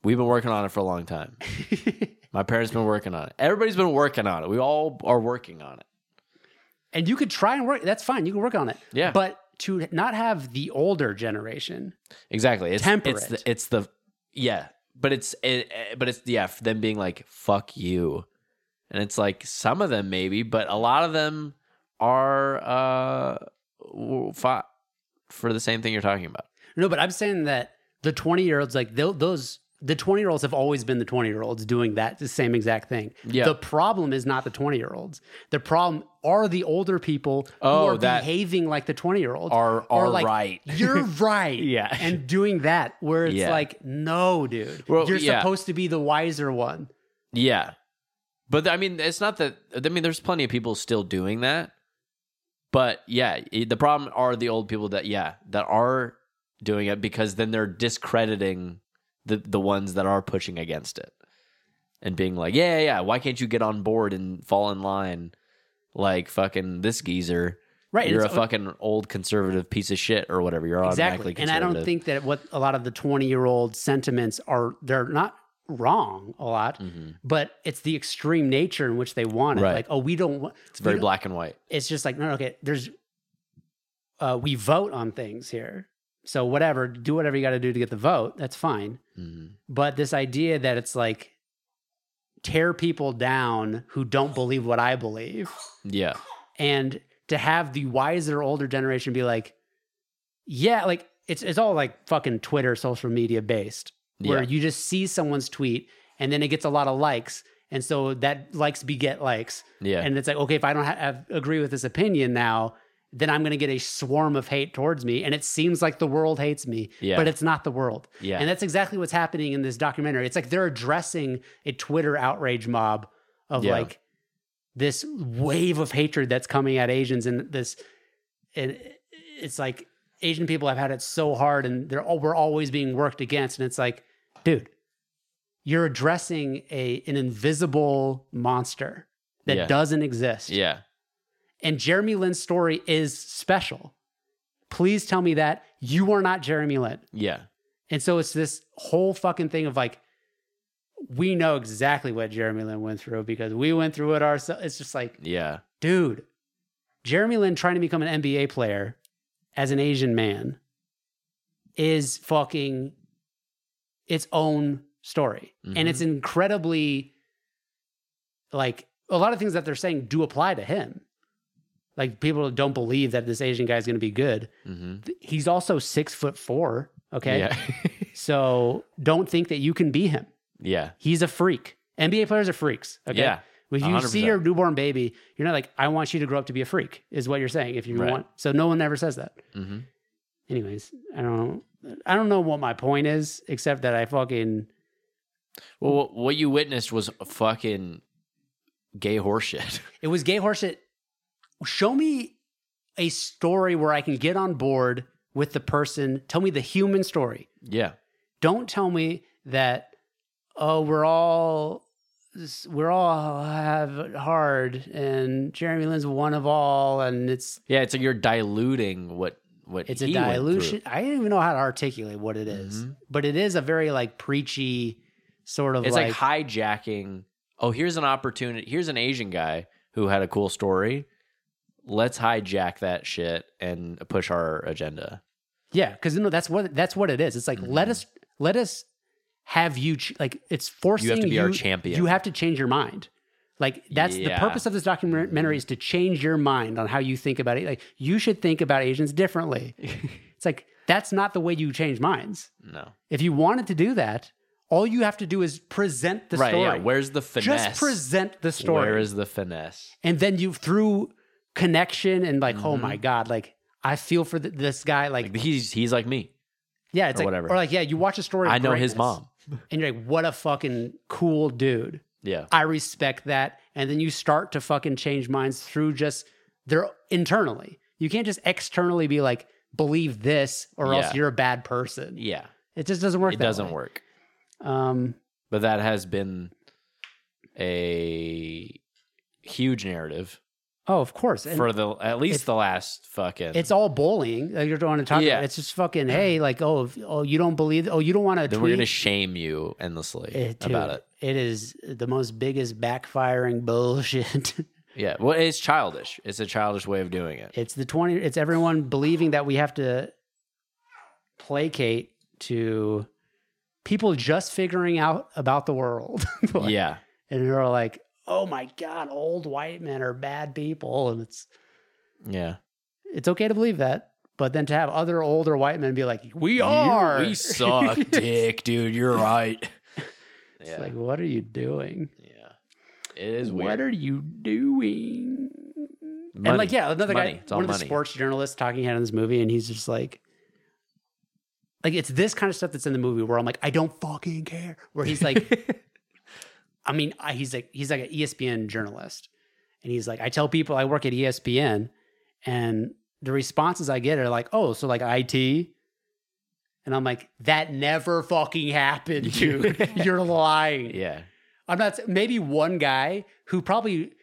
Speaker 4: we've been working on it for a long time
Speaker 1: yeah.
Speaker 4: my parents been working on it everybody's been working on it we all are working on it
Speaker 1: and you could try and work. That's fine. You can work on it.
Speaker 4: Yeah.
Speaker 1: But to not have the older generation,
Speaker 4: Exactly. It's
Speaker 1: Temper
Speaker 4: It's
Speaker 1: it.
Speaker 4: the, it's the yeah, but it's it, eh, but it's yeah, for them being like fuck you. And it's like some of them maybe, but a lot of them are uh w- fought for the same thing you're talking about.
Speaker 1: no, but I'm saying that the 20 year olds, like tho- those, the 20 year olds have always been the 20 year olds doing that the same exact thing.
Speaker 4: Yeah.
Speaker 1: The problem is not the 20 year olds. The problem are the older people
Speaker 4: Oh,
Speaker 1: who are
Speaker 4: that-
Speaker 1: behaving like the 20 year olds.
Speaker 4: Are
Speaker 1: Or
Speaker 4: are
Speaker 1: like,
Speaker 4: right.
Speaker 1: You're right.
Speaker 4: Yeah.
Speaker 1: And doing that where it's
Speaker 4: Yeah.
Speaker 1: like, no, dude,
Speaker 4: Well,
Speaker 1: you're
Speaker 4: yeah.
Speaker 1: supposed to be the wiser one.
Speaker 4: Yeah. But I mean, it's not that I mean, there's plenty of people still doing that. But yeah, i- the problem are the old people that yeah, that are doing it because then they're discrediting the the ones that are pushing against it. And being like, "Yeah, yeah, yeah, why can't you get on board and fall in line like fucking this geezer?
Speaker 1: Right. and
Speaker 4: you're a
Speaker 1: it's-
Speaker 4: fucking old conservative piece of shit or whatever. You're automatically
Speaker 1: exactly and i don't
Speaker 4: conservative."
Speaker 1: think that what a lot of the 20 year old sentiments are they're not wrong a lot
Speaker 4: Mhm.
Speaker 1: but it's the extreme nature in which they want it
Speaker 4: Right.
Speaker 1: like oh we don't want
Speaker 4: it's very black and white.
Speaker 1: it's just like no no, okay there's uh we vote on things here so whatever do whatever you got to do to get the vote that's fine
Speaker 4: Mhm.
Speaker 1: but this idea that it's like tear people down who don't believe what i believe
Speaker 4: Yeah.
Speaker 1: and to have the wiser older generation be like yeah like it's it's all like fucking twitter social media based where
Speaker 4: Yeah.
Speaker 1: you just see someone's tweet and then it gets a lot of likes and so that likes beget likes
Speaker 4: Yeah.
Speaker 1: and it's like okay if i don't ha- have, agree with this opinion now then i'm going to get a swarm of hate towards me and it seems like the world hates me
Speaker 4: Yeah.
Speaker 1: but it's not the world
Speaker 4: yeah.
Speaker 1: and that's exactly what's happening in this documentary. It's like they're addressing a Twitter outrage mob of
Speaker 4: Yeah.
Speaker 1: like this wave of hatred that's coming at Asians and this and it's like Asian people have had it so hard and they're all we're always being worked against. And it's like, dude, you're addressing a an invisible monster that
Speaker 4: Yeah.
Speaker 1: doesn't exist.
Speaker 4: yeah.
Speaker 1: And Jeremy Lin's story is special. Please tell me that you are not Jeremy Lin.
Speaker 4: Yeah.
Speaker 1: And so it's this whole fucking thing of like, we know exactly what Jeremy Lin went through because we went through it ourselves. It's just like,
Speaker 4: Yeah.
Speaker 1: dude, Jeremy Lin trying to become an NBA player as an Asian man is fucking its own story. And it's incredibly like a lot of things that they're saying do apply to him. Like people don't believe that this Asian guy is going to be good.
Speaker 4: Mm-hmm.
Speaker 1: He's also six foot four. Okay.
Speaker 4: Yeah.
Speaker 1: So don't think that you can be him.
Speaker 4: yeah.
Speaker 1: He's a freak. NBA players are freaks. Okay.
Speaker 4: Yeah.
Speaker 1: If you see
Speaker 4: 100%.
Speaker 1: your newborn baby, you're not like, I want you to grow up to be a freak, is what you're saying. If you
Speaker 4: Right.
Speaker 1: want, so no one ever says that.
Speaker 4: hmm
Speaker 1: Anyways, I don't, I don't know what my point is, except that I fucking
Speaker 4: Well, what- what you witnessed was fucking gay horseshit.
Speaker 1: It was gay horseshit. Show me a story where I can get on board with the person. Tell me the human story.
Speaker 4: yeah.
Speaker 1: Don't tell me that oh we're all we're all have it hard and Jeremy Lin's one of all and it's
Speaker 4: Yeah. It's like you're diluting what what
Speaker 1: it's a
Speaker 4: he went through.
Speaker 1: dilution. I don't even know how to articulate what it is.
Speaker 4: Mhm.
Speaker 1: but it is a very like preachy sort of
Speaker 4: It's
Speaker 1: like,
Speaker 4: like, hijacking. Oh, here's an opportunity. Here's an Asian guy who had a cool story. Let's hijack that shit and push our agenda.
Speaker 1: Yeah, because you know that's what that's what it is. It's like
Speaker 4: Mm-hmm.
Speaker 1: let us let us have you ch- like it's forcing
Speaker 4: You have to be our champion.
Speaker 1: You have to change your mind. Like that's the
Speaker 4: Yeah.
Speaker 1: purpose of this documentary is to change your mind on how you think about it. Like you should think about Asians differently. it's like that's not the way you change minds.
Speaker 4: No.
Speaker 1: If you wanted to do that, all you have to do is present the
Speaker 4: right.
Speaker 1: story.
Speaker 4: Yeah. Where's the finesse?
Speaker 1: Just present the story
Speaker 4: Where is the finesse?
Speaker 1: and then you through connection and like oh my god like i feel for th- this guy like,
Speaker 4: Mm-hmm. Like he's he's like me.
Speaker 1: yeah it's
Speaker 4: or
Speaker 1: like
Speaker 4: whatever.
Speaker 1: or like yeah you watch a story of
Speaker 4: I know his
Speaker 1: greatness,
Speaker 4: mom.
Speaker 1: and you're like what a fucking cool dude
Speaker 4: Yeah.
Speaker 1: i respect that and then you start to fucking change minds through just their internally you can't just externally be like believe this or
Speaker 4: Yeah.
Speaker 1: else you're a bad person
Speaker 4: Yeah.
Speaker 1: it just doesn't work
Speaker 4: It
Speaker 1: that
Speaker 4: doesn't
Speaker 1: way.
Speaker 4: work.
Speaker 1: um
Speaker 4: But that has been a huge narrative
Speaker 1: oh of course and
Speaker 4: for the at least
Speaker 1: it-
Speaker 4: the last fucking
Speaker 1: it's all bullying like you're going to talk
Speaker 4: Yeah.
Speaker 1: about it's just fucking hey like oh if, oh you don't believe oh you don't want to
Speaker 4: then we're gonna shame you endlessly
Speaker 1: It- dude,
Speaker 4: about it.
Speaker 1: It is the most biggest backfiring bullshit.
Speaker 4: Yeah. Well it's childish. It's a childish way of doing it.
Speaker 1: it's the 20 it's everyone believing that we have to placate to people just figuring out about the world. Like,
Speaker 4: yeah.
Speaker 1: And they're like, "Oh my god, old white men are bad people." And it's
Speaker 4: Yeah.
Speaker 1: it's okay to believe that, but then to have other older white men be like, "We are."
Speaker 4: we suck dick, dude. You're right.
Speaker 1: It's
Speaker 4: Yeah.
Speaker 1: like, "What are you doing?"
Speaker 4: yeah. It is weird.
Speaker 1: What are you doing?
Speaker 4: Money.
Speaker 1: And like, yeah, another
Speaker 4: Money.
Speaker 1: guy,
Speaker 4: It's all
Speaker 1: one of the
Speaker 4: money.
Speaker 1: sports journalists talking head in this movie, and he's just like, like it's this kind of stuff that's in the movie where I'm like, I don't fucking care. Where he's like, I mean, I, he's like, he's like an E ESPN journalist, and he's like, I tell people I work at E ESPN, and the responses I get are like, oh, so like IT. And I'm like, that never fucking happened, dude. You're lying.
Speaker 4: Yeah.
Speaker 1: I'm not maybe one guy who probably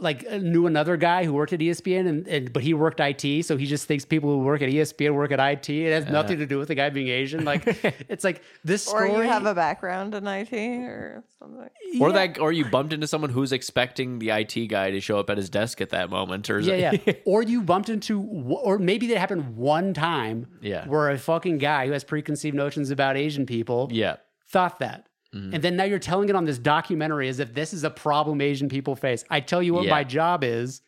Speaker 1: like uh, knew another guy who worked at E ESPN and, and but he worked IT, so he just thinks people who work at E ESPN work at IT. It has nothing to do with the guy being Asian. Like it's like this
Speaker 5: Or
Speaker 1: story.
Speaker 5: you have a background in IT or something.
Speaker 4: Or that, or you bumped into someone who's expecting the IT guy to show up at his desk at that moment, or is
Speaker 1: yeah,
Speaker 4: it-
Speaker 1: yeah. or you bumped into, w- or maybe that happened one time.
Speaker 4: Yeah.
Speaker 1: where a fucking guy who has preconceived notions about Asian people
Speaker 4: yeah.
Speaker 1: thought that.
Speaker 4: Mm-hmm.
Speaker 1: And then now you're telling it on this documentary as if this is a problem Asian people face. I tell you what
Speaker 4: Yeah.
Speaker 1: my job is.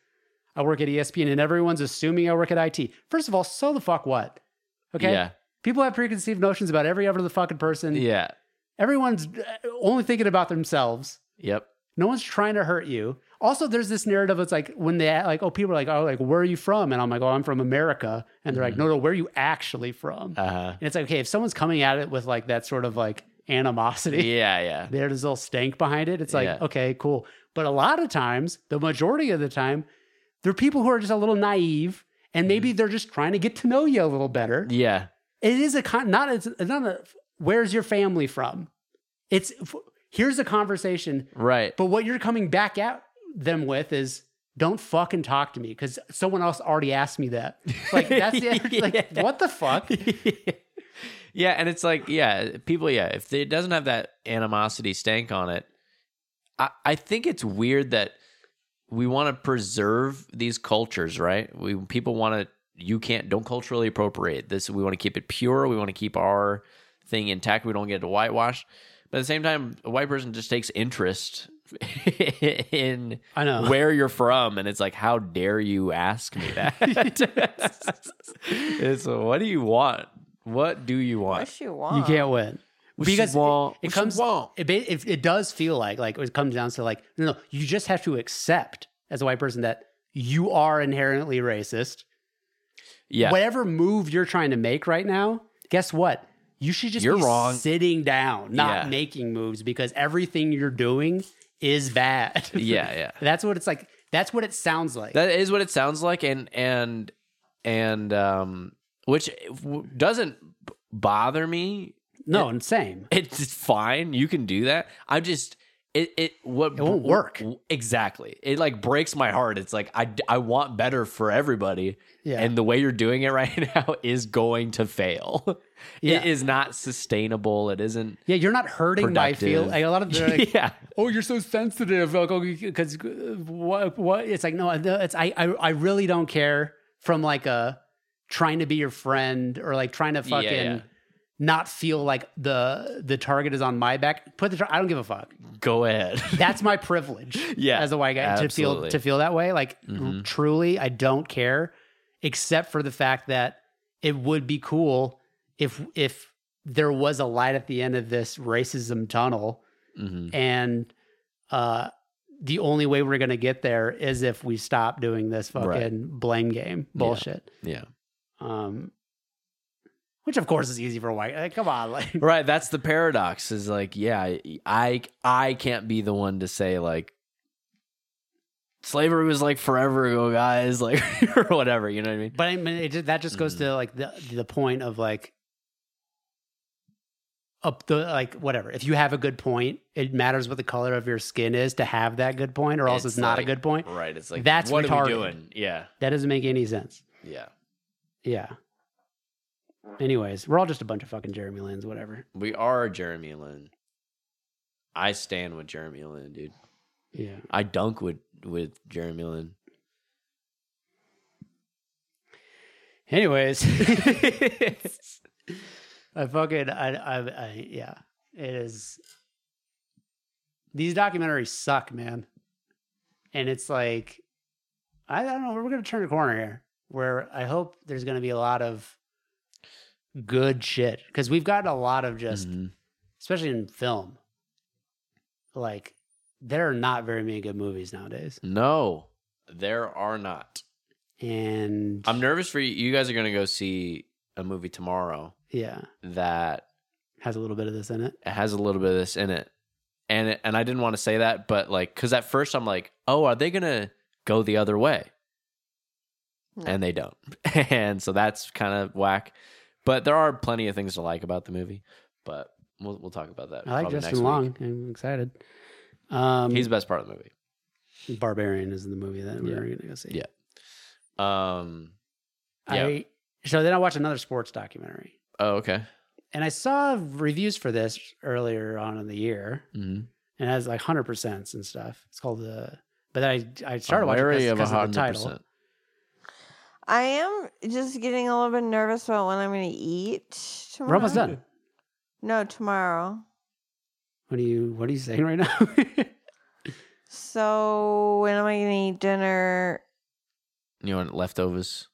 Speaker 1: I work at E ESPN and everyone's assuming I work at IT. First of all, so the fuck what? Okay.
Speaker 4: Yeah.
Speaker 1: People have preconceived notions about every other fucking person.
Speaker 4: Yeah.
Speaker 1: Everyone's uh, only thinking about themselves.
Speaker 4: Yep.
Speaker 1: No one's trying to hurt you. Also, there's this narrative. It's like when they like, oh, people are like, oh, like where are you from? And I'm like, oh, I'm from America. And they're like, no, no, where are you actually from?
Speaker 4: Mm-hmm. Uh huh.
Speaker 1: And it's like, okay, if someone's coming at it with like that sort of like animosity,
Speaker 4: Yeah. Yeah.
Speaker 1: there's a little stank behind it. It's like,
Speaker 4: Yeah.
Speaker 1: okay, cool. But a lot of times, the majority of the time, they're people who are just a little naive and maybe
Speaker 4: Mm.
Speaker 1: they're just trying to get to know you a little better.
Speaker 4: Yeah.
Speaker 1: It is a con, not, it's not a, where's your family from? It's, f- here's a conversation,
Speaker 4: Right.
Speaker 1: but what you're coming back at them with is, don't fucking talk to me because someone else already asked me that. Like, that's the, like,
Speaker 4: Yeah.
Speaker 1: what the fuck?
Speaker 4: yeah, and it's like, yeah, people, yeah, if it doesn't have that animosity stank on it, I, I think it's weird that we want to preserve these cultures, right? We people want to you can't don't culturally appropriate this. We want to keep it pure. We want to keep our thing intact. We don't get it whitewashed. But at the same time, a white person just takes interest in
Speaker 1: I know.
Speaker 4: where you're from, and it's like, how dare you ask me that? it's what do you want? What do you want?
Speaker 5: What you want?
Speaker 1: you
Speaker 4: Uh,
Speaker 1: can't win.
Speaker 4: What you
Speaker 1: it-
Speaker 4: want,
Speaker 1: it,
Speaker 4: what you
Speaker 1: comes
Speaker 4: want.
Speaker 1: It, ba- it it does feel like like it comes down to like no no you just have to accept as a white person that you are inherently racist.
Speaker 4: Yeah,
Speaker 1: Whatever move you're trying to make right now, guess what? You should just
Speaker 4: You're
Speaker 1: be
Speaker 4: wrong.
Speaker 1: sitting down, not
Speaker 4: Yeah.
Speaker 1: making moves because everything you're doing is bad.
Speaker 4: yeah, yeah.
Speaker 1: that's what it's like. That's what it sounds like.
Speaker 4: That is what it sounds like, and and and um, which w- doesn't b- bother me.
Speaker 1: no, and same.
Speaker 4: It's fine. You can do that. I'm just it. It what
Speaker 1: It won't work.
Speaker 4: exactly. It like breaks my heart. It's like I I want better for everybody,
Speaker 1: Yeah.
Speaker 4: and the way you're doing it right now is going to fail.
Speaker 1: Yeah.
Speaker 4: It is not sustainable. It isn't.
Speaker 1: Yeah, you're not hurting my feel.
Speaker 4: Productive.
Speaker 1: Like, a lot of they're like,
Speaker 4: Yeah.
Speaker 1: oh, you're so sensitive. Because what? What? It's like no. It's I, I. I really don't care. From like a trying to be your friend or like trying to
Speaker 4: Yeah,
Speaker 1: fucking
Speaker 4: yeah.
Speaker 1: not feel like the the target is on my back. Put the. tar- I don't give a fuck.
Speaker 4: Go ahead.
Speaker 1: That's my privilege.
Speaker 4: Yeah,
Speaker 1: as a white guy
Speaker 4: absolutely. Mm-hmm.
Speaker 1: to feel to feel that way. Like truly, I don't care, except for the fact that it would be cool if if there was a light at the end of this racism tunnel
Speaker 4: Mhm.
Speaker 1: and uh the only way we're gonna get there is if we stop doing this fucking
Speaker 4: Right.
Speaker 1: blame game bullshit.
Speaker 4: Yeah.
Speaker 1: Um which of course is easy for a white like, come on, like
Speaker 4: right that's the paradox is like yeah I- i i can't be the one to say like slavery was like forever ago guys like or whatever you know what i mean
Speaker 1: but I mean it, ju- that just goes to
Speaker 4: Mm.
Speaker 1: like the the point of like up the like whatever. If you have a good point, it matters what the color of your skin is to have that good point, or else it's,
Speaker 4: It's
Speaker 1: not a
Speaker 4: like-
Speaker 1: good point.
Speaker 4: right it's
Speaker 1: like, That's what are we retarded. doing?
Speaker 4: yeah
Speaker 1: That doesn't make any sense.
Speaker 4: yeah
Speaker 1: Yeah. Anyways, we're all just a bunch of fucking Jeremy Lins, whatever.
Speaker 4: we are jeremy lin i stand with jeremy lin dude
Speaker 1: Yeah.
Speaker 4: i dunk with with jeremy lin
Speaker 1: Anyways, I fucking I, I I yeah, it is. These documentaries suck, man, and it's like I don't know. We're gonna turn a corner here, where I hope there's gonna be a lot of good shit because we've gotten a lot of just,
Speaker 4: Mhm.
Speaker 1: especially in film, like. There are not very many good movies nowadays,
Speaker 4: no there are not
Speaker 1: and
Speaker 4: i'm nervous for you you guys are gonna go see a movie tomorrow
Speaker 1: yeah,
Speaker 4: that
Speaker 1: has a little bit of this in it.
Speaker 4: it has a little bit of this in it and it, and i didn't want to say that but like because at first i'm like oh are they gonna go the other way
Speaker 1: Hmm.
Speaker 5: No.
Speaker 4: and they don't and so that's kind of whack but there are plenty of things to like about the movie but we'll, we'll talk about that
Speaker 1: I like
Speaker 4: probably
Speaker 1: Justin
Speaker 4: next
Speaker 1: Long.
Speaker 4: week.
Speaker 1: I'm excited. Um,
Speaker 4: he's the best part of the movie
Speaker 1: Barbarian is in the movie that we're gonna go see.
Speaker 4: Yeah. um
Speaker 1: I, so then I watched another sports documentary,
Speaker 4: oh okay
Speaker 1: and I saw reviews for this earlier on in the year,
Speaker 4: mm-hmm.
Speaker 1: and it has like hundred percents and stuff. It's called the. But then I I started watching
Speaker 4: wary
Speaker 1: it
Speaker 4: of
Speaker 1: because of the
Speaker 4: 100%
Speaker 1: title.
Speaker 5: I am just getting a little bit nervous about when I'm going to eat tomorrow.
Speaker 1: We're almost done.
Speaker 5: No, tomorrow.
Speaker 1: What are you What are you saying right now?
Speaker 5: So when am I going to eat dinner?
Speaker 4: you want leftovers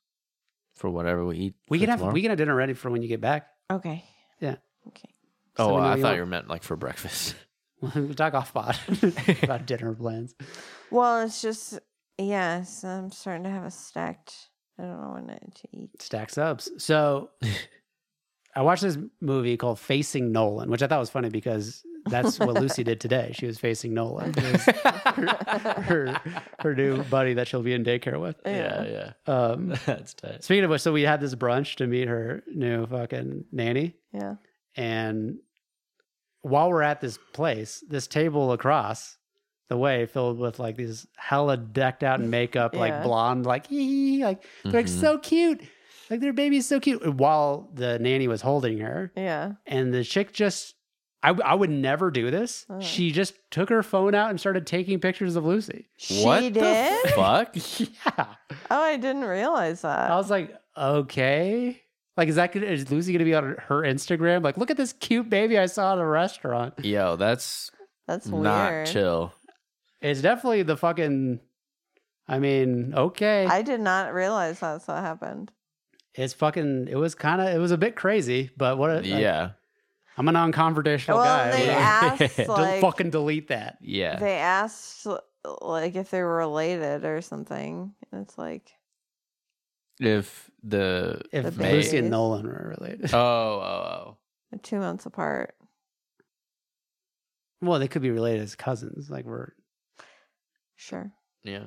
Speaker 4: for whatever we eat
Speaker 1: we
Speaker 4: for
Speaker 1: can have
Speaker 4: tomorrow?
Speaker 1: we can have dinner ready for when you get back.
Speaker 5: Okay.
Speaker 1: Yeah.
Speaker 5: Okay.
Speaker 1: so
Speaker 4: oh
Speaker 1: we know
Speaker 4: i
Speaker 1: you
Speaker 4: thought
Speaker 1: want-
Speaker 4: you were meant like for breakfast
Speaker 1: We'll talk off pod about dinner plans.
Speaker 5: Well, it's just yes, I'm starting to have a stacked. I don't know when to eat.
Speaker 1: stack subs. So I watched this movie called Facing Nolan, which I thought was funny because that's what Lucy did today. She was facing Nolan, who is her, her, her new buddy that she'll be in daycare with.
Speaker 4: yeah yeah
Speaker 1: Um,
Speaker 4: that's tight
Speaker 1: speaking of which, so we had this brunch to meet her new fucking nanny.
Speaker 5: Yeah.
Speaker 1: And while we're at this place, this table across the way filled with like these hella decked out in makeup,
Speaker 5: Yeah.
Speaker 1: like blonde, like hee, like they're like
Speaker 4: Mhm.
Speaker 1: so cute. Like their baby's so cute. While the nanny was holding her,
Speaker 5: Yeah.
Speaker 1: and the chick just, I, w- I would never do this.
Speaker 5: Uh.
Speaker 1: She just took her phone out and started taking pictures of Lucy.
Speaker 5: She
Speaker 4: what
Speaker 5: did?
Speaker 4: the fuck?
Speaker 1: Yeah.
Speaker 5: oh, I didn't realize that.
Speaker 1: I was like, okay. Like, is that gonna- is Lucy gonna be on her Instagram? Like, look at this cute baby I saw at a restaurant.
Speaker 4: Yo, that's
Speaker 5: That's
Speaker 4: not
Speaker 5: weird.
Speaker 4: chill.
Speaker 1: It's definitely the fucking. I mean, okay,
Speaker 5: I did not realize that's what happened.
Speaker 1: it's fucking. It was kind of. It was a bit crazy, but what? like,
Speaker 4: yeah,
Speaker 1: I'm a non-confrontational
Speaker 5: well,
Speaker 1: guy.
Speaker 5: they
Speaker 1: but-
Speaker 5: asked
Speaker 4: Don't
Speaker 1: Don't
Speaker 5: like
Speaker 1: fucking delete that.
Speaker 4: yeah.
Speaker 5: they asked like if they were related or something. And it's like
Speaker 4: if the
Speaker 1: If
Speaker 5: The
Speaker 1: Lucy
Speaker 5: babies.
Speaker 1: and Nolan were related,
Speaker 4: oh oh
Speaker 5: they're two months apart.
Speaker 1: well, they could be related as cousins. Like we're.
Speaker 5: Sure,
Speaker 4: oh yeah.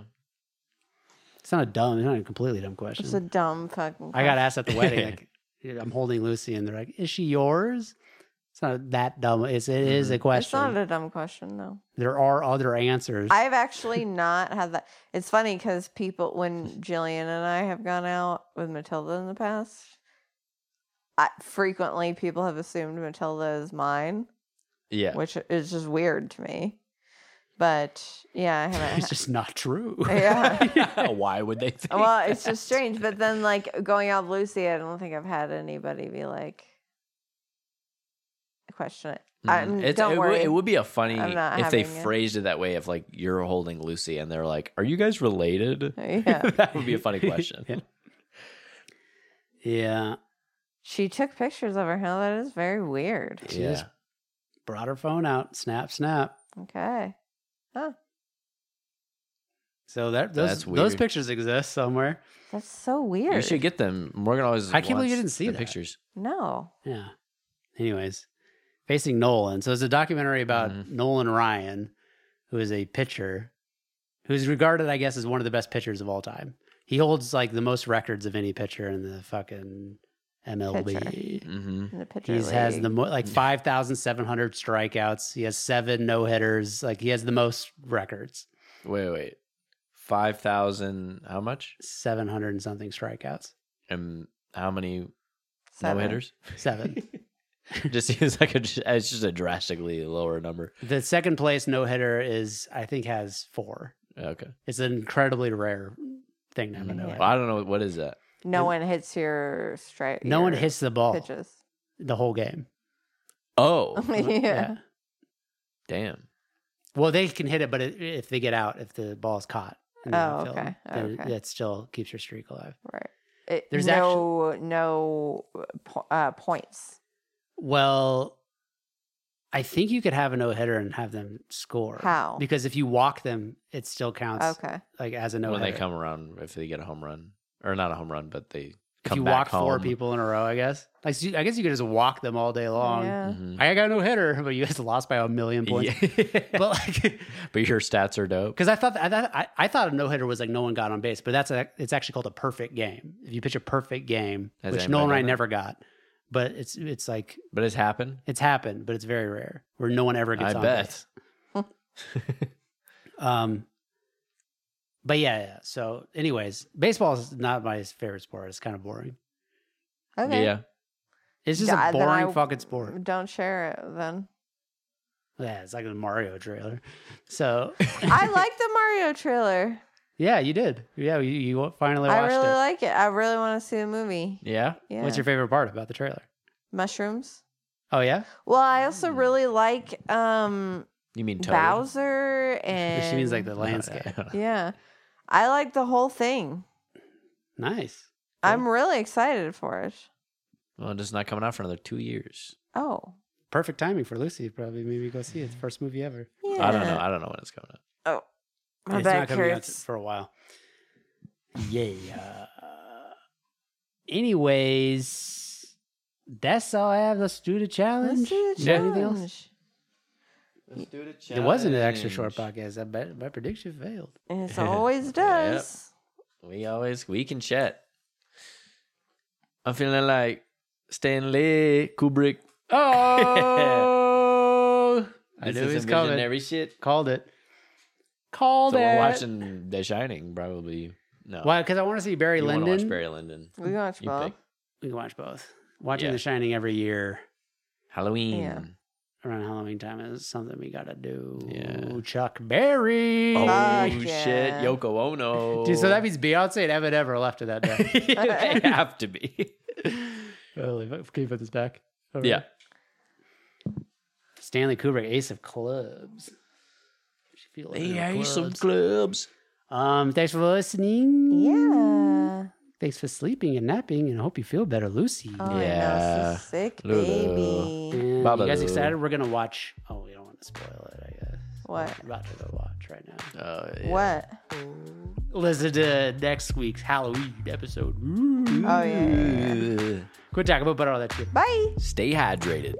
Speaker 1: It's not a dumb. It's not a completely dumb question.
Speaker 5: it's a dumb fucking.
Speaker 1: I got asked at the wedding. Like, I'm holding Lucy, and they're like, "Is she yours?" It's not that dumb. It's it is
Speaker 4: Mm-hmm.
Speaker 1: a
Speaker 5: question. It's
Speaker 1: question.
Speaker 5: not a dumb question though.
Speaker 1: there are other answers.
Speaker 5: I've actually not had that. It's funny because people, when Jillian and I have gone out with Matilda in the past, I, frequently people have assumed Matilda is mine,
Speaker 4: Yeah.
Speaker 5: which is just weird to me. But yeah, I haven't.
Speaker 1: it's just not true.
Speaker 5: Yeah.
Speaker 4: Why would they think?
Speaker 5: well, it's just strange. But then, like going out with Lucy, I don't think I've had anybody be like question it. I'm,
Speaker 4: Mm, it's-
Speaker 5: um, don't
Speaker 4: it,
Speaker 5: worry.
Speaker 4: Would, it would be a funny
Speaker 5: I'm not
Speaker 4: if they
Speaker 5: having it.
Speaker 4: phrased it that way. If like you're holding Lucy and they're like, "Are you guys related?"
Speaker 5: yeah,
Speaker 4: that would be a funny question.
Speaker 1: Yeah. yeah.
Speaker 5: she took pictures of her. How that is very weird.
Speaker 1: She just brought her phone out. Snap, snap.
Speaker 5: Okay.
Speaker 1: So that those
Speaker 4: That's
Speaker 1: those
Speaker 4: weird.
Speaker 1: pictures exist somewhere.
Speaker 5: That's so weird.
Speaker 4: You should get them. Morgan always.
Speaker 1: I can't believe you didn't
Speaker 4: wants
Speaker 1: see
Speaker 4: the
Speaker 1: that.
Speaker 4: pictures.
Speaker 5: no.
Speaker 1: Yeah. Anyways, facing Nolan. So it's a documentary about
Speaker 4: Mhm.
Speaker 1: Nolan Ryan, who is a pitcher, who's regarded, I guess, as one of the best pitchers of all time. He holds like the most records of any pitcher in the fucking MLB.
Speaker 4: hmm
Speaker 5: In the picture.
Speaker 1: He has
Speaker 5: league.
Speaker 1: the mo- like five thousand seven hundred strikeouts. He has seven no hitters. Like he has the most records,
Speaker 4: Wait, wait. Five thousand. How much?
Speaker 1: seven hundred and something strikeouts.
Speaker 4: And how many no
Speaker 5: Seven.
Speaker 4: hitters?
Speaker 1: Seven.
Speaker 4: just seems like a, it's just a drastically lower number.
Speaker 1: the second place no hitter is, I think, has four.
Speaker 4: Okay.
Speaker 1: It's an incredibly rare thing to have a no
Speaker 4: Well,
Speaker 1: hitter.
Speaker 4: I don't know what is that.
Speaker 5: No one hits your strike.
Speaker 1: No one hits the ball
Speaker 5: pitches.
Speaker 1: the whole game.
Speaker 4: Oh,
Speaker 5: yeah.
Speaker 4: damn.
Speaker 1: Well, they can hit it, but it, if they get out, if the ball is caught, in the
Speaker 5: Oh,
Speaker 1: outfield,
Speaker 5: okay.
Speaker 1: then
Speaker 5: Okay.
Speaker 1: that still keeps your streak alive.
Speaker 5: Right. It,
Speaker 1: There's
Speaker 5: There's no no po- uh, points.
Speaker 1: Well, I think you could have a no hitter and have them score.
Speaker 5: How?
Speaker 1: Because if you walk them, it still counts
Speaker 5: Okay.
Speaker 1: like as a no
Speaker 4: when
Speaker 1: hitter.
Speaker 4: they come around, if they get a home run or not a home run, but they
Speaker 1: if
Speaker 4: come
Speaker 1: you
Speaker 4: back
Speaker 1: walk four
Speaker 4: home.
Speaker 1: people in a row, I guess. Like, so you- I guess you could just walk them all day long.
Speaker 5: Yeah.
Speaker 4: Mhm.
Speaker 1: I got no hitter, but you guys lost by a million points.
Speaker 4: Yeah.
Speaker 1: But like,
Speaker 4: but your stats are dope.
Speaker 1: Because I thought I thought I, I thought a no hitter was like no one got on base, but that's a, it's actually called a perfect game. If you pitch a perfect game,
Speaker 4: Has
Speaker 1: which
Speaker 4: anybody
Speaker 1: Nolan
Speaker 4: done
Speaker 1: Ryan
Speaker 4: that?
Speaker 1: never got, but it's it's like
Speaker 4: But it's happened.
Speaker 1: it's happened, but it's very rare where no one ever
Speaker 4: I
Speaker 1: gets on
Speaker 4: bet.
Speaker 1: base. Um, but yeah, yeah. So, anyways, baseball is not my favorite sport. It's kind of boring. Mm.
Speaker 5: Okay.
Speaker 4: Yeah.
Speaker 1: It's just
Speaker 5: Yeah,
Speaker 1: a
Speaker 5: then I-
Speaker 1: boring fucking sport.
Speaker 5: Don't share it then.
Speaker 1: Yeah, it's like the Mario trailer. So
Speaker 5: I like the Mario trailer.
Speaker 1: yeah, you did. Yeah, you, you finally
Speaker 5: I
Speaker 1: watched
Speaker 5: really
Speaker 1: it.
Speaker 5: like it. I really want to see the movie.
Speaker 4: Yeah.
Speaker 5: Yeah.
Speaker 1: What's your favorite part about the trailer?
Speaker 5: mushrooms?
Speaker 1: Oh yeah,
Speaker 5: Well, I also
Speaker 4: Mm.
Speaker 5: really like um
Speaker 4: You mean Toad?
Speaker 5: Bowser and
Speaker 1: she means like the landscape.
Speaker 5: Yeah. I like the whole thing.
Speaker 1: Nice.
Speaker 5: I'm really excited for it.
Speaker 4: well, it's not coming out for another two years.
Speaker 5: Oh.
Speaker 1: perfect timing for Lucy. Probably maybe go see it. It's the first movie ever.
Speaker 5: Yeah.
Speaker 4: I don't know. I don't know when it's coming out.
Speaker 5: My
Speaker 1: it's
Speaker 5: back
Speaker 1: t-
Speaker 5: hurts.
Speaker 1: for a while. Yeah. Anyways, that's all I have. Let's do the challenge.
Speaker 5: Let's do the
Speaker 1: You got anything else?
Speaker 5: challenge.
Speaker 4: Let's do the challenge.
Speaker 1: It wasn't an extra short podcast. I bet my prediction failed.
Speaker 5: It always does.
Speaker 4: We always we can chat. I'm feeling like Stanley Kubrick.
Speaker 1: Oh, I
Speaker 4: This
Speaker 1: knew
Speaker 4: is
Speaker 1: he was
Speaker 4: some
Speaker 1: coming.
Speaker 4: Visionary shit.
Speaker 1: Called it. Called
Speaker 4: so
Speaker 1: it.
Speaker 4: we're watching The Shining, probably. No,
Speaker 1: Why? Because I want to see Barry
Speaker 4: you wanna
Speaker 1: Lyndon.
Speaker 4: Watch Barry Lyndon.
Speaker 5: We can watch
Speaker 4: You
Speaker 5: both.
Speaker 4: pick.
Speaker 1: We can watch both. Watching
Speaker 4: Yeah.
Speaker 1: The Shining every year.
Speaker 4: Halloween.
Speaker 5: Yeah.
Speaker 1: around Halloween time is something we gotta do.
Speaker 4: Yeah.
Speaker 1: Chuck Berry.
Speaker 4: Oh
Speaker 5: Fuck
Speaker 4: shit,
Speaker 5: yeah.
Speaker 4: Yoko Ono.
Speaker 1: Dude, so that means Beyonce and Eminem are left to that day.
Speaker 4: they have to be.
Speaker 1: Holy fuck. Can you Oh, put this back? over?
Speaker 4: Yeah.
Speaker 1: Stanley Kubrick, Ace of Clubs. Feel like
Speaker 4: Hey,
Speaker 1: of
Speaker 4: I some
Speaker 1: clubs.
Speaker 4: clubs.
Speaker 1: Um, thanks for listening.
Speaker 5: Yeah.
Speaker 1: Thanks for sleeping and napping, and I hope you feel better, Lucy.
Speaker 4: Uh,
Speaker 5: Oh, I know.
Speaker 4: Yeah.
Speaker 5: So sick,
Speaker 4: Lulu.
Speaker 5: baby.
Speaker 1: And you guys
Speaker 4: Babalu.
Speaker 1: excited? We're gonna watch. Oh, we don't want to spoil it. I guess.
Speaker 5: What?
Speaker 1: We're about to go watch right now.
Speaker 4: Uh,
Speaker 5: What?
Speaker 1: Listen to next week's Halloween episode.
Speaker 5: Oh, yeah. yeah, yeah.
Speaker 4: yeah.
Speaker 1: Quit talking about butter all that shit.
Speaker 5: Bye.
Speaker 4: Stay hydrated.